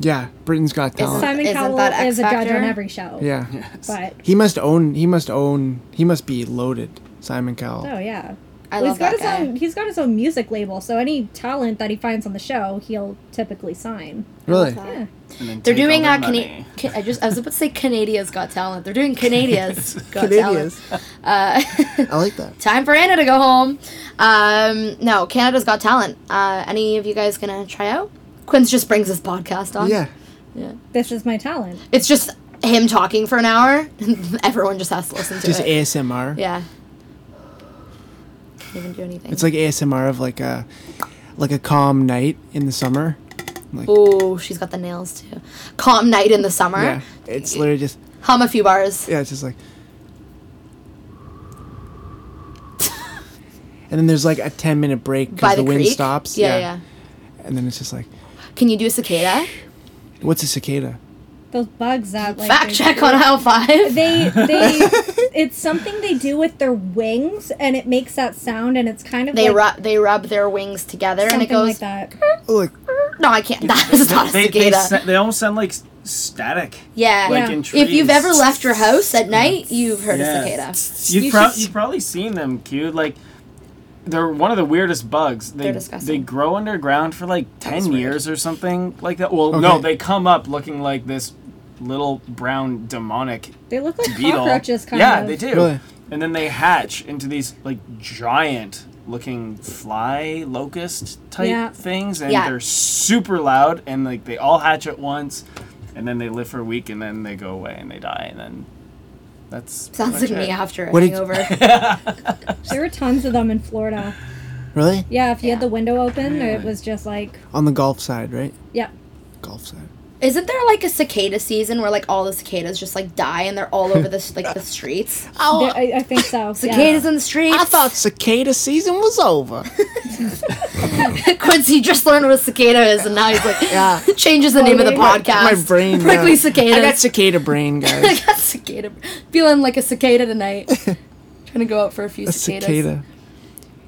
Speaker 3: Yeah, Britain's Got
Speaker 1: Oh, Isn't-
Speaker 3: Talent.
Speaker 2: Simon
Speaker 1: isn't
Speaker 2: Cowell
Speaker 1: that X
Speaker 2: is a judge
Speaker 1: Factor?
Speaker 2: on every show.
Speaker 3: Yeah.
Speaker 4: Yes.
Speaker 2: But
Speaker 3: He must own. He must own. He must be loaded. Simon Cowell.
Speaker 2: oh yeah.
Speaker 1: I
Speaker 2: Well,
Speaker 1: love
Speaker 2: he's got
Speaker 1: that
Speaker 2: his
Speaker 1: guy.
Speaker 2: own he's got his own music label, so any talent that he finds on the show, he'll typically sign.
Speaker 3: really?
Speaker 1: Yeah.
Speaker 2: Yeah.
Speaker 4: And then
Speaker 1: They're
Speaker 4: take
Speaker 1: doing
Speaker 4: all
Speaker 1: uh,
Speaker 4: the
Speaker 1: Cana-
Speaker 4: money.
Speaker 1: Ca- I just I was about to say Canadia's Got Talent. They're doing Canadia's Got
Speaker 3: Canadians.
Speaker 1: Talent.
Speaker 3: I
Speaker 1: Uh,
Speaker 3: like that.
Speaker 1: time for Anna to go home. Um, no, Canada's Got Talent. Uh, any of you guys gonna try out? Quince just brings his podcast on.
Speaker 3: Yeah.
Speaker 2: This is my talent.
Speaker 1: It's just him talking for an hour. Everyone just has to listen to
Speaker 3: Just
Speaker 1: it.
Speaker 3: ASMR.
Speaker 1: yeah. Can't even do anything.
Speaker 3: It's like ASMR of like a like a calm night in the summer.
Speaker 1: oh, she's got the nails too. Calm night in the summer.
Speaker 3: Yeah. It's literally just
Speaker 1: Hum a few bars.
Speaker 3: yeah. It's just like. And then there's like a ten minute break
Speaker 1: By
Speaker 3: because
Speaker 1: the,
Speaker 3: the, wind
Speaker 1: creek.
Speaker 3: stops.
Speaker 1: Yeah, yeah,
Speaker 3: And then it's just like,
Speaker 1: Can you do a cicada?
Speaker 3: what's a cicada?
Speaker 2: Those bugs that like
Speaker 1: Fact
Speaker 2: they-
Speaker 1: check on how five.
Speaker 2: They they it's something they do with their wings and it makes that sound and it's kind of
Speaker 1: They
Speaker 2: like
Speaker 1: rub they rub their wings together and
Speaker 2: something
Speaker 1: it goes.
Speaker 2: like that.
Speaker 3: Oh, Like
Speaker 1: No, I can't. That is not a
Speaker 4: They,
Speaker 1: cicada.
Speaker 4: they, sa- they almost sound like s- static.
Speaker 1: yeah.
Speaker 4: Like
Speaker 2: Yeah.
Speaker 4: in
Speaker 1: If you've
Speaker 4: trees.
Speaker 1: ever left your house at night, you've heard
Speaker 4: Yeah.
Speaker 1: a cicada.
Speaker 4: You've,
Speaker 2: You
Speaker 4: prob-
Speaker 2: should-
Speaker 4: you've probably seen them, Q. Like, they're one of the weirdest bugs. They,
Speaker 1: They're disgusting.
Speaker 4: They grow underground for like 10
Speaker 1: weird.
Speaker 4: years or something like that. Well, no,
Speaker 3: Okay.
Speaker 4: they come up looking like this little brown demonic
Speaker 2: They look like
Speaker 4: beetle.
Speaker 2: cockroaches kind
Speaker 4: yeah,
Speaker 2: of.
Speaker 4: they do.
Speaker 3: Really?
Speaker 4: And then they hatch into these like giant looking fly locust type
Speaker 2: Yeah.
Speaker 4: things and
Speaker 1: Yeah.
Speaker 4: they're super loud and like they all hatch at once and then they live for a week and then they go away and they die and then that's
Speaker 1: Sounds like
Speaker 4: pretty
Speaker 1: me
Speaker 4: much
Speaker 1: after a
Speaker 3: What did-
Speaker 1: hangover.
Speaker 2: There were tons of them in Florida.
Speaker 3: really
Speaker 2: Yeah, if you had
Speaker 1: Yeah.
Speaker 2: the window open, it
Speaker 4: Really?
Speaker 2: was just like,
Speaker 3: on the golf side, right?
Speaker 2: yeah,
Speaker 3: Golf side.
Speaker 1: Isn't there like a cicada season where like all the cicadas just like die and they're all over the s- like the streets?
Speaker 2: there- I, I think so. yeah.
Speaker 1: Cicadas in the streets.
Speaker 3: cicada season was over.
Speaker 1: Quincy just learned what a cicada is, and now he's like, changes the name of the
Speaker 2: my-
Speaker 1: podcast.
Speaker 3: my brain, yeah.
Speaker 1: quickly
Speaker 3: I got
Speaker 1: cicadas.
Speaker 3: cicada brain,
Speaker 1: I
Speaker 3: guys.
Speaker 1: got cicada. Feeling like a cicada tonight. Trying to go out for a few
Speaker 3: A
Speaker 1: cicadas.
Speaker 3: cicada.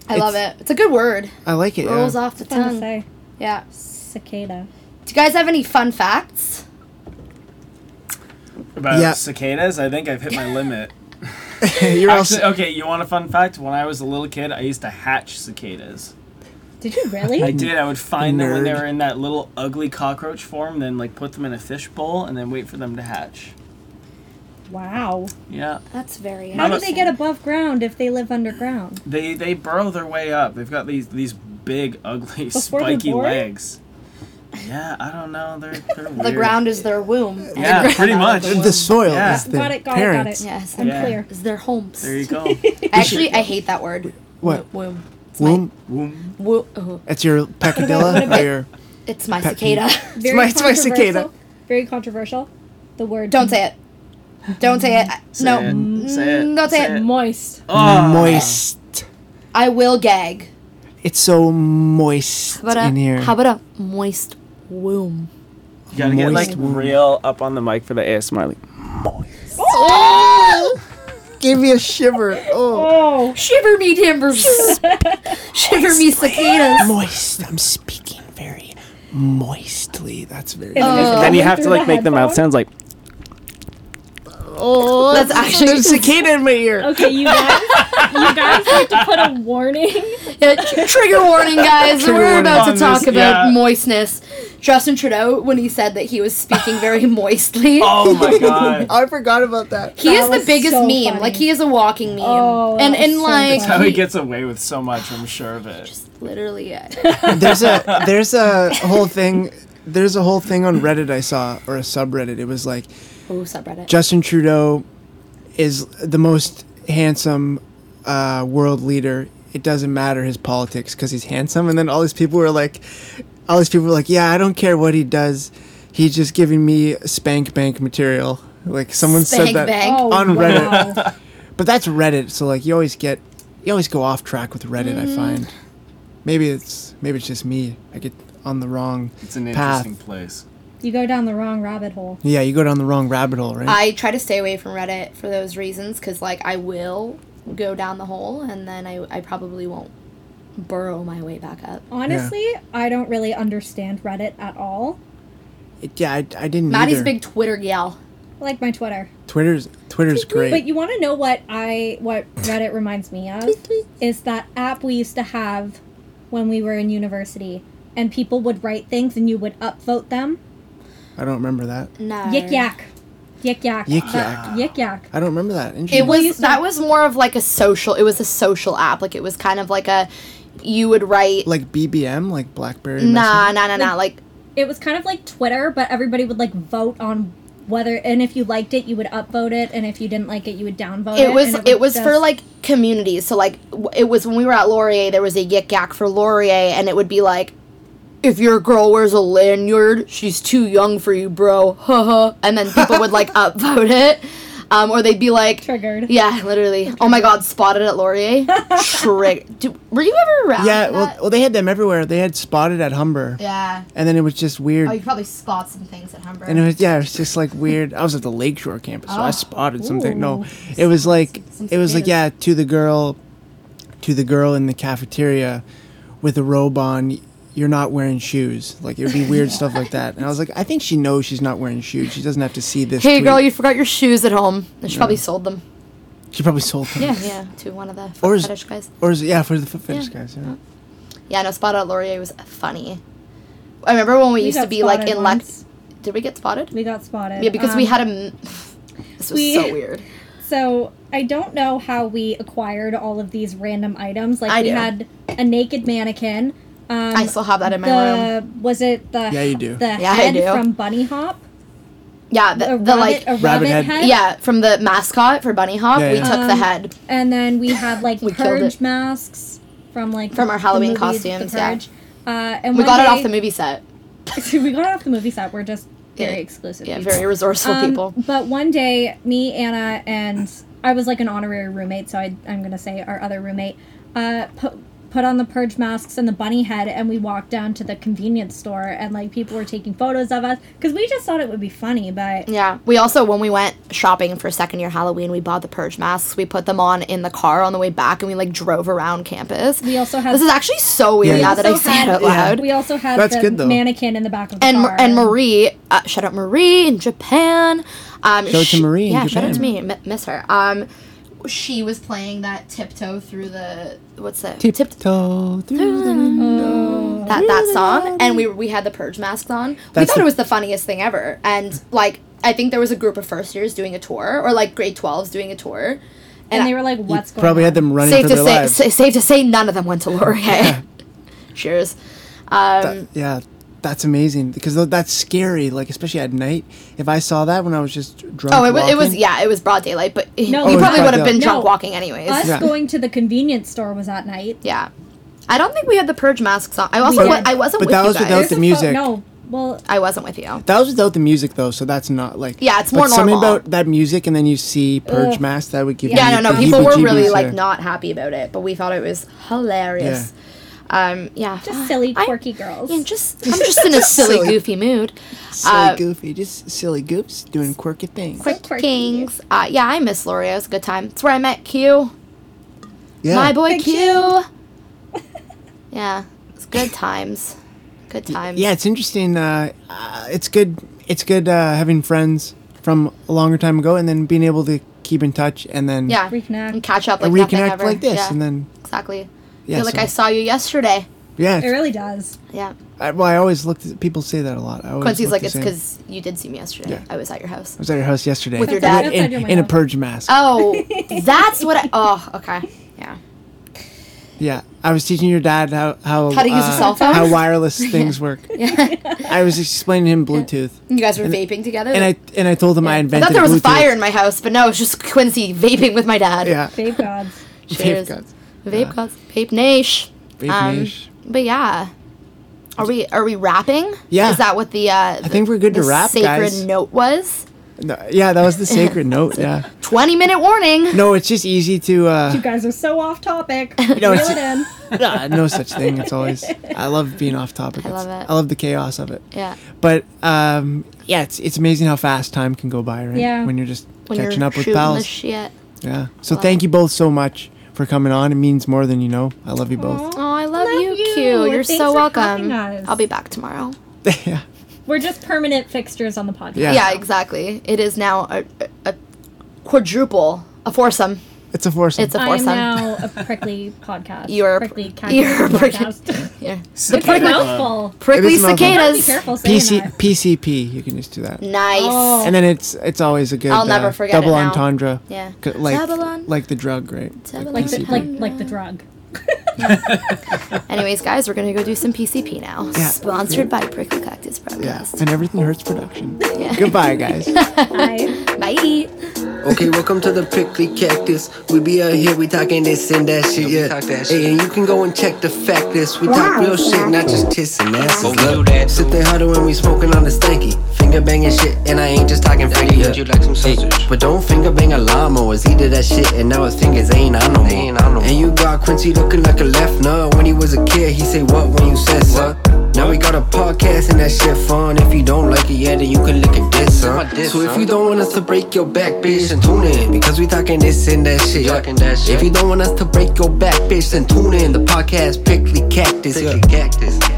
Speaker 1: I love it. It's a good word.
Speaker 3: I like it.
Speaker 1: Rolls
Speaker 3: yeah.
Speaker 1: off the
Speaker 2: Fun to
Speaker 1: tongue.
Speaker 2: say.
Speaker 1: Yeah.
Speaker 2: Cicada.
Speaker 1: Do you guys have any fun facts?
Speaker 4: about
Speaker 3: Yeah.
Speaker 4: cicadas i think i've hit my limit
Speaker 3: You're
Speaker 4: actually
Speaker 3: also,
Speaker 4: okay you want a fun fact when i was a little kid i used to hatch cicadas
Speaker 2: Did you really?
Speaker 4: I did. I would find them when they
Speaker 3: Mm. Nerd.
Speaker 4: were in that little ugly cockroach form, then like put them in a fish bowl and then wait for them to hatch.
Speaker 2: wow.
Speaker 4: Yeah,
Speaker 1: That's very.
Speaker 2: How do
Speaker 4: not-
Speaker 2: they get above ground if they live underground?
Speaker 4: they they burrow their way up. They've got these these big ugly
Speaker 2: Before they're
Speaker 4: spiky
Speaker 2: born?
Speaker 4: legs. Yeah, I don't know. They're they're
Speaker 1: The
Speaker 4: weird.
Speaker 1: ground is their womb.
Speaker 4: Yeah,
Speaker 1: The ground
Speaker 4: pretty
Speaker 1: is
Speaker 4: much.
Speaker 1: their womb.
Speaker 3: the soil
Speaker 4: oh, Yeah.
Speaker 3: is the
Speaker 2: Got it, got it, got
Speaker 3: parents.
Speaker 2: it.
Speaker 1: Yes.
Speaker 2: I'm
Speaker 4: Yeah.
Speaker 2: clear.
Speaker 1: Is their homes.
Speaker 4: There you go.
Speaker 1: Actually, I hate that word.
Speaker 3: What?
Speaker 1: Womb. It's my-
Speaker 3: Womb?
Speaker 4: Womb.
Speaker 1: wo- oh,
Speaker 3: That's your peccadilla or your
Speaker 1: It's my
Speaker 3: Pet
Speaker 1: cicada.
Speaker 2: Very
Speaker 3: my- it's my cicada.
Speaker 2: controversial- Very controversial. The word
Speaker 1: Don't say it. Don't say it. I-
Speaker 4: Say
Speaker 1: no.
Speaker 4: it. Say it.
Speaker 1: Don't say it.
Speaker 2: moist.
Speaker 4: Oh.
Speaker 3: moist.
Speaker 1: I will gag.
Speaker 3: It's so moist
Speaker 1: How about
Speaker 3: in
Speaker 1: a,
Speaker 3: here.
Speaker 1: how about a moist womb?
Speaker 4: You gotta get like
Speaker 3: Moist womb.
Speaker 4: real up on the mic for the ASMR. Like,
Speaker 3: Oh! Give me a shiver. Oh,
Speaker 2: Oh,
Speaker 1: Shiver me timbers. Shiver me cicadas.
Speaker 3: moist. I'm speaking very moistly. That's very.
Speaker 2: Oh.
Speaker 4: then you
Speaker 2: Coming
Speaker 4: have to
Speaker 2: through
Speaker 4: like
Speaker 2: the
Speaker 4: make the mouth sounds like
Speaker 1: Oh, that's actually
Speaker 3: There's a cicada in my ear.
Speaker 2: Okay, you guys, you guys have to put a warning.
Speaker 1: Yeah, tr- trigger warning, guys.
Speaker 4: Trigger
Speaker 1: We're about to
Speaker 4: warning on
Speaker 1: talk
Speaker 4: this,
Speaker 1: about
Speaker 4: yeah.
Speaker 1: moistness. Justin Trudeau, when he said that he was speaking very moistly,
Speaker 4: oh my god.
Speaker 3: I forgot about that.
Speaker 1: he
Speaker 2: That
Speaker 1: is the
Speaker 2: was
Speaker 1: biggest
Speaker 2: so
Speaker 1: meme.
Speaker 2: funny.
Speaker 1: Like he is a walking meme,
Speaker 2: Oh, that
Speaker 1: and
Speaker 2: was
Speaker 1: and
Speaker 2: so
Speaker 1: like
Speaker 2: good.
Speaker 4: How he
Speaker 1: he-
Speaker 4: gets away with so much, I'm sure of it.
Speaker 1: literally it.
Speaker 3: There's a there's a whole thing. There's a whole thing on Reddit I saw or a subreddit. It was like
Speaker 1: Oh, subreddit.
Speaker 3: Justin Trudeau is the most handsome uh, world leader. It doesn't matter his politics because he's handsome. And then all these people were like, all these people were like, yeah, I don't care what he does. He's just giving me spank bank material. Like someone
Speaker 1: Spank
Speaker 3: said that.
Speaker 1: bank.
Speaker 2: Oh,
Speaker 3: On Reddit.
Speaker 2: wow.
Speaker 3: But that's Reddit, so like you always get, you always go off track with Reddit.
Speaker 1: Mm-hmm.
Speaker 3: I find. Maybe it's maybe it's just me. I get on the wrong.
Speaker 4: It's an
Speaker 3: Path.
Speaker 4: interesting place.
Speaker 2: You go down the wrong rabbit hole.
Speaker 3: Yeah, you go down the wrong rabbit hole, right?
Speaker 1: I try to stay away from Reddit for those reasons, because like I will go down the hole, and then I I probably won't burrow my way back up.
Speaker 2: Oh. Honestly, I don't really understand Reddit at all.
Speaker 3: It- yeah, I, I didn't.
Speaker 1: Maddie's
Speaker 3: either.
Speaker 1: big Twitter gal.
Speaker 2: I like my Twitter.
Speaker 3: Twitter's Twitter's great.
Speaker 2: But you want to know what I what Reddit reminds me of is that app we used to have when we were in university, and people would write things and you would upvote them.
Speaker 3: I don't remember that.
Speaker 1: No.
Speaker 2: Yik yak, yik yak,
Speaker 3: Yik
Speaker 2: That- yik yak.
Speaker 3: I don't remember that.
Speaker 1: It
Speaker 3: Interesting.
Speaker 1: was
Speaker 2: used to-
Speaker 1: that was more of like a social. It was a social app. Like it was kind of like a you would write
Speaker 3: like BBM, like BlackBerry.
Speaker 1: nah
Speaker 3: Messenger?
Speaker 1: nah nah nah like
Speaker 2: It was kind of like Twitter, but everybody would like vote on whether and if you liked it, you would upvote it, and if you didn't like it, you would downvote it.
Speaker 1: it was
Speaker 2: and
Speaker 1: it
Speaker 2: would
Speaker 1: was for
Speaker 2: just-
Speaker 1: like communities. So like w- it was when we were at Laurier, there was a yik yak for Laurier, and it would be like. If your girl wears a lanyard, she's too young for you, bro. Haha. and then people would like upvote it, um, or they'd be like,
Speaker 2: Triggered.
Speaker 1: Yeah, literally. Oh my God, spotted at Laurier. Trig. Do, were you ever around?
Speaker 3: Yeah,
Speaker 1: for
Speaker 3: well,
Speaker 1: that?
Speaker 3: well, they had them everywhere. They had spotted at Humber,
Speaker 1: yeah.
Speaker 3: and then it was just weird.
Speaker 1: Oh, you could probably spot some things at Humber.
Speaker 3: and it was yeah, it was just like weird. I was at the Lakeshore campus, so I
Speaker 1: Oh.
Speaker 3: spotted something. No,
Speaker 2: Ooh.
Speaker 3: it was like
Speaker 1: some
Speaker 3: it was like yeah,
Speaker 1: cicadas.
Speaker 3: to the girl, to the girl in the cafeteria, with a robe on. You're not wearing shoes. Like it would be weird stuff like that. And I was like, I think she knows she's not wearing shoes. She doesn't have to see this.
Speaker 1: Hey,
Speaker 3: tweet.
Speaker 1: girl, you forgot your shoes at home. And she probably sold them.
Speaker 3: She probably sold them.
Speaker 1: Yeah, yeah, to one of the foot
Speaker 3: Or is-
Speaker 1: fetish guys.
Speaker 3: Or is it, yeah for the foot fetish
Speaker 1: Yeah.
Speaker 3: guys? Yeah.
Speaker 1: Yeah, no, Spot Out Laurier was funny. I remember when we,
Speaker 2: We
Speaker 1: used to
Speaker 2: got
Speaker 1: be like
Speaker 2: spotted
Speaker 1: in
Speaker 2: once.
Speaker 1: Lex. Did we get spotted?
Speaker 2: We got spotted.
Speaker 1: Yeah, because we
Speaker 2: Um,
Speaker 1: had a. m- This was
Speaker 2: we-
Speaker 1: so weird.
Speaker 2: So I don't know how we acquired all of these random items. Like
Speaker 1: I
Speaker 2: we
Speaker 1: do.
Speaker 2: had a naked mannequin. Um,
Speaker 1: I still have that in my room.
Speaker 2: the was it the
Speaker 3: Yeah, you do.
Speaker 2: the
Speaker 1: Yeah, I
Speaker 2: head
Speaker 1: do.
Speaker 2: from Bunny Hop
Speaker 1: Yeah, the,
Speaker 2: a
Speaker 1: the,
Speaker 2: rabbit,
Speaker 1: like.
Speaker 2: a rabbit,
Speaker 3: Rabbit
Speaker 2: head.
Speaker 3: head.
Speaker 1: yeah, from the mascot for Bunny Hop,
Speaker 3: Yeah,
Speaker 1: we
Speaker 3: yeah.
Speaker 1: took the
Speaker 2: Um,
Speaker 1: head.
Speaker 2: and then we had like
Speaker 1: We killed
Speaker 2: purge
Speaker 1: it.
Speaker 2: masks from like
Speaker 1: From our Halloween
Speaker 2: the movie,
Speaker 1: costumes,
Speaker 2: The
Speaker 1: yeah.
Speaker 2: Purge. Uh, and
Speaker 1: We
Speaker 2: one
Speaker 1: got it
Speaker 2: day-
Speaker 1: off the movie set.
Speaker 2: we got it off the movie set. We're just very
Speaker 1: Yeah.
Speaker 2: exclusive.
Speaker 1: Yeah,
Speaker 2: people.
Speaker 1: very resourceful
Speaker 2: Um,
Speaker 1: people.
Speaker 2: But one day, me, Anna, and I was like an honorary roommate, so I, I'm going to say our other roommate, uh, put, put on the purge masks and the bunny head, and we walked down to the convenience store, and like people were taking photos of us because we just thought it would be funny, but.
Speaker 1: Yeah. We also, when we went shopping for second year Halloween, we bought the purge masks. We put them on in the car on the way back, and we like drove around campus.
Speaker 2: We also had.
Speaker 1: This is actually so weird.
Speaker 3: Yeah,
Speaker 1: Yeah,
Speaker 3: yeah.
Speaker 1: that I
Speaker 2: also
Speaker 1: say
Speaker 2: had-
Speaker 1: it out loud.
Speaker 2: We also had
Speaker 3: That's
Speaker 2: the
Speaker 3: good, though.
Speaker 2: mannequin in the back of the
Speaker 1: and
Speaker 2: car.
Speaker 1: and Marie, uh, shout out Marie in Japan. Um,
Speaker 3: Shout out to Marie in
Speaker 1: yeah, shout out to me.
Speaker 3: Japan.
Speaker 1: M- miss her. Um, she was playing that tiptoe through the what's that?
Speaker 3: Tiptoe through
Speaker 1: Ah.
Speaker 3: the window.
Speaker 1: that that song, and we we had the purge masks on. we
Speaker 3: That's
Speaker 1: thought
Speaker 3: the-
Speaker 1: it was the funniest thing ever, and like I think there was a group of first years doing a tour, or like grade twelves doing a tour, and,
Speaker 2: And they
Speaker 1: I-
Speaker 2: were like, what's going
Speaker 3: Probably
Speaker 2: on?
Speaker 3: had them running
Speaker 1: safe
Speaker 3: for
Speaker 1: to
Speaker 3: their
Speaker 1: say,
Speaker 3: lives.
Speaker 1: sa- safe to say, none of them went to Laurier. Cheers. Um,
Speaker 3: That- Uh, yeah, that's amazing because tho- that's scary. Like especially at night. If I saw that when I was just drunk.
Speaker 1: Oh, it, wa- it was
Speaker 3: walking-
Speaker 1: yeah, it was broad daylight, but he-
Speaker 2: No,
Speaker 1: he
Speaker 2: Oh,
Speaker 1: probably
Speaker 3: it's
Speaker 1: would have been
Speaker 3: broad
Speaker 2: daylight.
Speaker 1: drunk
Speaker 2: No.
Speaker 1: walking anyways.
Speaker 2: Us
Speaker 3: Yeah.
Speaker 2: going to the convenience store was at night.
Speaker 1: yeah, I don't think we had the purge masks on. I also
Speaker 2: did.
Speaker 1: wa- I wasn't
Speaker 3: But
Speaker 1: with
Speaker 3: that
Speaker 1: you
Speaker 3: was
Speaker 1: guys.
Speaker 3: without the
Speaker 2: There's a pho-
Speaker 3: music.
Speaker 2: No, well,
Speaker 1: I wasn't with you.
Speaker 3: That was without the music though, so that's not like
Speaker 1: Yeah, it's
Speaker 3: but
Speaker 1: more
Speaker 3: Something
Speaker 1: normal.
Speaker 3: about that music, and then you see purge mask that would give
Speaker 1: Yeah,
Speaker 3: you
Speaker 1: no, no,
Speaker 3: the
Speaker 1: people were really
Speaker 3: heebie-jeebies,
Speaker 1: like
Speaker 3: yeah.
Speaker 1: not happy about it, but we thought it was hilarious. Um, yeah,
Speaker 2: just silly,
Speaker 1: I-
Speaker 2: quirky girls.
Speaker 1: yeah, just I'm just in a silly,
Speaker 3: silly.
Speaker 1: goofy mood.
Speaker 3: silly
Speaker 1: uh,
Speaker 3: goofy, just silly goofs doing quirky things.
Speaker 1: Quick
Speaker 2: quirky.
Speaker 1: Kings. Uh, yeah, I miss Laurier. It was a good time. It's where I met Q.
Speaker 3: yeah,
Speaker 1: My boy
Speaker 2: Thank
Speaker 1: Q. yeah, it's good times. Good times.
Speaker 3: Yeah, it's interesting. Uh, uh, it's good. It's good uh, having friends from a longer time ago, and then being able to keep in touch, and then
Speaker 1: Yeah.
Speaker 2: Reconnect.
Speaker 1: And catch up like
Speaker 3: and
Speaker 1: nothing
Speaker 3: reconnect
Speaker 1: ever.
Speaker 3: like this,
Speaker 1: Yeah,
Speaker 3: and then
Speaker 1: exactly.
Speaker 3: yeah,
Speaker 1: Feel like
Speaker 3: so-
Speaker 1: I saw you yesterday.
Speaker 3: yeah.
Speaker 2: It really does.
Speaker 1: Yeah.
Speaker 3: I, well, I always looked. At, people say that a lot. I always
Speaker 1: Quincy's
Speaker 3: look
Speaker 1: like,
Speaker 3: the
Speaker 1: it's
Speaker 3: same.
Speaker 1: because you did see me yesterday.
Speaker 3: Yeah.
Speaker 1: I was at your house.
Speaker 3: I was at your house yesterday
Speaker 1: With your
Speaker 3: And
Speaker 1: dad.
Speaker 3: in-
Speaker 2: Outside your
Speaker 3: in, a
Speaker 2: window.
Speaker 3: purge mask.
Speaker 1: Oh, that's what I. Oh, okay. Yeah.
Speaker 3: Yeah, I was teaching your dad how how, uh,
Speaker 1: How to use a cell phone?
Speaker 3: how wireless things work. I was explaining to him Bluetooth,
Speaker 1: You guys were vaping together?
Speaker 3: and I and I told him
Speaker 1: I
Speaker 3: I invented.
Speaker 1: thought there was
Speaker 3: Bluetooth.
Speaker 1: a fire in my house, but no, it's just Quincy vaping with my dad.
Speaker 3: Yeah,
Speaker 2: Babe gods.
Speaker 1: Cheers.
Speaker 3: Vape guns.
Speaker 1: Vape gods. Vape Nash.
Speaker 3: Vape
Speaker 1: Um,
Speaker 3: niche.
Speaker 1: But yeah. Are we are we rapping?
Speaker 3: Yeah.
Speaker 1: Is that what the uh I
Speaker 3: think we're good to wrap,
Speaker 1: sacred
Speaker 3: guys.
Speaker 1: note was?
Speaker 3: No, yeah, that was the sacred note. Yeah,
Speaker 1: Twenty minute warning.
Speaker 3: no, it's just easy to. Uh,
Speaker 2: You guys are so off topic.
Speaker 3: know,
Speaker 2: Reel
Speaker 3: it's-
Speaker 2: it in.
Speaker 3: nah, no such thing. It's always. I love being off topic.
Speaker 1: I love
Speaker 3: It's-
Speaker 1: it.
Speaker 3: I love the chaos of it.
Speaker 1: Yeah.
Speaker 3: But um, yeah, it's it's amazing how fast time can go by, right?
Speaker 2: Yeah.
Speaker 3: When you're just
Speaker 1: When
Speaker 3: catching
Speaker 1: you're
Speaker 3: up with
Speaker 1: shooting
Speaker 3: pals.
Speaker 1: the shit.
Speaker 3: yeah. So thank you both so much for coming on. It means more than you know. I love you both.
Speaker 1: Oh, I love,
Speaker 2: Love
Speaker 1: you,
Speaker 2: you.
Speaker 1: Q. You're
Speaker 2: Thanks
Speaker 1: so
Speaker 2: for having
Speaker 1: welcome.
Speaker 2: us.
Speaker 1: I'll be back tomorrow.
Speaker 3: yeah.
Speaker 2: We're just permanent fixtures on the podcast.
Speaker 3: Yeah.
Speaker 1: Yeah, exactly. It is now a, a, a quadruple, a foursome.
Speaker 3: It's a foursome.
Speaker 1: It's a
Speaker 2: I am
Speaker 1: foursome.
Speaker 2: now a prickly podcast.
Speaker 1: You're a pr-
Speaker 2: prickly
Speaker 1: you're a
Speaker 2: cactus
Speaker 1: prickly-
Speaker 2: podcast.
Speaker 1: Yeah.
Speaker 2: it's a mouthful.
Speaker 1: Prickly
Speaker 3: is a mouthful.
Speaker 2: Gotta be
Speaker 1: cicadas.
Speaker 2: careful saying
Speaker 3: PC,
Speaker 2: that.
Speaker 3: PCP. You can just do that.
Speaker 1: Nice.
Speaker 2: Oh.
Speaker 3: And then it's it's always a good
Speaker 1: I'll never
Speaker 3: uh,
Speaker 1: forget it
Speaker 3: double
Speaker 1: now.
Speaker 3: entendre.
Speaker 1: Yeah.
Speaker 3: C- Like
Speaker 1: Double on-
Speaker 3: like the drug, right?
Speaker 1: double
Speaker 2: Like the,
Speaker 1: entendre.
Speaker 2: like like the drug.
Speaker 1: Anyways, guys, we're gonna go do some PCP now.
Speaker 3: Yeah.
Speaker 1: Sponsored by Prickly Cactus
Speaker 3: Yeah.
Speaker 1: Podcast.
Speaker 3: And everything hurts production. Goodbye, guys.
Speaker 2: Bye.
Speaker 1: Bye.
Speaker 5: Okay, welcome to the prickly cactus. We be out here, we talking this and that shit, yeah. Hey, and you can go and check the fact list. We talk real shit, not just tits and asses. Look, sitting harder when we smoking on the stanky. Finger banging shit, and I ain't just talking freaky. Yeah. Hey, but don't finger bang a lawnmower. It's either that shit, and now his fingers ain't on no more. And you got Quincy looking like a left nut. When he was a kid, he say what when you said so. Now we got a podcast and that shit fun. If you don't like it, yeah, then you can lick a diss, son. So if you don't want us to break your back, bitch, then tune in. Because we talking this and that shit. yeah. If you don't want us to break your back, bitch, then tune in. The podcast Prickly Cactus. yeah.